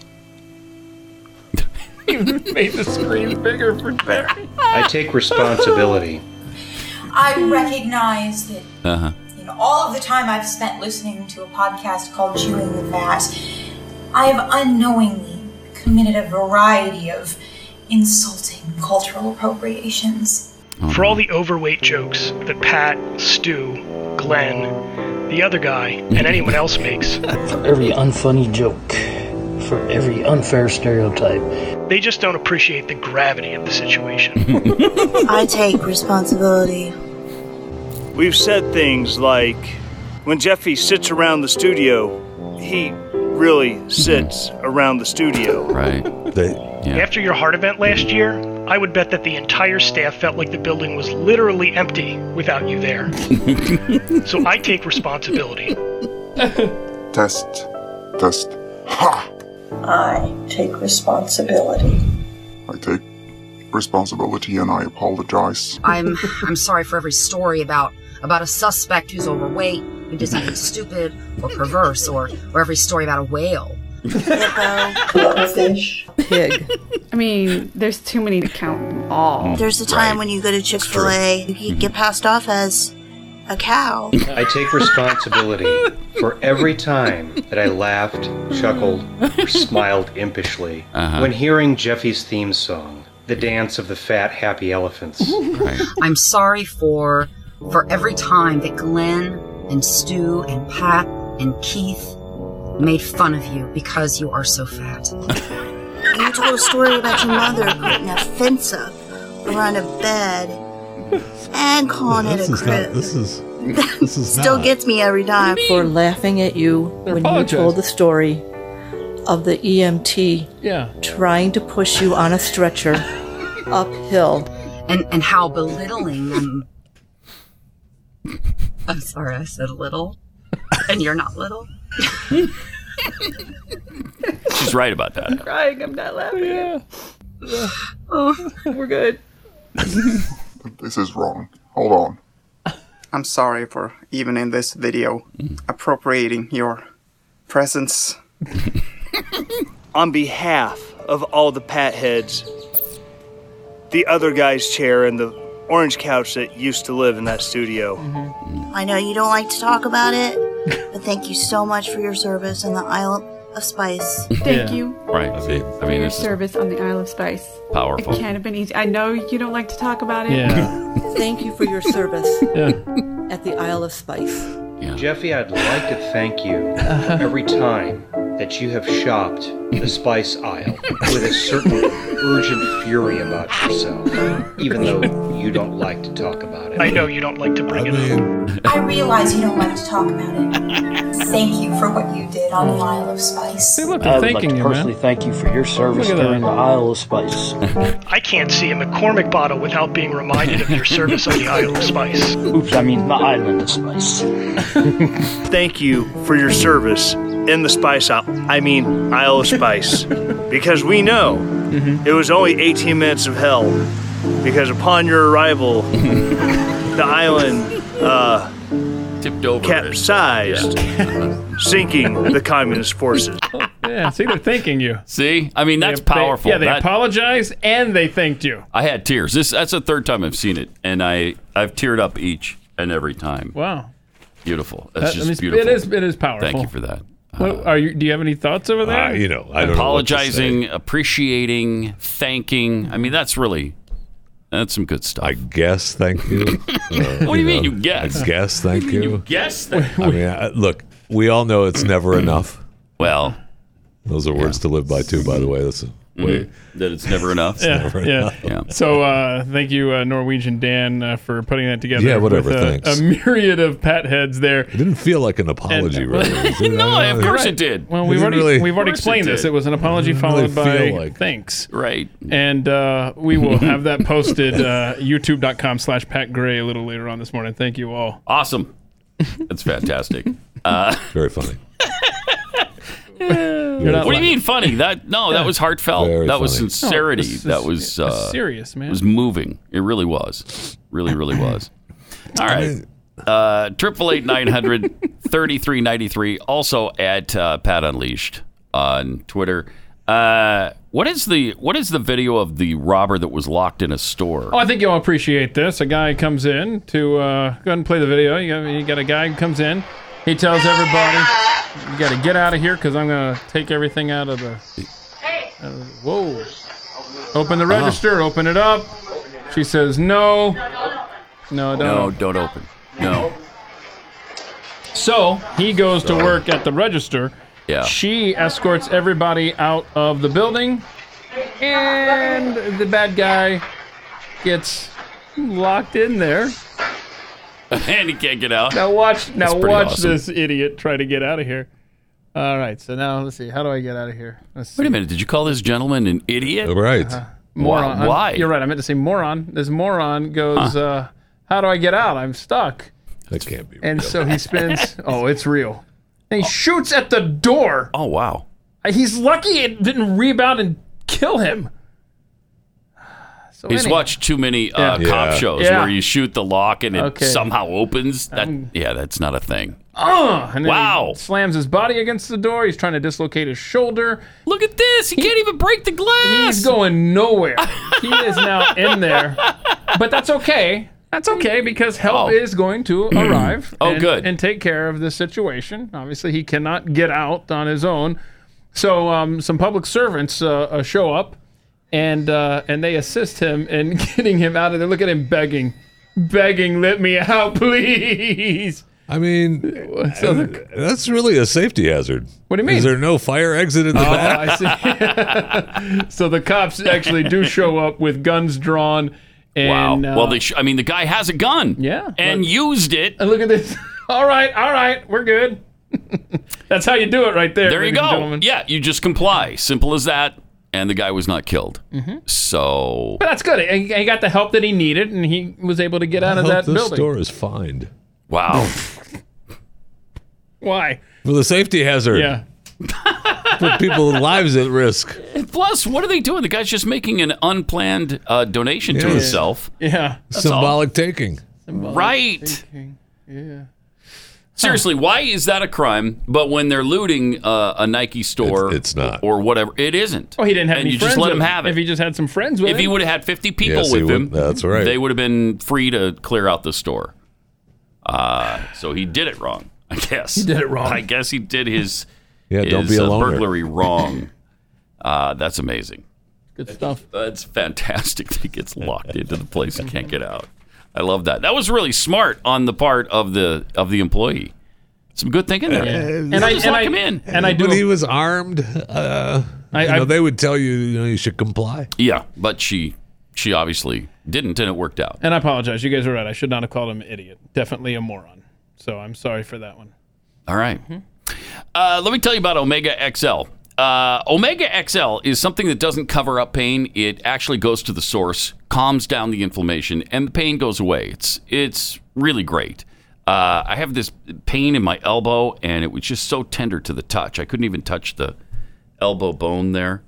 S5: you made the screen bigger for Terry.
S13: I take responsibility.
S15: I recognize that
S3: Uh huh.
S15: in all of the time I've spent listening to a podcast called Chewing the Fat, I have unknowingly committed a variety of insulting cultural appropriations.
S12: For all the overweight jokes that Pat, Stu, Glenn, the other guy, and anyone else makes,
S16: For every unfunny joke, for every unfair stereotype.
S12: they just don't appreciate the gravity of the situation.
S15: I take responsibility.
S17: We've said things like when Jeffy sits around the studio, he really sits around the studio.
S3: Right.
S4: They,
S12: After your heart event last year, I would bet that the entire staff felt like the building was literally empty without you there. so I take responsibility.
S18: Test. Test. Ha!
S15: I take responsibility.
S18: I take responsibility and I apologize.
S11: I'm I'm sorry for every story about about a suspect who's overweight, who did something stupid or perverse, or or every story about a whale.
S14: Pig. I mean, there's too many to count them all.
S19: Mm,
S20: There's a time when you go to Chick fil A, you
S19: Mm-hmm.
S20: get passed off as a cow.
S13: I take responsibility for every time that I laughed, chuckled, or smiled impishly
S3: Uh-huh.
S13: when hearing Jeffy's theme song, The Dance of the Fat Happy Elephants.
S11: I'm sorry for for every time that Glenn and Stu and Pat and Keith made fun of you because you are so fat.
S20: And you told a story about your mother putting a fence up around a bed and calling
S19: this
S20: it a
S19: is not.
S20: crib.
S19: This is. This is
S20: Still
S19: not.
S20: gets me every time.
S21: for laughing at you when you
S19: apologizing.
S21: told the story of the EMT
S5: Yeah.
S21: trying to push you on a stretcher uphill.
S11: And and how belittling and I'm sorry, I said little. And you're not little.
S3: She's right about that.
S21: crying. I'm not laughing. Yeah.
S20: Oh,
S21: we're good.
S18: This is wrong. Hold on.
S22: I'm sorry for even in this video appropriating your presence.
S17: On behalf of all the pat heads, the other guy's chair, and the orange couch that used to live in that studio.
S20: I know you don't like to talk about it, but thank you so much for your service in the Isle of Spice.
S14: Thank you
S3: Right. I mean, I
S14: for
S3: mean
S14: your
S3: this is
S14: service on the Isle of Spice.
S3: powerful.
S14: It can't have been easy. I know you don't like to talk about it.
S3: Yeah.
S21: Thank you for your service
S5: Yeah.
S21: at the Isle of Spice.
S13: Jeffy, I'd like to thank you for every time that you have shopped the spice aisle with a certain urgent fury about yourself, even though you don't like to talk about it.
S12: I know you don't like to bring it up.
S15: I realize you don't like to talk about it. Thank you for what you did on the Isle of Spice.
S16: I'd like to personally thank you for your service
S12: Look at
S16: during the Isle of Spice.
S12: I can't see a McCormick bottle without being reminded of your service on the Isle of Spice.
S16: Oops, I mean the Island of Spice.
S17: Thank you for your service in the spice aisle. I mean, Isle of Spice. because we know it was only 18 minutes of hell. Because upon your arrival, the island uh,
S3: tipped over,
S17: capsized, sinking the communist forces.
S5: Yeah, see, they're thanking you.
S3: See, I mean that's
S5: They-
S3: powerful.
S5: yeah, they
S3: That-
S5: apologized and they thanked you.
S3: I had tears. This that's the third time I've seen it, and I I've teared up each and every time.
S5: Wow.
S3: Beautiful.
S5: That-
S3: That's
S5: I
S3: just
S5: mean, it's-
S3: beautiful.
S5: It is. It is powerful.
S3: Thank you for that.
S5: What, are you? Do you have any thoughts over there?
S3: Uh,
S4: you know, I don't know what to
S3: apologizing, appreciating, thanking. I mean, that's really that's some good stuff. I
S4: guess. Thank you. Uh,
S3: what do you mean? You guess?
S4: I guess. Thank you.
S3: Guess that.
S4: I mean, I, look, we all know it's never enough.
S3: Well,
S4: those are words to live by too. By the way, that's wait.
S3: Mhm. That it's never enough.
S4: It's never
S5: yeah.
S4: enough.
S5: yeah. So uh, thank you, uh, Norwegian Dan, uh, for putting that together.
S4: Yeah, whatever,
S5: with, uh,
S4: thanks.
S5: A myriad of pat heads there. It
S4: didn't feel like an apology, really. Did it?
S5: no,
S4: I don't
S5: of
S4: know.
S5: course
S4: Right.
S5: it did. Well,
S4: It
S5: we've
S4: didn't
S5: already
S4: really-
S5: we've already
S4: Of course
S5: explained
S4: it
S5: this.
S4: did.
S5: It was an apology
S4: Didn't really
S5: followed by
S4: feel like-
S5: thanks.
S3: Right.
S5: And uh, we will have that posted uh, youtube.com slash Pat Gray a little later on this morning. Thank you all.
S3: Awesome. That's fantastic. Uh,
S4: Very funny.
S5: You're not
S3: what do
S5: lying.
S3: you mean funny? That no, that was heartfelt.
S4: Very
S3: that was
S4: funny.
S3: sincerity.
S5: No, this
S3: that
S5: is-
S3: was
S5: it's
S3: uh,
S5: serious, man.
S3: It was moving. It really was. Really, really was. All right. Uh Triple eight nine hundred thirty three ninety three. Also at uh, Pat Unleashed on Twitter. Uh, what is the what is the video of the robber that was locked in a store?
S5: Oh, I think you'll appreciate this. A guy comes in to uh, go ahead and play the video. You got, you got a guy who comes in. He tells everybody, "You got to get out of here because I'm gonna take everything out of the." out of the- whoa! Open the
S3: Uh-huh.
S5: register. Open it up. She says no. No, don't.
S3: no, don't open. No.
S5: So he goes to work at the register.
S3: Yeah.
S5: She escorts everybody out of the building, and the bad guy gets locked in there.
S3: and he can't get out.
S5: Now watch. Now
S3: That's pretty
S5: watch
S3: awesome.
S5: this idiot try to get out of here. All right. So now let's see. How do I get out of here? Let's see.
S3: Wait a minute. Did you call this gentleman an idiot?
S4: Uh, Right.
S5: Uh-huh. Moron.
S3: Why?
S5: I'm-
S3: Why?
S5: You're right. I meant to say moron. This moron goes. Uh, how do I get out? I'm stuck.
S4: That can't be.
S5: And so he spins. oh, it's real. And he shoots at the door. Uh,
S3: Oh wow.
S5: He's lucky it didn't rebound and kill him. So
S3: He's
S5: anyhow.
S3: watched too many uh,
S5: Yeah.
S3: cop
S5: Yeah.
S3: shows
S5: Yeah.
S3: where you shoot the lock and it
S5: Okay.
S3: somehow opens. That yeah, that's not a thing.
S5: Uh, and then
S3: Wow.
S5: He slams his body against the door. He's trying to dislocate his shoulder.
S3: Look at this. He, can't even break the glass.
S5: He's going nowhere. he is now in there. But that's okay. That's okay because help
S3: Oh.
S5: is going to arrive.
S3: Oh,
S5: and,
S3: good.
S5: And take care of this situation. Obviously, he cannot get out on his own. So, um, some public servants uh, uh, show up and uh, and they assist him in getting him out of there. Look at him begging, begging, let me out, please.
S4: I mean, that's really a safety hazard.
S5: What do you mean?
S4: Is there no fire exit in the
S5: Oh,
S4: back?
S5: I see. so the cops actually do show up with guns drawn. And, uh,
S3: wow. well, they. Sh- I mean, the guy has a gun. Yeah. And used it.
S5: And Uh, look at this. all right, all right, we're good. That's how you do it, right there.
S3: There you
S5: ladies and
S3: go.
S5: gentlemen.
S3: Yeah, you just comply. Simple as that. And the guy was not killed.
S5: Mm-hmm.
S3: So
S5: But that's good. He, he got the help that he needed, and he was able to get out
S4: I
S5: of
S4: hope
S5: that
S4: this
S5: building.
S4: store is fined.
S3: Wow.
S5: Why?
S4: For the safety hazard.
S5: Yeah.
S4: Put people's lives at risk.
S3: And plus, what are they doing? The guy's just making an unplanned uh, donation to
S4: Yeah.
S3: himself.
S5: Yeah.
S3: That's
S4: Symbolic taking.
S3: all. Right.
S5: Yeah.
S3: Seriously, why is that a crime? But when they're looting uh, a Nike store, it's, not or whatever, it isn't.
S5: Oh, he didn't have
S3: And
S5: any
S3: you just
S5: friends
S3: let
S5: with
S3: him have it.
S5: If he just had some friends with
S3: If
S5: him.
S3: he would have had 50 people
S4: Yes, he
S3: with
S4: would-
S3: him,
S4: that's right.
S3: They would have been free to clear out the store. Uh, so he did it wrong, I guess. He
S5: did it wrong.
S3: I guess he did his,
S4: Yeah, don't be
S3: his,
S4: a
S3: uh,
S4: loner.
S3: burglary wrong. uh, that's amazing.
S5: Good stuff.
S3: That's fantastic. He gets locked into the place and can't get out. I love that. That was really smart on the part of the of the employee. Some good thinking there.
S5: And I-
S3: just
S5: and
S3: lock
S5: I-
S3: him in.
S5: and I do-
S4: But he was armed. Uh,
S5: I-
S4: you know,
S5: I-
S4: they would tell you, you know, you should comply.
S3: Yeah, but she she obviously didn't, and it worked out.
S5: And I apologize. You guys are right. I should not have called him an idiot. Definitely a moron. So I'm sorry for that one.
S3: All right. Uh, let me tell you about Omega XL. Uh, Omega XL is something that doesn't cover up pain. It actually goes to the source, calms down the inflammation, and the pain goes away. It's it's really great. Uh, I have this pain in my elbow, and it was just so tender to the touch. I couldn't even touch the elbow bone there,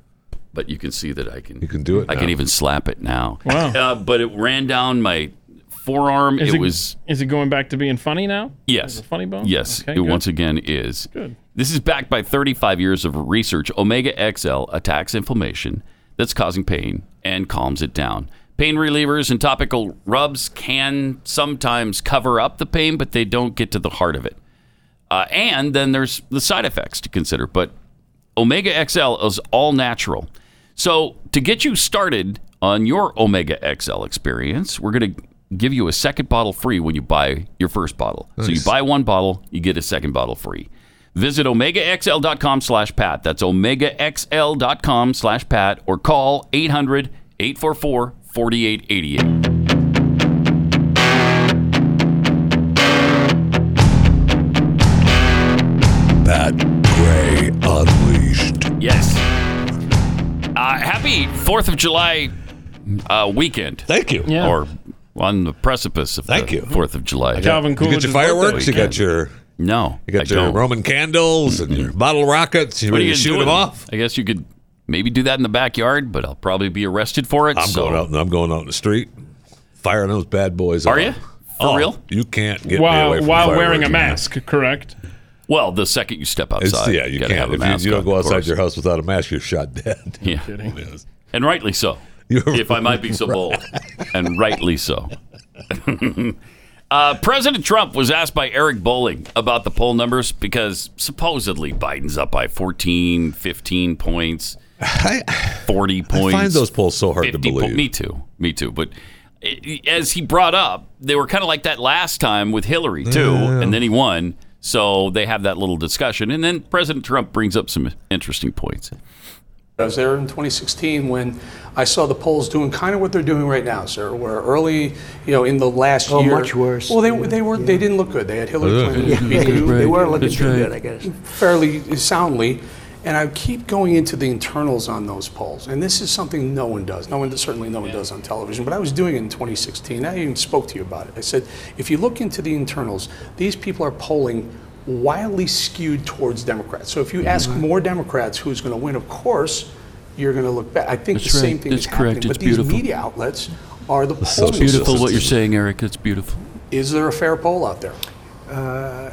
S3: but you can see that I can. You can
S4: do it
S3: I
S4: now.
S3: can even slap it now.
S5: Wow.
S3: Uh, but it ran down my forearm.
S5: Is
S3: it was
S5: Is it going back to being funny now?
S3: Yes.
S5: Is it funny bone?
S3: Yes.
S5: Okay,
S3: it
S5: good.
S3: once again is.
S5: Good.
S3: This is backed by 35 years of research. Omega XL attacks inflammation that's causing pain and calms it down. Pain relievers and topical rubs can sometimes cover up the pain, but they don't get to the heart of it. Uh, and then there's the side effects to consider. But Omega XL is all natural. So, to get you started on your Omega XL experience, we're going to give you a second bottle free when you buy your first bottle. So, you buy one bottle, you get a second bottle free. Visit omegaxl.com slash Pat. That's omegaxl.com slash Pat or call 800 844 4888.
S4: Pat Gray Unleashed.
S3: Yes. Uh, happy 4th of July uh, weekend.
S4: Thank you.
S5: Yeah.
S3: Or on the precipice of
S4: Thank
S3: the
S4: you.
S3: 4th of July.
S5: Calvin
S4: You get
S5: Coolidge's
S4: your fireworks. You
S3: birthday
S4: got your
S3: No.
S4: you got
S3: I
S4: your
S3: don't.
S4: Roman candles and your bottle rockets. You
S3: What are
S4: ready
S3: you
S4: to
S3: gonna
S4: shoot them
S3: do with it?
S4: off?
S3: I guess you could maybe do that in the backyard, but I'll probably be arrested for it.
S4: I'm
S3: so-
S4: going out and I'm going out in the street, firing those bad boys.
S3: Are
S4: up.
S3: you? For
S4: oh,
S3: real?
S4: You can't get me away
S5: While,
S4: from
S5: while
S4: fireworks,
S5: wearing a
S4: man.
S5: mask, correct?
S3: Well, the second you step
S4: It's,
S3: outside,
S4: yeah, you
S3: gotta
S4: can't.
S3: have a
S4: If you-
S3: mask
S4: you, don't
S3: on,
S4: go
S3: of
S4: outside
S3: course.
S4: your house without a mask, you're shot dead.
S3: Yeah. And rightly so, if I might be so bold. And rightly so. uh, President Trump was asked by Eric Bowling about the poll numbers because supposedly Biden's up by 14, 15 points, 40 points.
S4: find those polls so hard to
S3: 50 po-
S4: believe.
S3: me too. Me too. But i- as he brought up, they were kind of like that last time with Hillary, too.
S4: Yeah.
S3: And then he won. So they have that little discussion. And then President Trump brings up some interesting points.
S1: I was there in 2016 when I saw the polls doing kind of what they're doing right now, sir. Where early, you know, in the last
S16: Oh,
S1: year,
S16: much worse.
S1: Well, they they were they didn't look good. They had Hillary
S16: Yeah.
S1: Clinton.
S16: Yeah,
S1: beating
S16: that's
S1: you.
S16: right. They weren't looking That's too right. good, I
S1: guess. Fairly soundly, and I keep going into the internals on those polls. And this is something no one does. No one certainly no one does on television. But I was doing it in 2016. I even spoke to you about it. I said, if you look into the internals, these people are polling wildly skewed towards Democrats. So if you
S3: Mm-hmm.
S1: ask more Democrats who's going to win, of course, you're going to look back. I think
S3: That's
S1: the same
S3: right.
S1: thing
S3: That's
S1: is
S3: correct.
S1: happening.
S3: It's
S1: but these
S3: beautiful.
S1: media outlets are the
S3: It's so
S1: polling.
S3: beautiful what
S1: system.
S3: you're saying, Eric. It's beautiful.
S1: Is there a fair poll out there?
S19: Uh,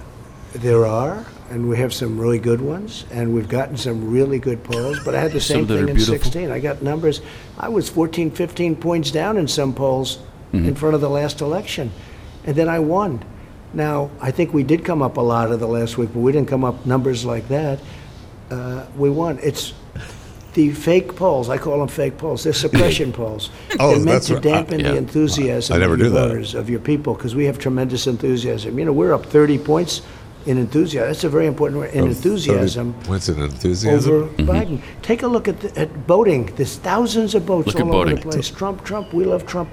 S19: There are, and we have some really good ones, and we've gotten some really good polls, but I had the Some same that thing are in beautiful. 16. I got numbers, I was 14, 15 points down in some polls in front of the last election, and then I won. Now, I think we did come up a lot of the last week, but we didn't come up numbers like that. Uh, We won. It's, the fake polls, I call them fake polls, they're suppression polls.
S4: Oh,
S19: They're meant
S4: that's
S19: to
S4: right. I-
S19: dampen
S4: yeah.
S19: the enthusiasm
S4: I never
S19: of your
S4: knew that.
S19: voters, of your people, because we have tremendous enthusiasm. You know, we're up 30 points in enthusiasm. That's a very important word, in
S4: Of thirty-
S19: enthusiasm
S4: What's an enthusiasm? Mm-hmm.
S19: over Biden. Take a look at, the- at voting. There's thousands of boats
S4: Look at
S19: all over the
S4: voting.
S19: place. Trump, Trump, we love Trump.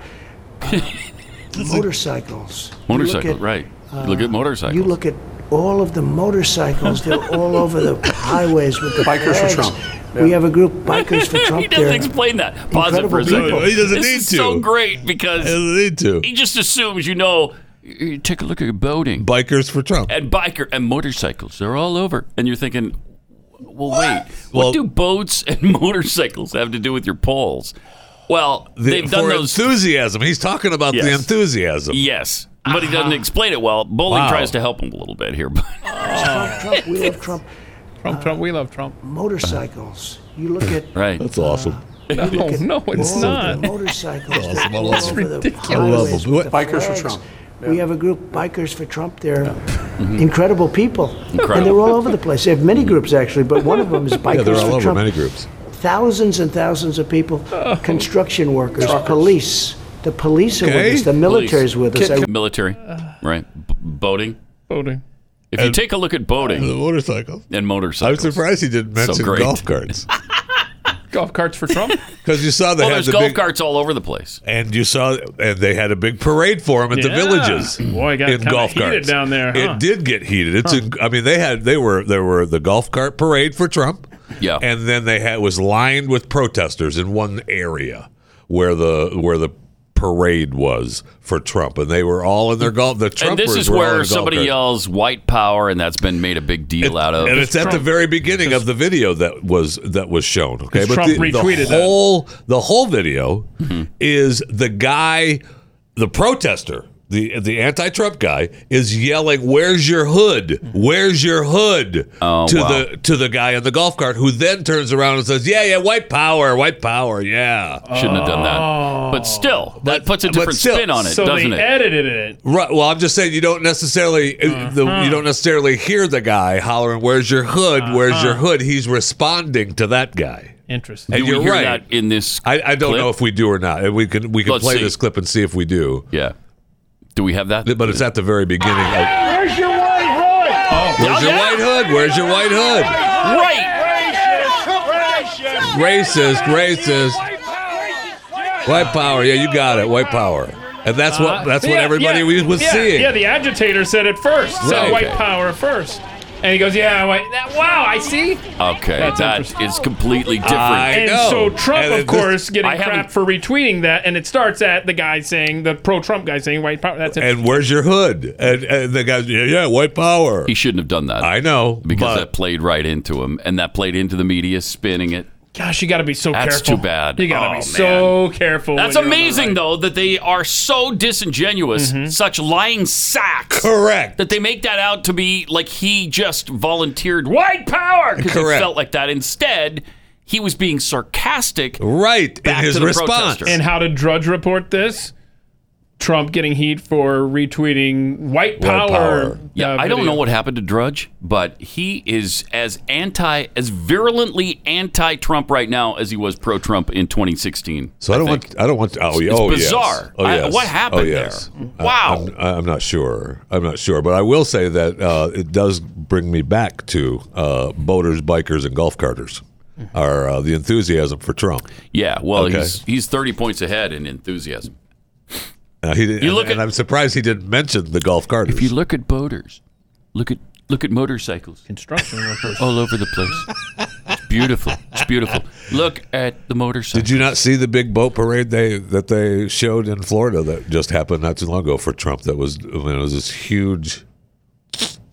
S19: Motorcycles. You look
S3: Motorcycle,
S19: at-
S3: right. You look at uh, motorcycle.
S19: You look at all of the motorcycles, they're all over the highways with the
S3: Bikers for
S19: flags.
S3: Trump.
S19: We have a group, Bikers for Trump
S3: he doesn't
S19: there.
S3: explain that. Pause it
S19: Incredible
S3: for a second.
S19: people. He doesn't
S3: this
S19: need
S3: is
S19: to.
S3: so great because
S4: He doesn't need to.
S3: He just assumes you know. You take a look at boating,
S4: bikers for Trump,
S3: and biker and motorcycles. They're all over, and you're thinking, well, wait, what do boats and motorcycles have to do with your polls? Well,
S4: The-
S3: they've done
S4: for
S3: those.
S4: enthusiasm. He's talking about the
S3: Yes.
S4: enthusiasm. Uh-huh.
S3: Yes, but he doesn't explain it well. Bowling
S4: Wow.
S3: tries to help him a little bit here, but
S19: Trump, Trump, we love Trump.
S5: Trump, Trump, we love Trump.
S19: Motorcycles. You look at
S3: right,
S4: that's awesome.
S5: No, no, it's
S19: all
S5: not.
S19: the motorcycles.
S4: Awesome.
S19: that
S4: I
S19: all
S4: love
S19: over
S4: it.
S19: the
S4: Ridiculous. I
S19: highways
S4: love it.
S19: with the
S4: Bikers for
S19: flags.
S4: Trump.
S19: We have a group, Bikers for Trump. They're incredible people. And
S4: Mm-hmm. Incredible.
S19: they're all over the place. They have many groups, actually, but one of them is Bikers
S4: yeah, they're all
S19: for
S4: over
S19: Trump.
S4: many groups.
S19: Thousands and thousands of people, construction workers, police. The police are with us, the military's with us. I-
S3: military, right? B- boating,
S5: boating.
S3: If you take a look at boating,
S4: The motorcycle.
S3: and motorcycles,
S4: I'm surprised he didn't
S3: So
S4: mention
S3: great.
S4: golf carts
S5: Golf carts for Trump.
S4: because you saw they
S3: well,
S4: had
S3: there's
S4: the
S3: golf
S4: big
S3: carts all over the place.
S4: and you saw and they had a big parade for him at the
S5: Yeah.
S4: villages.
S5: Boy, it got
S4: in
S5: kinda
S4: golf
S5: heated
S4: carts
S5: down there, huh?
S4: It did get heated. It's in- I mean they had they were there were the golf cart parade for Trump.
S3: Yeah,
S4: and then they had was lined with protesters in one area where the where the parade was for Trump, and they were all in their golf. The Trumpers
S3: and this is
S4: were all in
S3: where
S4: golf
S3: somebody
S4: carts.
S3: yells "white power," and that's been made a big deal out of.
S4: and it's at the very beginning of the video that was that was shown. Okay,
S3: Because Trump
S4: the,
S3: retweeted
S4: the
S3: that.
S4: whole the whole video
S3: Mm-hmm.
S4: is the guy, the protester, the the anti-Trump guy is yelling, "Where's your hood? Where's your hood?"
S3: Oh,
S4: to
S3: wow.
S4: the to the guy in the golf cart, who then turns around and says, "Yeah, yeah, white power, white power, yeah."
S3: Shouldn't have done that. But still, that puts a different
S4: still-
S3: spin on it,
S4: So
S3: doesn't
S4: they
S3: it?
S5: Edited it.
S4: Right. Well, I'm just saying you don't necessarily uh, the,
S5: Uh-huh.
S4: you don't necessarily hear the guy hollering, "Where's your hood? Where's your hood?" He's responding to that guy.
S5: Interesting.
S4: And
S3: Do we
S4: you're
S3: hear
S4: right.
S3: that in this?
S4: I, I don't
S3: clip?
S4: know if we do or not. And We can we can
S3: Let's
S4: play
S3: see.
S4: this clip and see if we do.
S3: Yeah. Do we have that?
S4: But it's at the very beginning. Of,
S2: Where's your white hood?
S3: Oh,
S4: Where's your white hood? Where's your white hood? Racist, racist. White power. Yeah, you got it. White power. And that's what that's what
S5: Uh-huh. Yeah,
S4: everybody
S5: yeah,
S4: we was
S5: yeah,
S4: seeing.
S5: Yeah, the agitator said it first. Said
S4: Right.
S5: white
S4: Okay.
S5: power first. And he goes, yeah, white, that, wow, I see.
S3: Okay,
S5: That's
S3: that is completely different.
S5: and so Trump, of course, getting crap for retweeting that, and it starts at the guy saying the pro-Trump guy saying white power. That's it.
S4: and where's your hood? And, and the guy, yeah, yeah, white power.
S3: He shouldn't have done that.
S4: I know
S3: because
S4: but-
S3: that played right into him, and that played into the media spinning it.
S5: Gosh, you got to be so
S3: That's
S5: careful.
S3: too bad.
S5: You got to
S3: Oh,
S5: be
S3: man.
S5: so careful.
S3: That's
S5: when you're on the
S3: amazing, though, that they are so disingenuous, such lying sacks.
S4: Mm-hmm. Correct.
S3: That they make that out to be like he just volunteered white power because it
S4: Correct.
S3: felt like that. Instead, he was being sarcastic.
S4: Right
S3: back to the protester.
S5: And how did Drudge report this? Trump getting heat for retweeting white power. uh,
S3: Yeah, I don't
S5: video.
S3: know what happened to Drudge, but he is as anti, as virulently anti-Trump right now as he was pro-Trump in 2016.
S4: So I, don't want. I don't want. Oh,
S3: It's-
S4: yeah.
S3: it's
S4: oh
S3: bizarre.
S4: Yes. Oh,
S3: I-
S4: yes.
S3: what happened
S4: oh, yes.
S3: there?
S4: I-
S3: Wow.
S4: I'm, I'm not sure. I'm not sure, but I will say that uh, it does bring me back to uh, boaters, bikers, and golf carters. Are uh, the enthusiasm for Trump?
S3: Yeah, well,
S4: Okay.
S3: he's he's 30 points ahead in enthusiasm.
S4: Uh, he didn't,
S3: You
S4: and,
S3: look
S4: and I'm surprised he didn't mention the golf carters. If you
S3: look at boaters, look at look at motorcycles,
S5: construction workers
S3: all over the place. It's beautiful. It's beautiful. Look at the motorcycle.
S4: Did you not see the big boat parade they that they showed in Florida that just happened not too long ago for Trump? That was I mean, it was this huge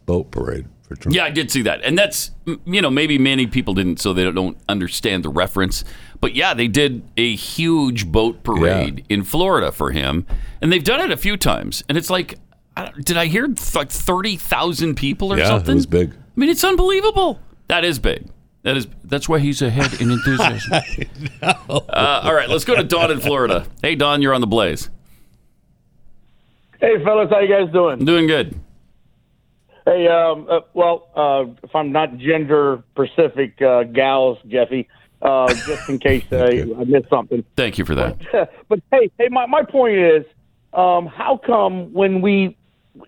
S4: boat parade for Trump.
S3: Yeah, I did see that, and that's m- you know maybe many people didn't, so they don't understand the reference. But yeah, they did a huge boat parade in Florida for him, and they've done it a few times, and it's like, I don't- did I hear th- like thirty thousand people or
S4: yeah,
S3: something?
S4: it was big.
S3: I mean, it's unbelievable. That is big. That is that's why he's ahead in enthusiasm. uh, all right, let's go to Don in Florida. Hey, Don, you're on the Blaze.
S6: Hey, fellas, how you guys doing?
S3: Doing good.
S6: Hey, um, uh, well, uh, if I'm not gender specific, uh, gals, Jeffy,
S8: uh, just in case uh, I missed something.
S3: Thank you for that.
S8: but hey, hey, my, my point is, um, how come when we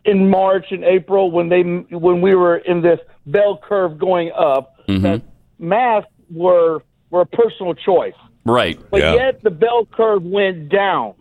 S8: in March and April when they when we were in this bell curve going up,
S3: Mhm.
S8: masks were were a personal choice,
S3: Right.
S8: but yet the bell curve went down.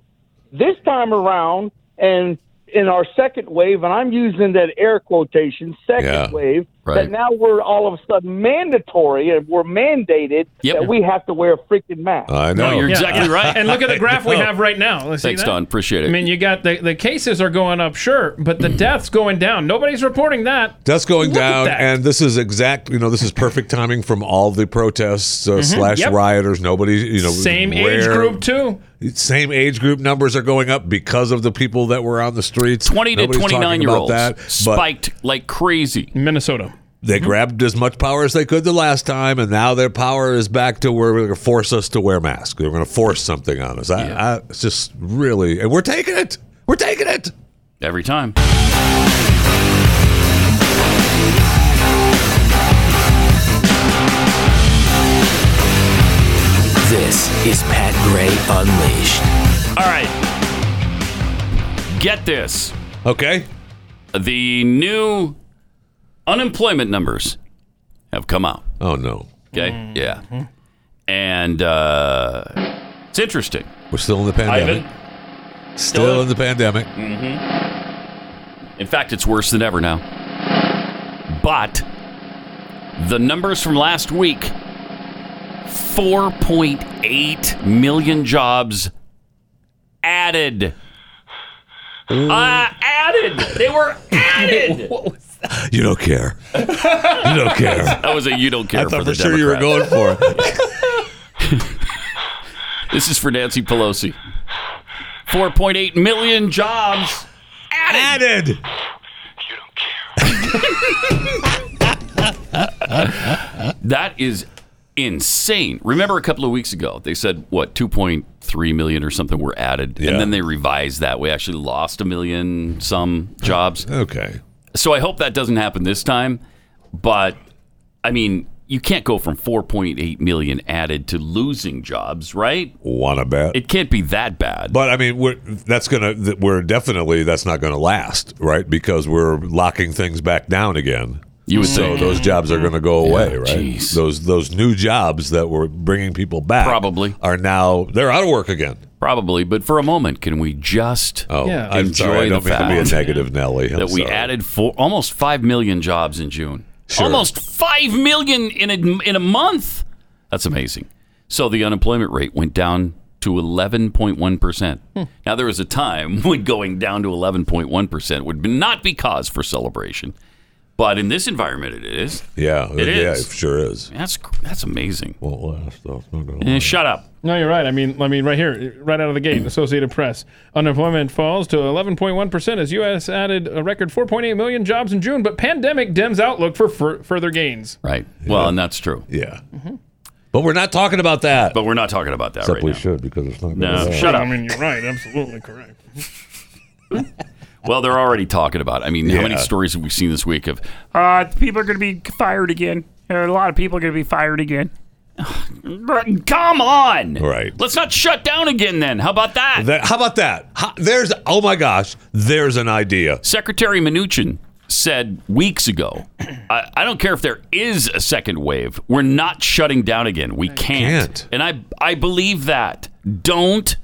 S8: This time around, and in our second wave, and I'm using that air quotation second
S3: Yeah.
S8: wave,
S3: Right.
S8: that now we're all of a sudden mandatory and we're mandated
S3: Yep.
S8: that we have to wear a freaking mask.
S4: I
S3: know. No, you're
S5: Yeah.
S3: exactly right.
S5: And look at the graph we
S3: I know.
S5: have right now. Let's see
S3: Thanks,
S5: that?
S3: Don. Appreciate it.
S5: I mean, you got the, the cases are going up, sure, but the deaths going down. Nobody's reporting that.
S4: That's going
S5: Look at
S4: down,
S5: that.
S4: and this is exact. You know, this is perfect timing from all the protests uh,
S5: Mhm.
S4: slash
S5: Yep.
S4: rioters. Nobody, you know,
S5: Same age
S4: rare-
S5: group too.
S4: Same age group numbers are going up because of the people that were on the streets.
S3: 20 to
S4: Nobody's talking
S3: 29 year
S4: about
S3: olds
S4: that, but
S3: spiked like crazy.
S5: Minnesota.
S4: They grabbed as much power as they could the last time, and now their power is back to where we're going to force us to wear masks. They're going to force something on us. I, I, it's just really, and we're taking it. We're taking it.
S3: Every time.
S7: This is Pat Gray Unleashed.
S3: All right. Get this.
S4: Okay.
S3: The new unemployment numbers have come out.
S4: Oh, no.
S3: Okay. Yeah. And uh, it's interesting.
S4: We're still in the pandemic.
S3: Ivan?
S4: Still, in the pandemic.
S3: Mm-hmm. In fact, it's worse than ever now. But the numbers from last week 4.8 million jobs added.
S4: Mm,
S3: Uh, added. They were added.
S4: You don't care. You don't care.
S3: That was a you don't care.
S4: I thought
S3: for, the
S4: sure you were going
S3: Democrats.
S4: for it.
S3: This is for Nancy Pelosi. 4.8 million jobs
S4: added.
S3: that is insane. Remember a couple of weeks ago, they said, what, 2.3 million or something were added.
S4: Yeah.
S3: And then they revised that. We actually lost a million some jobs.
S4: Okay.
S3: So I hope that doesn't happen this time. But I mean, you can't go from 4.8 million added to losing jobs, right?
S4: Wanna bet?
S3: It can't be that bad.
S4: But I mean, we're, that's gonna. th- We're definitely that's not gonna last, right? Because we're locking things back down again.
S3: You would
S4: so
S3: think.
S4: those jobs are gonna go away, right?
S3: jeez.
S4: Those those new jobs that were bringing people back
S3: Probably.
S4: are now they're out of work again.
S3: Probably, but for a moment, can we just
S4: Oh,
S3: enjoy
S4: I'm sorry. I don't
S3: the
S4: mean to
S3: fact
S4: be a negative, Nelly. I'm
S3: that we
S4: sorry.
S3: added four, almost five million jobs in June?
S4: Sure.
S3: Almost five million in a, in a month. That's amazing. So the unemployment rate went down to 11.1 percent. Now there was a time when going down to 11.1 percent would not be cause for celebration, but in this environment, it is.
S4: Yeah,
S3: It
S4: yeah,
S3: is.
S4: it sure is.
S3: That's that's amazing.
S4: Won't last though. It's not gonna
S3: Eh, shut up.
S5: No, you're right. I mean, I mean, right here, right out of the gate, Associated Press. Unemployment falls to 11.1% as U.S. added a record 4.8 million jobs in June, but pandemic dims outlook for fur- further gains.
S3: Right. Well, and that's true.
S4: Yeah. But we're not talking about that.
S3: But we're not talking about that
S4: Except
S3: right
S4: we
S3: now.
S4: should because it's not.
S3: No,
S4: gonna last.
S3: shut up.
S5: I mean, you're right. Absolutely correct.
S3: Well, they're already talking about. it. I mean, how many
S10: Yeah.
S3: stories have we seen this week of
S10: Uh, people are going to be fired again. A lot of people are going to be fired again.
S3: But Come on.
S4: Right.
S3: Let's not shut down again then. How about that?
S4: That- how about that? Ha- There's oh my gosh, there's an idea.
S3: Secretary Mnuchin said weeks ago, I, I don't care if there is a second wave. We're not shutting down again. We can't. And I I believe that. Don't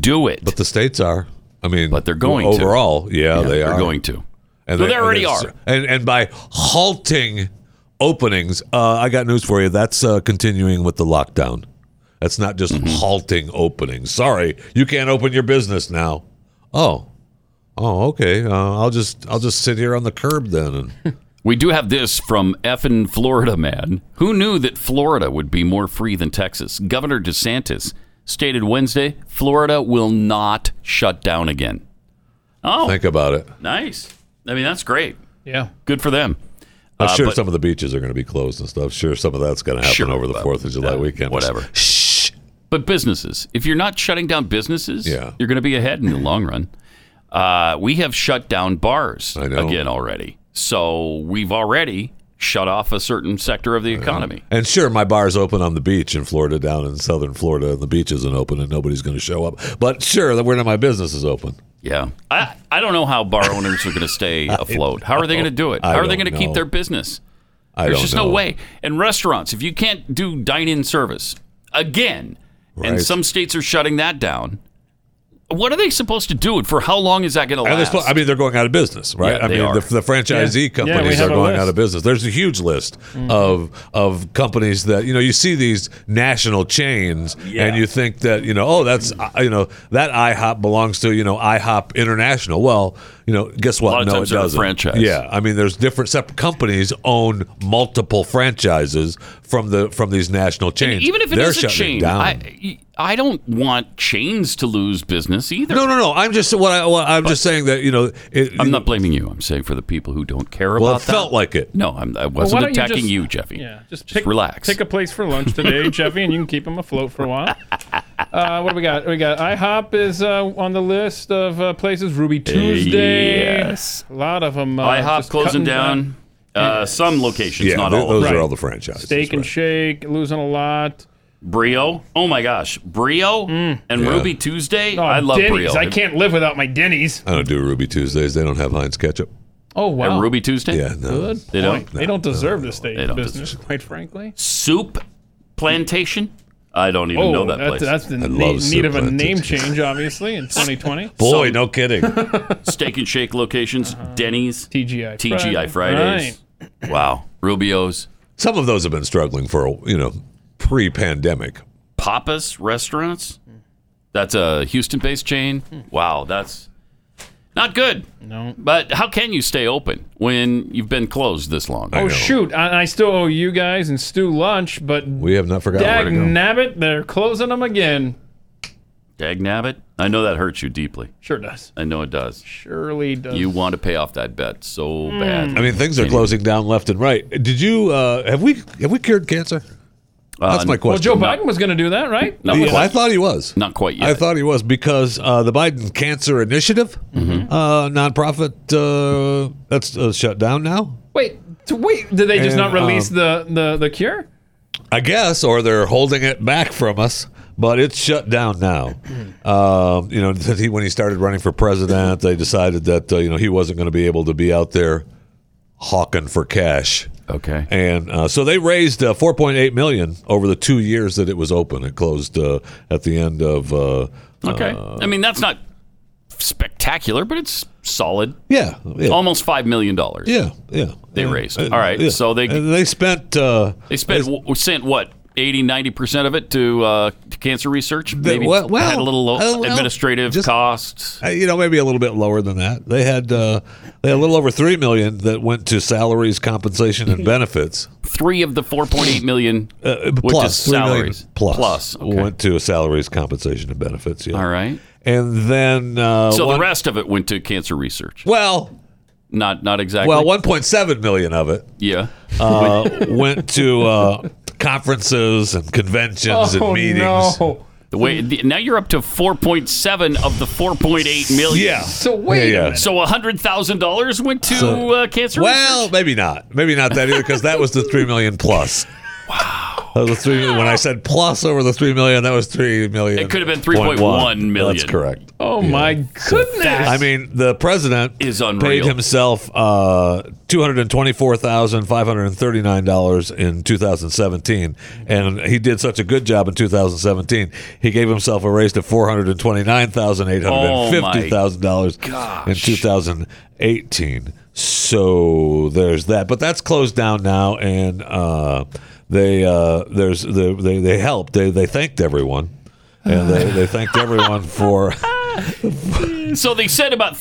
S3: do it. But
S4: the states are. I mean, but
S3: they're going to.
S4: overall, yeah,
S3: Yeah,
S4: they
S3: they're
S4: are
S3: going to. So they already
S4: and
S3: are.
S4: And and by halting openings, uh, I got news for you. That's uh, continuing with the lockdown. That's not
S3: Mm-hmm.
S4: just halting openings. Sorry, you can't open your business now. Oh, oh, okay. Uh, I'll just I'll just sit here on the curb then. And
S3: We do have this from effin' Florida man. Who knew that Florida would be more free than Texas? Governor DeSantis stated Wednesday, Florida will not shut down again. Oh,
S4: think about it.
S3: nice. I mean, that's great.
S5: Yeah.
S3: Good for them.
S4: I'm
S3: Uh,
S4: sure
S3: but-
S4: some of the beaches are going to be closed and stuff. Sure, some of that's going to happen
S3: Sure,
S4: over the
S3: but-
S4: Fourth of July weekend.
S3: Whatever. Shh. But businesses, if you're not shutting down businesses,
S4: Yeah.
S3: you're going to be ahead in the long run. Uh, we have shut down bars again already. So we've already shut off a certain sector of the economy.
S4: And sure, my bar's open on the beach in Florida, down in southern Florida, and the beach isn't open, and nobody's going to show up. But sure, that where my business is open.
S3: Yeah. I, I don't know how bar owners are going to stay afloat. How are they going to do it?
S4: I
S3: How are they
S4: don't
S3: going to keep
S4: know.
S3: their business?
S4: I
S3: There's
S4: don't
S3: just no
S4: know.
S3: way. And restaurants, if you can't do dine in service again, and
S4: Right.
S3: some states are shutting that down, what are they supposed to do? And for how long is that going to
S4: And they're
S3: last?
S4: supposed- I mean, they're going out of business, right?
S3: Yeah,
S4: I
S3: they
S4: mean,
S3: are.
S4: The, the franchisee
S3: Yeah. Yeah, we
S4: companies
S3: have
S4: are
S3: a
S4: going
S3: list. Mm-hmm.
S4: out of business. There's a huge list of of companies that you know you see these national chains, and you think that you know, oh, that's uh, you know that IHOP belongs to you know IHOP International. Well, you know, guess what?
S3: lot of
S4: no,
S3: times
S4: it
S3: they're a
S4: doesn't.
S3: franchise.
S4: Yeah, I mean, there's different separate companies own multiple franchises from the from these national chains.
S3: Even if it is
S4: they're shutting
S3: a chain,
S4: down.
S3: I, I don't want chains to lose business either.
S4: no, no, no. I'm just what I, what I'm just saying that you know. It,
S3: I'm not blaming you. I'm saying for the people who don't care
S4: Well,
S3: about
S4: it
S3: that.
S4: felt like it.
S3: No, I'm, I
S5: Well, why
S3: wasn't
S5: don't
S3: attacking
S5: just-
S3: you, Jeffy.
S5: Yeah, just,
S3: Just
S5: pick,
S3: relax.
S5: Pick a place for lunch today, Jeffy, and you can keep them afloat for a while. Uh, what do we got? We got IHOP is uh, on the list of uh, places. Ruby Tuesday.
S3: Eh, Yes.
S5: A lot of them. Uh,
S3: IHOP
S5: just cutting
S3: closing down. Uh, some locations,
S4: Yeah,
S3: not
S4: th-
S3: all.
S4: those
S3: of them.
S4: are all the franchises.
S5: Steak and Shake losing a lot.
S3: Brio. Oh my gosh, Brio and
S4: Yeah.
S3: Ruby Tuesday.
S5: Oh,
S3: I love
S5: Denny's.
S3: Brio.
S5: I can't live without my Denny's.
S4: I don't do Ruby Tuesdays. They don't have Heinz ketchup.
S5: Oh wow.
S3: And Ruby Tuesday.
S4: Yeah, no.
S5: Good
S3: They don't.
S5: point. they don't deserve to stay
S3: They
S5: in
S3: don't
S5: business, quite frankly.
S3: Soup Plantation. I don't even
S5: oh,
S3: know that
S5: that's,
S3: place.
S5: that's the need, need of a name change, obviously, in 2020.
S4: Boy, no kidding.
S3: Steak and Shake locations,
S5: Uh-huh.
S3: Denny's,
S5: TGI,
S3: TGI Fridays. Wow, Rubio's,
S4: Some of those have been struggling for you know pre-pandemic.
S3: Papa's restaurants. That's a Houston-based chain. Wow, that's not good.
S5: Hmm. No.
S3: But how can you stay open when you've been closed this long?
S5: Oh shoot! I, I still owe you guys and Stu lunch, but
S4: We have not forgotten where
S5: dag
S4: to go.
S5: nabbit, they're closing them again.
S3: Dag nabbit. I know that hurts you deeply.
S5: Sure does.
S3: I know it does.
S5: Surely does.
S3: You want to pay off that bet so bad.
S4: Hmm. I mean, things are closing down left and right. Did you uh, have we have we cured cancer?
S3: Uh,
S4: That's my
S5: Well,
S4: question.
S5: Joe Biden was going to do that, right?
S4: Yeah, I thought he was.
S3: Not quite yet.
S4: I thought he was because uh, the Biden Cancer Initiative,
S3: Mm-hmm.
S4: uh, nonprofit, uh, that's uh, shut down now.
S5: Wait, t- wait. Did they just
S4: And,
S5: not release
S4: um,
S5: the, the the cure?
S4: I guess, or they're holding it back from us, but it's shut down now.
S3: Hmm.
S4: um, you know, that he, when he started running for president, they decided that uh, you know he wasn't going to be able to be out there hawking for cash.
S3: Okay,
S4: and uh, so they raised uh, 4.8 million over the two years that it was open. It closed uh, at the end of uh,
S3: Okay.
S4: uh,
S3: I mean, that's not spectacular, but it's solid.
S4: yeah, yeah,
S3: Almost $5 million.
S4: yeah, yeah.
S3: They
S4: Yeah.
S3: raised.
S4: Uh,
S3: All right.
S4: yeah.
S3: So they
S4: And they spent. Uh,
S3: they spent w- sent what? 80 90% of it to, uh, to cancer research. Maybe
S4: well- well,
S3: had a little low
S4: uh, well,
S3: administrative costs.
S4: Uh, you know, maybe a little bit lower than that. They had uh, they had a little over three million that went to salaries, compensation, and benefits.
S3: 3 of the 4.8 million
S4: Uh,
S3: which
S4: plus
S3: is
S4: three million
S3: salaries.
S4: plus,
S3: Plus. Okay.
S4: went to salaries, compensation, and benefits. Yeah.
S3: All right.
S4: And then uh,
S3: so
S4: one-
S3: the rest of it went to cancer research.
S4: Well,
S3: not not exactly.
S4: well, one point seven million of it
S3: yeah.
S4: uh, went to uh, conferences and conventions
S3: Oh,
S5: Oh,
S4: and meetings.
S3: The way the, now you're up to 4.7 of the 4.8 million.
S4: Yeah.
S5: So wait a
S4: Yeah, yeah. minute.
S3: So $100,000 went to
S4: So-
S3: uh, cancer
S4: Well,
S3: research?
S4: maybe not. Maybe not that either, because that was the three million plus. Wow. That was the three. When I said plus over the three million, that was three million.
S3: It could have been 3.1
S4: one.
S3: million.
S4: That's correct.
S5: Oh my goodness!
S4: I mean, the president
S3: Is unreal.
S4: paid himself uh, two hundred twenty-four thousand five hundred thirty-nine dollars in two thousand seventeen, and he did such a good job in two thousand seventeen. He gave himself a raise to four hundred twenty-nine thousand eight hundred fifty thousand dollars in two thousand eighteen. So there's that, but that's closed down now, and uh, they uh, there's the, they they helped. They they thanked everyone. And they, they thanked everyone for
S3: so they said about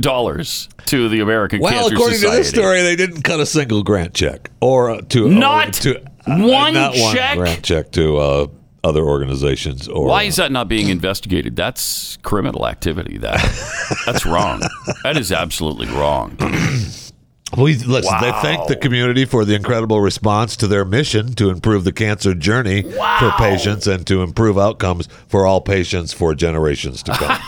S3: $38 to the American
S4: Well,
S3: Cancer
S4: according
S3: Society.
S4: to this story, they didn't cut a single grant check or uh, to
S3: Not
S4: or to,
S3: one
S4: not one
S3: check?
S4: grant check to uh, other organizations or
S3: Why is that not being investigated? That's criminal activity. That that's wrong. That is absolutely wrong.
S4: We, listen, they
S3: Wow.
S4: thank the community for the incredible response to their mission to improve the cancer journey for patients and to improve outcomes for all patients for generations to come.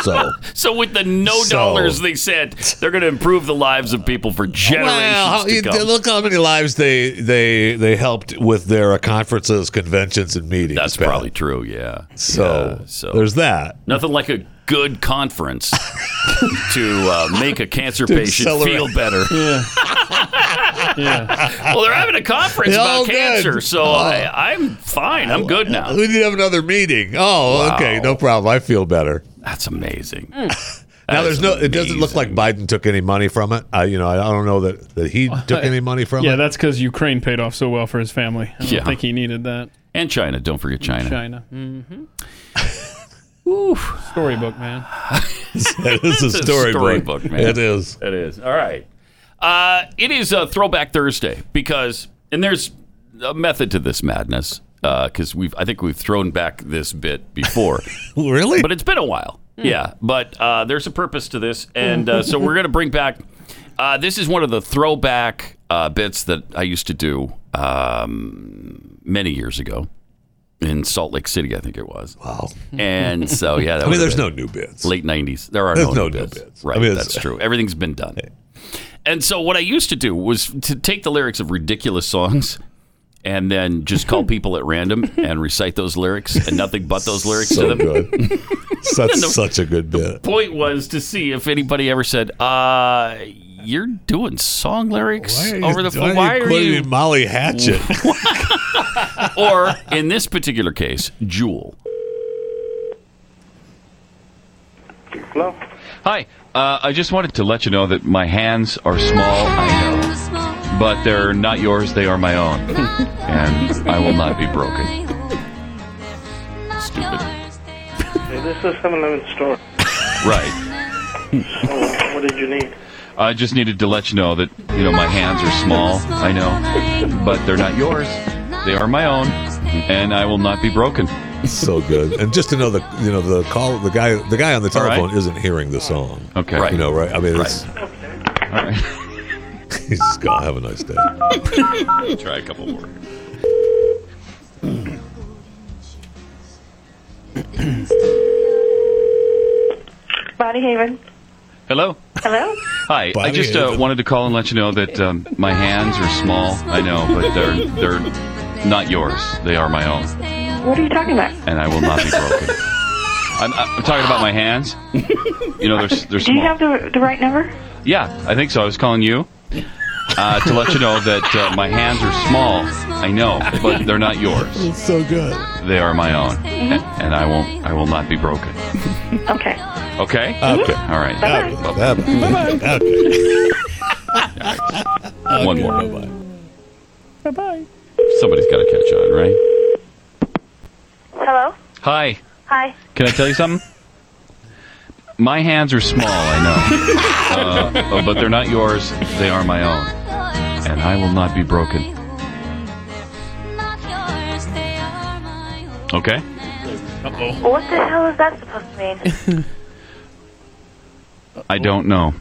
S4: So
S3: So with the no
S4: So-
S3: dollars, they said they're going to improve the lives of people for generations
S4: Well,
S3: to
S4: you-
S3: come.
S4: look how many lives they they they helped with their uh, conferences, conventions, and meetings. That's
S3: probably true. Yeah.
S4: So, so there's that.
S3: Nothing like a good conference to uh, make a cancer
S4: To
S3: patient
S4: accelerate.
S3: feel better.
S5: Yeah.
S3: Well, they're having a conference
S4: Yeah, all
S3: about
S4: good.
S3: cancer, so
S4: Oh.
S3: I, I'm fine. I'm good now.
S4: We need to have another meeting. Oh,
S3: Wow.
S4: okay, no problem. I feel better.
S3: That's amazing.
S4: now there's no. It doesn't look like Biden took any money from it. I, you know, I don't know that, that he took any money from
S5: yeah,
S4: it.
S5: that's because Ukraine paid off so well for his family. I don't
S4: Yeah.
S5: think he needed that.
S3: And China, don't forget China.
S4: Uh-huh.
S5: China. Mm-hmm. Storybook, man.
S4: That is a
S3: It's
S4: storybook.
S3: man.
S4: It is.
S3: It is. All right. Uh, it is a Throwback Thursday because, and there's a method to this madness because we've, I think we've thrown back this bit before.
S4: really?
S3: But it's been a while. Yeah. But uh, there's a purpose to this, and uh, so we're gonna bring back. Uh, this is one of the throwback uh, bits that I used to do um, many years ago in Salt Lake City, I think it was.
S4: Wow.
S3: And so yeah, that
S4: I mean,
S3: would've
S4: there's no
S3: been
S4: new bits.
S3: Late '90s. There are
S4: There's
S3: no,
S4: no
S3: new
S4: new
S3: bits.
S4: bits. I
S3: Right.
S4: mean, it's-
S3: that's true. Everything's been done. And so what I used to do was to take the lyrics of ridiculous songs and then just call people at random and recite those lyrics and nothing but those lyrics to
S4: so
S3: them.
S4: good. That's
S3: the-
S4: such a good bit.
S3: Point was to see if anybody ever said, uh, you're doing song lyrics
S4: Why are you-
S3: over the phone.
S4: why are you
S3: Why are
S4: quoting
S3: you
S4: me Molly Hatchet?
S3: or in this particular case, Jewel.
S6: Hello. Hi. Uh, I just wanted to let you know that my hands are small, I know, but they're not yours. They are my own, and I will not be broken. Stupid.
S8: this is 7-Eleven store.
S6: Right.
S8: Oh, what did you need?
S6: I just needed to let you know that you know my hands are small, I know, but they're not yours. They are my own, and I will not be broken.
S4: so good. And just to know the you know the call the guy the guy on the
S6: All right.
S4: telephone isn't hearing the song.
S6: Okay.
S4: You know, right? I mean, it's,
S6: All right.
S4: he's just gone. Have a nice day.
S6: Try a couple more.
S23: Body Haven.
S6: Hello.
S23: Hello?
S6: Hi, I just uh, wanted to call and let you know that um, my hands are small. I know, but they're they're not yours. They are my own,
S23: What are you talking about?
S6: and I will not be broken. I'm, I'm talking about my hands. You know, they're they're
S23: Do you
S6: small.
S23: have the, the right number?
S6: Yeah, I think so. I was calling you uh, to let you know that uh, my hands are small. I know, but they're not yours.
S4: It's so good.
S6: They are my own,
S23: Mm-hmm.
S6: and, and I won't I will not be broken.
S23: Okay.
S6: Okay.
S4: Okay.
S6: All right.
S4: Bye-bye. Bye-bye.
S6: Okay. One more.
S23: Bye bye.
S6: Somebody's got to catch on, right?
S23: Hello?
S6: Hi.
S23: Hi.
S6: Can I tell you something? My hands are small, I know, uh, but they're not yours. They are my own, and I will not be broken. Okay.
S23: Uh-oh. What the hell is that supposed to mean?
S6: I don't know,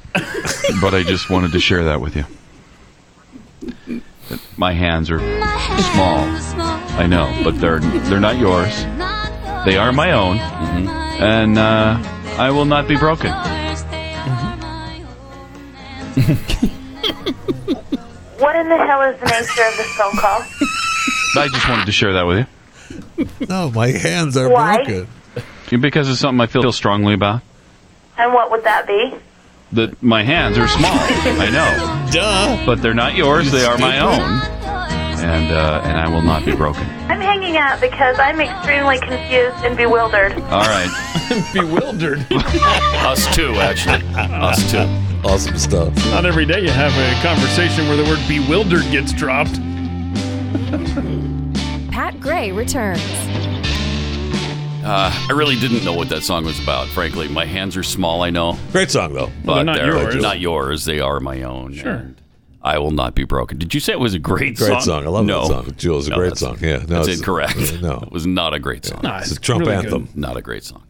S6: but I just wanted to share that with you. That My hands are small. I know, but they're they're not yours. They are my own, and uh, I will not be broken.
S23: what in the hell is the nature of this phone call?
S6: I just wanted to share that with
S4: No, my hands are
S23: Why?
S4: broken.
S6: you because it's something I feel strongly about.
S23: And what would that be?
S6: That my hands are small. I know,
S4: duh,
S6: but they're not yours. They are my own, and uh, and I will not be broken.
S23: I'm hanging out because I'm extremely confused and bewildered.
S6: All right.
S5: Bewildered.
S3: Us too, actually. Us too.
S4: Awesome stuff.
S5: Not every day you have a conversation where the word bewildered gets dropped.
S15: Pat Gray returns.
S3: Uh, I really didn't know what that song was about, frankly. My hands are small, I know.
S4: Great song, though.
S3: But
S4: Well, they're not
S3: they're
S4: yours.
S3: not yours. They are my own.
S4: Sure.
S3: And I will not be broken. Did you say it was a
S4: Great
S3: great, song?
S4: song. I love that
S3: no.
S4: song. Jewel's a
S3: No,
S4: great
S3: that's-
S4: song. Yeah. No,
S3: that's
S4: it's-
S3: incorrect.
S4: yeah, no.
S3: It was not a great song.
S4: No, it's a Trump really good. anthem.
S3: Not a great song.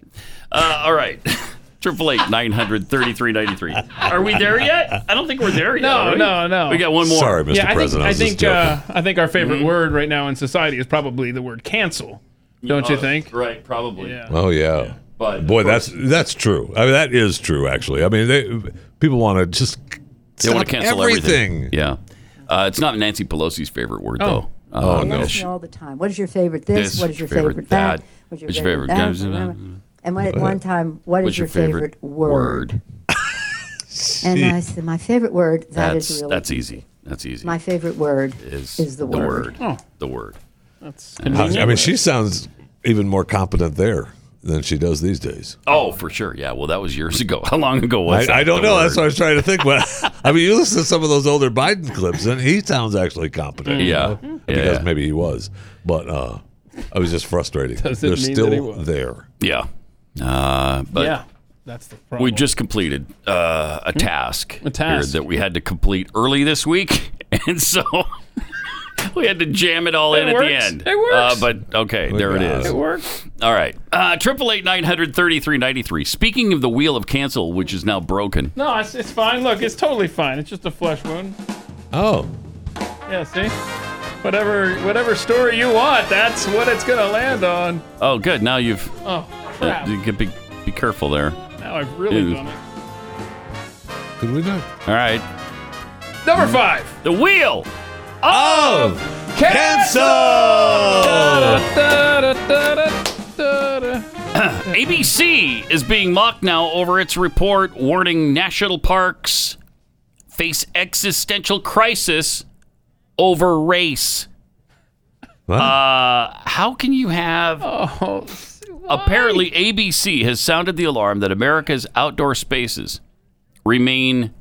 S3: Uh, all right. Triple eight nine hundred thirty three ninety three. Are we there yet? I don't think we're there yet.
S5: No,
S3: are we?
S5: no, no.
S3: We got one more.
S5: Yeah, I think, I think, uh, I think our favorite
S3: Mm-hmm.
S5: word right now in society is probably the word cancel. Don't you
S3: Oh,
S5: think?
S3: Right, probably.
S4: Oh yeah.
S3: But
S4: Boy, that's that's true. I mean, that is true. Actually, I mean, they people want to just
S3: They
S4: stop
S3: want to cancel
S4: everything.
S3: everything. Yeah. Uh, it's not Nancy Pelosi's favorite word,
S4: Oh.
S3: though.
S4: Oh, no.
S3: Uh, no.
S18: ask me all the time. What is your favorite this? what is your favorite, that? What's your favorite, that? And when, at one time, what is your favorite, word? And I said, my favorite word. that is
S3: that's
S18: really
S3: that's easy. That's easy.
S18: my favorite word
S3: Is,
S18: is, the word.
S4: Oh.
S3: The word.
S5: That's
S4: I mean, I mean, she sounds even more competent there than she does these days.
S3: Oh, for sure. Yeah. Well, that was years ago. How long ago was that?
S4: I, I don't
S3: The
S4: know.
S3: word?
S4: That's what I was trying to think. But I mean, you listen to some of those older Biden clips, and he sounds actually competent. you
S3: Mm. Yeah.
S4: know?
S3: Yeah.
S4: because maybe he was, but uh, I was just frustrated.
S3: Doesn't
S4: They're
S3: mean that
S4: still
S3: he was.
S4: there.
S3: Yeah. Uh, but
S5: Yeah, that's the problem. Hmm?
S3: We just completed uh, a task,
S5: A task.
S3: that we had to complete early this week, and so we had to jam it all in
S5: It
S3: at the
S5: works.
S3: end.
S5: It works.
S3: Uh, but okay, there it is.
S5: It works.
S3: All right. Uh, Triple eight nine hundred thirty three ninety three. Speaking of the wheel of cancel, which is now broken.
S5: No, it's, it's fine. Look, it's totally fine. It's just a flesh wound.
S4: Oh.
S5: Yeah, see? Whatever whatever story you want, that's what it's gonna land on.
S3: Oh, good. Now you've.
S5: Oh, crap.
S3: Uh, you can be be careful there.
S5: Now I've really
S3: Ew.
S5: done it.
S4: Could we not?
S3: All right.
S5: Number five.
S3: The wheel
S4: of
S5: cancel.
S3: ABC is being mocked now over its report warning national parks face existential crisis over race. Uh, how can you have?
S10: Oh.
S3: apparently, ABC has sounded the alarm that America's outdoor spaces remain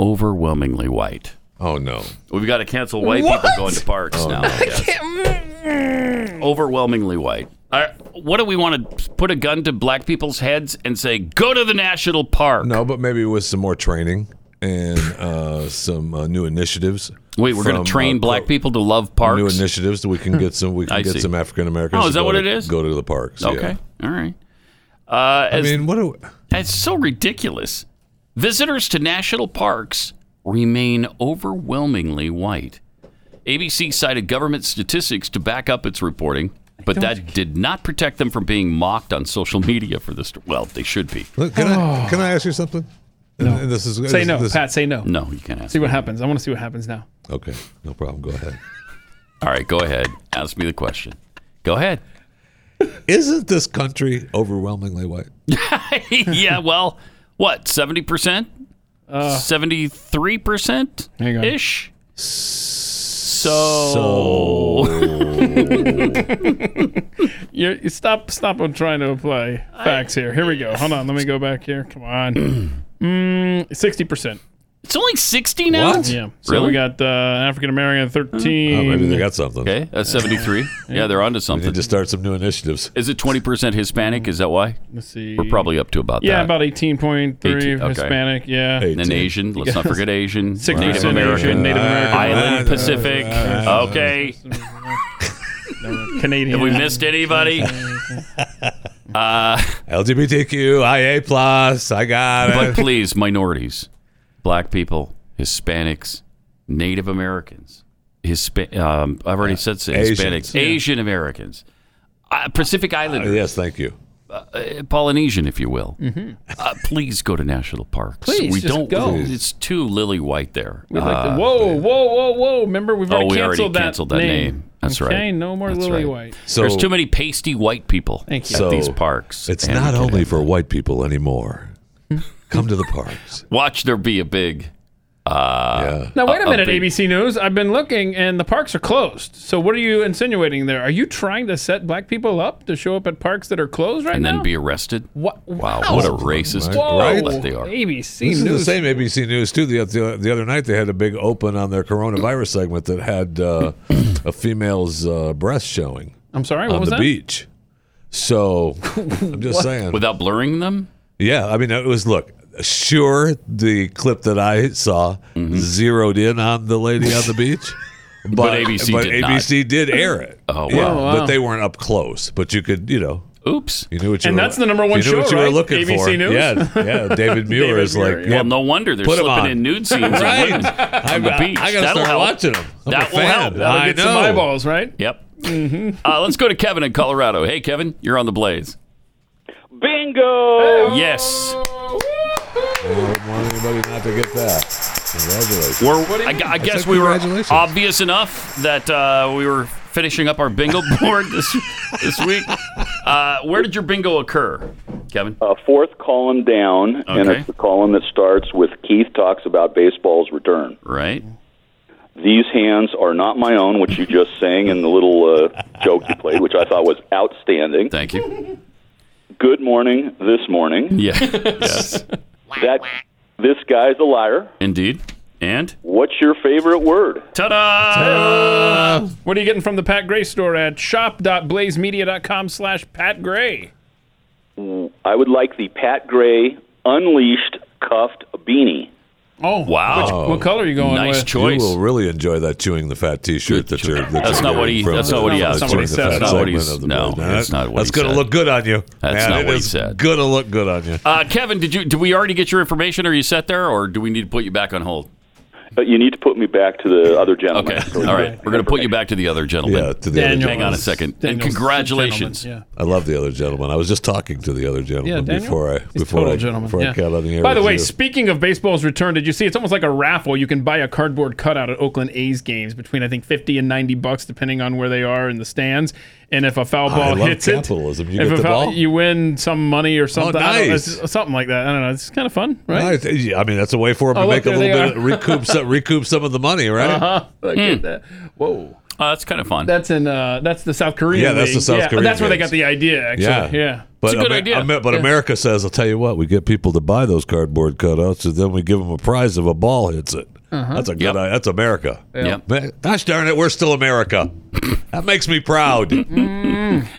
S3: overwhelmingly white.
S4: Oh no, Oh,
S3: we've got to cancel white people
S5: What?
S3: going to parks now. I guess. Overwhelmingly white. Uh, what do we want to put a gun to black people's heads and say, "Go to the national park"?
S4: No, but maybe with some more training and uh, some uh, new initiatives.
S3: Wait, we're going
S4: from,
S3: to train
S4: uh,
S3: black people to love parks.
S4: New initiatives that we can get some. We can
S3: I
S4: get
S3: see.
S4: some African Americans.
S3: Oh, is
S4: to
S3: that
S4: go
S3: what
S4: to-
S3: it is?
S4: Go to the parks. yeah.
S3: Okay, all right. Uh,
S4: I mean, what? Do,
S3: That's so ridiculous. Visitors to national parks remain overwhelmingly white. ABC cited government statistics to back up its reporting, but that did not protect them from being mocked on social media for this. Well, they should be.
S4: Look, can
S5: Oh.
S4: I can I ask you something? No. this is
S5: Say
S4: this-
S5: no,
S4: this-
S5: Pat, say no.
S3: No, you can't ask.
S5: See what happens. I want to see what happens now.
S4: Okay, no problem. Go ahead.
S3: All right, go ahead. Ask me the question. Go ahead.
S4: Isn't this country overwhelmingly white?
S3: yeah, well, what, 70%?
S5: Uh.
S3: 73%? Ish? So.
S5: You, you stop stop on trying to apply facts here. Here we go. Hold on, let me go back here. Come on. Mm, Sixty percent.
S3: It's only 60 now?
S5: Yeah. So we got uh, African American thirteen.
S4: Oh, maybe they got something.
S3: Okay, that's 73. yeah, they're onto something.
S4: to start some new initiatives.
S3: Is it 20% Hispanic? Is that why?
S5: Let's see.
S3: We're probably up to about
S5: yeah,
S3: that.
S5: about eighteen point three
S3: 18, okay.
S5: Hispanic. Yeah.
S3: And then Asian. Let's not forget Asian.
S5: Six
S3: Native
S5: percent
S3: American.
S5: Asian, Native American.
S3: Island Pacific. Oh. okay.
S5: Canadian.
S3: Have we missed anybody? Uh,
S4: LGBTQIA plus. I got
S3: but
S4: it.
S3: please, minorities, black people, Hispanics, Native Americans, Hispa- um, I've already said so,
S4: Asians.
S3: Hispanics, Asian Americans, uh, Pacific Islanders.
S4: yes, thank you.
S3: Uh, Polynesian, if you will.
S5: Mhm.
S3: Uh, please go to national parks.
S5: Please,
S3: we
S5: just
S3: don't.
S5: go.
S3: It's too lily white there.
S5: We'd like to-
S3: Uh,
S5: whoa, whoa, whoa, whoa! Remember we've
S3: Oh,
S5: already,
S3: we already
S5: canceled, that
S3: canceled that name. That's
S5: okay,
S3: right.
S5: No more
S3: That's
S5: Lily
S3: right.
S5: White.
S3: There's too many pasty white people
S5: Thank you.
S3: at
S4: So,
S3: these parks.
S4: It's
S3: and
S4: not
S3: we can't
S4: only
S3: have
S4: for white people anymore. Come to the parks.
S3: Watch there be a big. Uh,
S5: Now wait a minute,
S3: big-
S5: ABC News. I've been looking, and the parks are closed. So what are you insinuating there? Are you trying to set black people up to show up at parks that are closed right
S3: and
S5: now?
S3: then be arrested.
S5: What?
S3: Wow, what a racist
S5: Whoa.
S3: outlet they are.
S5: ABC
S4: This is
S5: News.
S4: the same ABC News too. The, the the other night they had a big open on their coronavirus segment that had uh, a female's uh, breast showing.
S5: I'm sorry, what
S4: on
S5: was
S4: the
S5: that?
S4: beach. So I'm just
S5: What?
S4: saying.
S3: Without blurring them?
S4: Yeah, I mean it was look. Sure, the clip that I saw
S3: Mm-hmm.
S4: zeroed in on the lady on the beach, but,
S3: ABC
S4: but
S3: did not.
S4: ABC did air it.
S3: Oh, wow.
S4: Yeah,
S5: Oh, wow.
S4: but they weren't up close. But you could, you know,
S3: oops,
S4: you knew what you
S5: And
S4: were,
S5: that's the number
S4: you
S5: one
S4: knew
S5: show,
S4: what you were
S5: right?
S4: looking
S5: ABC
S4: for.
S5: News?
S4: Yeah, yeah. David Muir
S5: David
S4: is like,
S5: Muir,
S4: yeah,
S3: Well, no wonder they're
S4: put 'em
S3: slipping
S4: on.
S3: in nude scenes of
S4: Right.
S3: women on the
S4: I-
S3: beach.
S4: I gotta
S3: That'll
S4: start
S3: help.
S4: watching 'em. I'm a
S3: that will
S4: fan.
S3: help.
S4: That'll I
S5: Get some
S4: know.
S5: eyeballs, right? Mm-hmm.
S3: Yep. Uh, let's go to Kevin in Colorado. Hey, Kevin, you're on the blaze.
S14: Bingo!
S3: Yes.
S4: I wouldn't want anybody not to get that. Congratulations.
S3: We're, I, gu- I guess we were obvious enough that uh, we were finishing up our bingo board this, this week. Uh, where did your bingo occur, Kevin?
S20: Uh, fourth column down, and
S3: Okay.
S20: it's the column that starts with Keith talks about baseball's return.
S3: Right.
S20: These hands are not my own, which you just sang in the little uh, joke you played, which I thought was outstanding.
S3: Thank you.
S20: Good morning, this morning.
S3: Yeah. yes.
S20: That this guy's a liar.
S3: Indeed. And
S20: What's your favorite word?
S3: Ta-da!
S5: What are you getting from the Pat Gray store at shop.blazemedia.com slash Pat Gray?
S20: I would like the Pat Gray unleashed cuffed beanie.
S5: Oh, Which, what color are you going with?
S4: You will really enjoy that chewing the fat T-shirt that you're. That
S3: That's
S4: you're
S3: not what
S4: getting
S3: he-
S4: from
S3: that's
S4: the-
S3: not what he
S4: the
S3: asked.
S4: Chewing the
S3: That's not
S4: Fat
S3: what he
S4: segment
S3: said.
S4: of the
S3: No,
S4: program.
S3: that's not what
S4: That's
S3: he
S4: gonna
S3: said.
S4: look good on you.
S3: That's
S4: Man,
S3: not
S4: it
S3: what he
S4: is
S3: said.
S4: Gonna look good on you.
S3: Uh, Kevin, did you do we already get your information? Are you set there, or do we need to put you back on hold?
S20: But Uh, you need to put me back to the other gentleman. Okay.
S3: All right, we're going to put you back to the other gentleman.
S4: Yeah, to the other
S3: Hang on a
S4: gentleman.
S3: second, and
S4: Daniel's
S3: congratulations.
S4: I love the other gentleman. I was just talking to the other
S5: Yeah,
S4: gentleman
S5: Daniel.
S4: before I
S5: He's a
S4: before
S5: total
S4: I
S5: gentleman,
S4: before
S5: yeah.
S4: I got on the air.
S5: By the
S4: with
S5: way,
S4: you.
S5: speaking of baseball's return, did you see? It's almost like a raffle. You can buy a cardboard cutout at Oakland A's games between I think fifty and ninety bucks, depending on where they are in the stands. And if a foul
S4: I
S5: ball
S4: love
S5: hits
S4: capitalism.
S5: it,
S4: You
S5: if
S4: get
S5: a
S4: the
S5: foul,
S4: ball?
S5: you win some money or something. I don't know,
S4: nice.
S5: it's something like that. I don't know. It's kind of fun, right?
S4: Nice. I mean, that's a way for him
S5: Oh,
S4: to
S5: look,
S4: make a
S5: there
S4: little
S5: they
S4: bit, of, recoup some, recoup some of the money, right?
S5: Uh-huh. I get
S4: Hmm.
S5: that. Whoa.
S3: Oh, that's kind of fun.
S5: That's in uh, that's the South Korean.
S4: Yeah, that's the
S5: league.
S4: South Korean
S5: That's where they
S4: games.
S5: got the idea. Actually, yeah,
S4: But
S5: it's a good
S4: Amer-
S5: idea.
S4: Amer- but
S5: Yeah.
S4: America says, "I'll tell you what, we get people to buy those cardboard cutouts, and then we give them a prize if a ball hits it.
S5: Uh-huh.
S4: That's a good. i- That's America.
S5: Yep.
S4: Man, gosh darn it, we're still America. that makes me proud.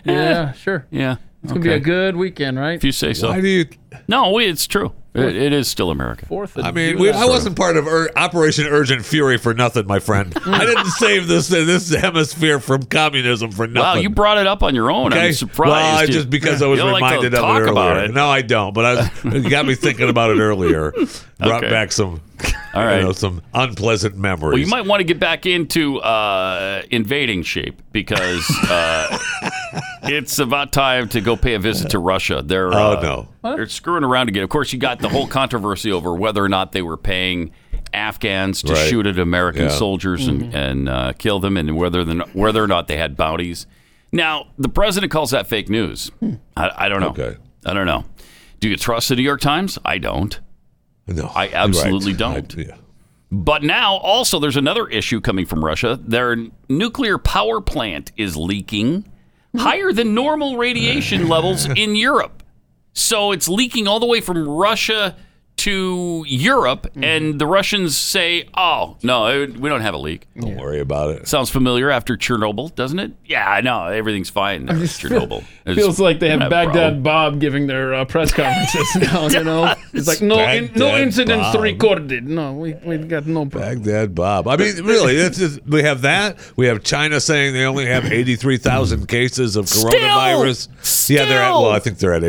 S5: yeah, sure.
S3: Mm. Yeah,
S5: It's gonna be
S3: Okay.
S5: a good weekend, right?
S3: If you say so.
S4: Why do you?
S3: No, we- it's true. It, it is still America.
S5: Fourth.
S4: I mean, we, I wasn't part of Ur- Operation Urgent Fury for nothing, my friend. I didn't save this this hemisphere from communism for
S3: Wow,
S4: nothing.
S3: you brought it up on your own. I'm surprised.
S4: Well, I-
S3: you-
S4: just because I was
S3: you don't like to
S4: reminded of
S3: talk
S4: it earlier.
S3: about it.
S4: No, I don't. But I was, it got me thinking about it earlier. Brought
S3: Okay.
S4: back some,
S3: All
S4: you
S3: right.
S4: know, some unpleasant memories.
S3: Well, you might want to get back into uh, invading shape because uh, it's about time to go pay a visit to Russia. They're
S4: Oh,
S3: uh,
S4: no.
S3: they're screwing around again. Of course, you got the whole controversy over whether or not they were paying Afghans to
S4: Right.
S3: shoot at American
S4: Yeah.
S3: soldiers and and uh, kill them, and whether than whether or not they had bounties. Now, the president calls that fake news. I, I don't know.
S4: Okay.
S3: I don't know. Do you trust the New York Times? I don't.
S4: No,
S3: I absolutely
S4: right.
S3: don't.
S4: I- yeah.
S3: But now, also, there's another issue coming from Russia. Their nuclear power plant is leaking higher than normal radiation levels in Europe. So it's leaking all the way from Russia to Europe,
S4: Mm-hmm.
S3: and the Russians say, oh, no, it- we don't have a leak.
S4: Don't worry about it.
S3: Sounds familiar after Chernobyl, doesn't it? Yeah, I know. Everything's fine. there at Chernobyl. It's
S5: Feels like they have
S3: not a
S5: Baghdad
S3: problem.
S5: Bob giving their uh, press conferences now. You know, it's like no, in, no
S4: Baghdad
S5: incidents
S4: Bob.
S5: recorded. No, we we got no problem.
S4: Baghdad Bob. I mean, really, it's just, we have that. We have China saying they only have
S3: Hmm.
S4: 83,000 cases of coronavirus. yeah, they're at,
S5: Still!
S4: well, I think they're at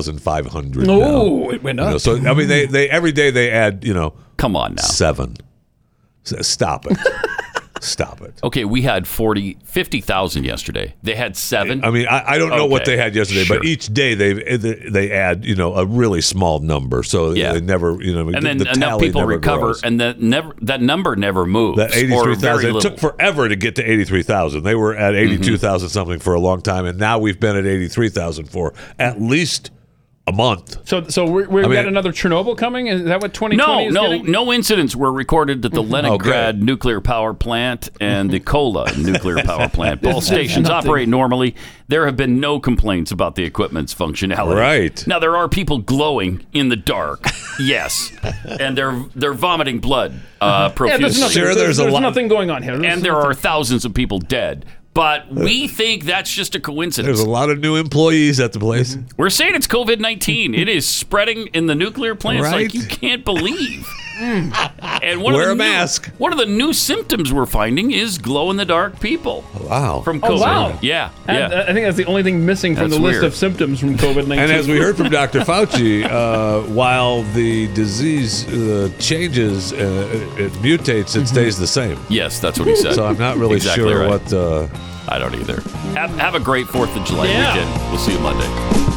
S4: 83,500.
S5: No,
S4: now.
S5: it went
S4: You know,
S5: up.
S4: so, I mean, they, they every day they add, you know,
S3: come on now.
S4: Seven. S- Stop it. Stop it.
S3: Okay, we had 40, 50,000 yesterday. They had seven.
S4: I mean, I, I don't know what
S3: Okay,
S4: they had yesterday,
S3: sure.
S4: but each day they they add, you know, a really small number. So
S3: Yeah.
S4: they never, you know,
S3: and then
S4: the
S3: enough
S4: tally
S3: people
S4: never
S3: recover,
S4: grows.
S3: and that never that number never moves.
S4: That
S3: or
S4: eighty-three
S3: very
S4: thousand. It
S3: little. Mm-hmm.
S4: took forever to get to eighty-three thousand. They were at eighty-two something for a long time, and now we've been at eighty-three thousand for at least a month.
S5: So so we're, we're
S4: I mean-
S5: got another Chernobyl coming. Is that what twenty twenty
S3: no,
S5: is
S3: no,
S5: getting? Oh,
S3: no incidents were recorded at the Leningrad nuclear power plant and the Kola nuclear power plant. Both
S5: That's
S3: stations
S5: nothing.
S3: operate normally. There have been no complaints about the equipment's functionality.
S4: Right.
S3: now, there are people glowing in the dark. yes, and they're they're vomiting blood uh,
S5: Yeah,
S3: profusely.
S5: there's nothing, there's, there's nothing going on here.
S3: and there are thousands of people dead. But we think that's just a coincidence.
S4: There's a lot of new employees at the place.
S5: Mm-hmm.
S3: We're saying it's COVID 19. it is spreading in the nuclear plants like
S4: Right?
S3: you can't believe. and
S4: Wear a
S3: new-
S4: mask.
S3: one of the new symptoms we're finding is glow in the dark people
S4: Wow.
S3: from COVID.
S5: Oh, wow. uh,
S3: Yeah.
S5: I,
S3: Yeah.
S5: I think that's the only thing missing from
S3: That's
S5: the list
S3: weird.
S5: of symptoms from COVID nineteen.
S4: And as we heard from Dr. Fauci, uh, while the disease uh, changes, uh, it, it mutates,
S5: Mm-hmm.
S4: it stays the same.
S3: yes, that's what he said.
S4: So I'm not really
S3: Exactly
S4: sure
S3: right.
S4: what. Uh,
S3: I don't either. Have, have a great 4th of July
S5: Yeah.
S3: weekend. We'll see you Monday.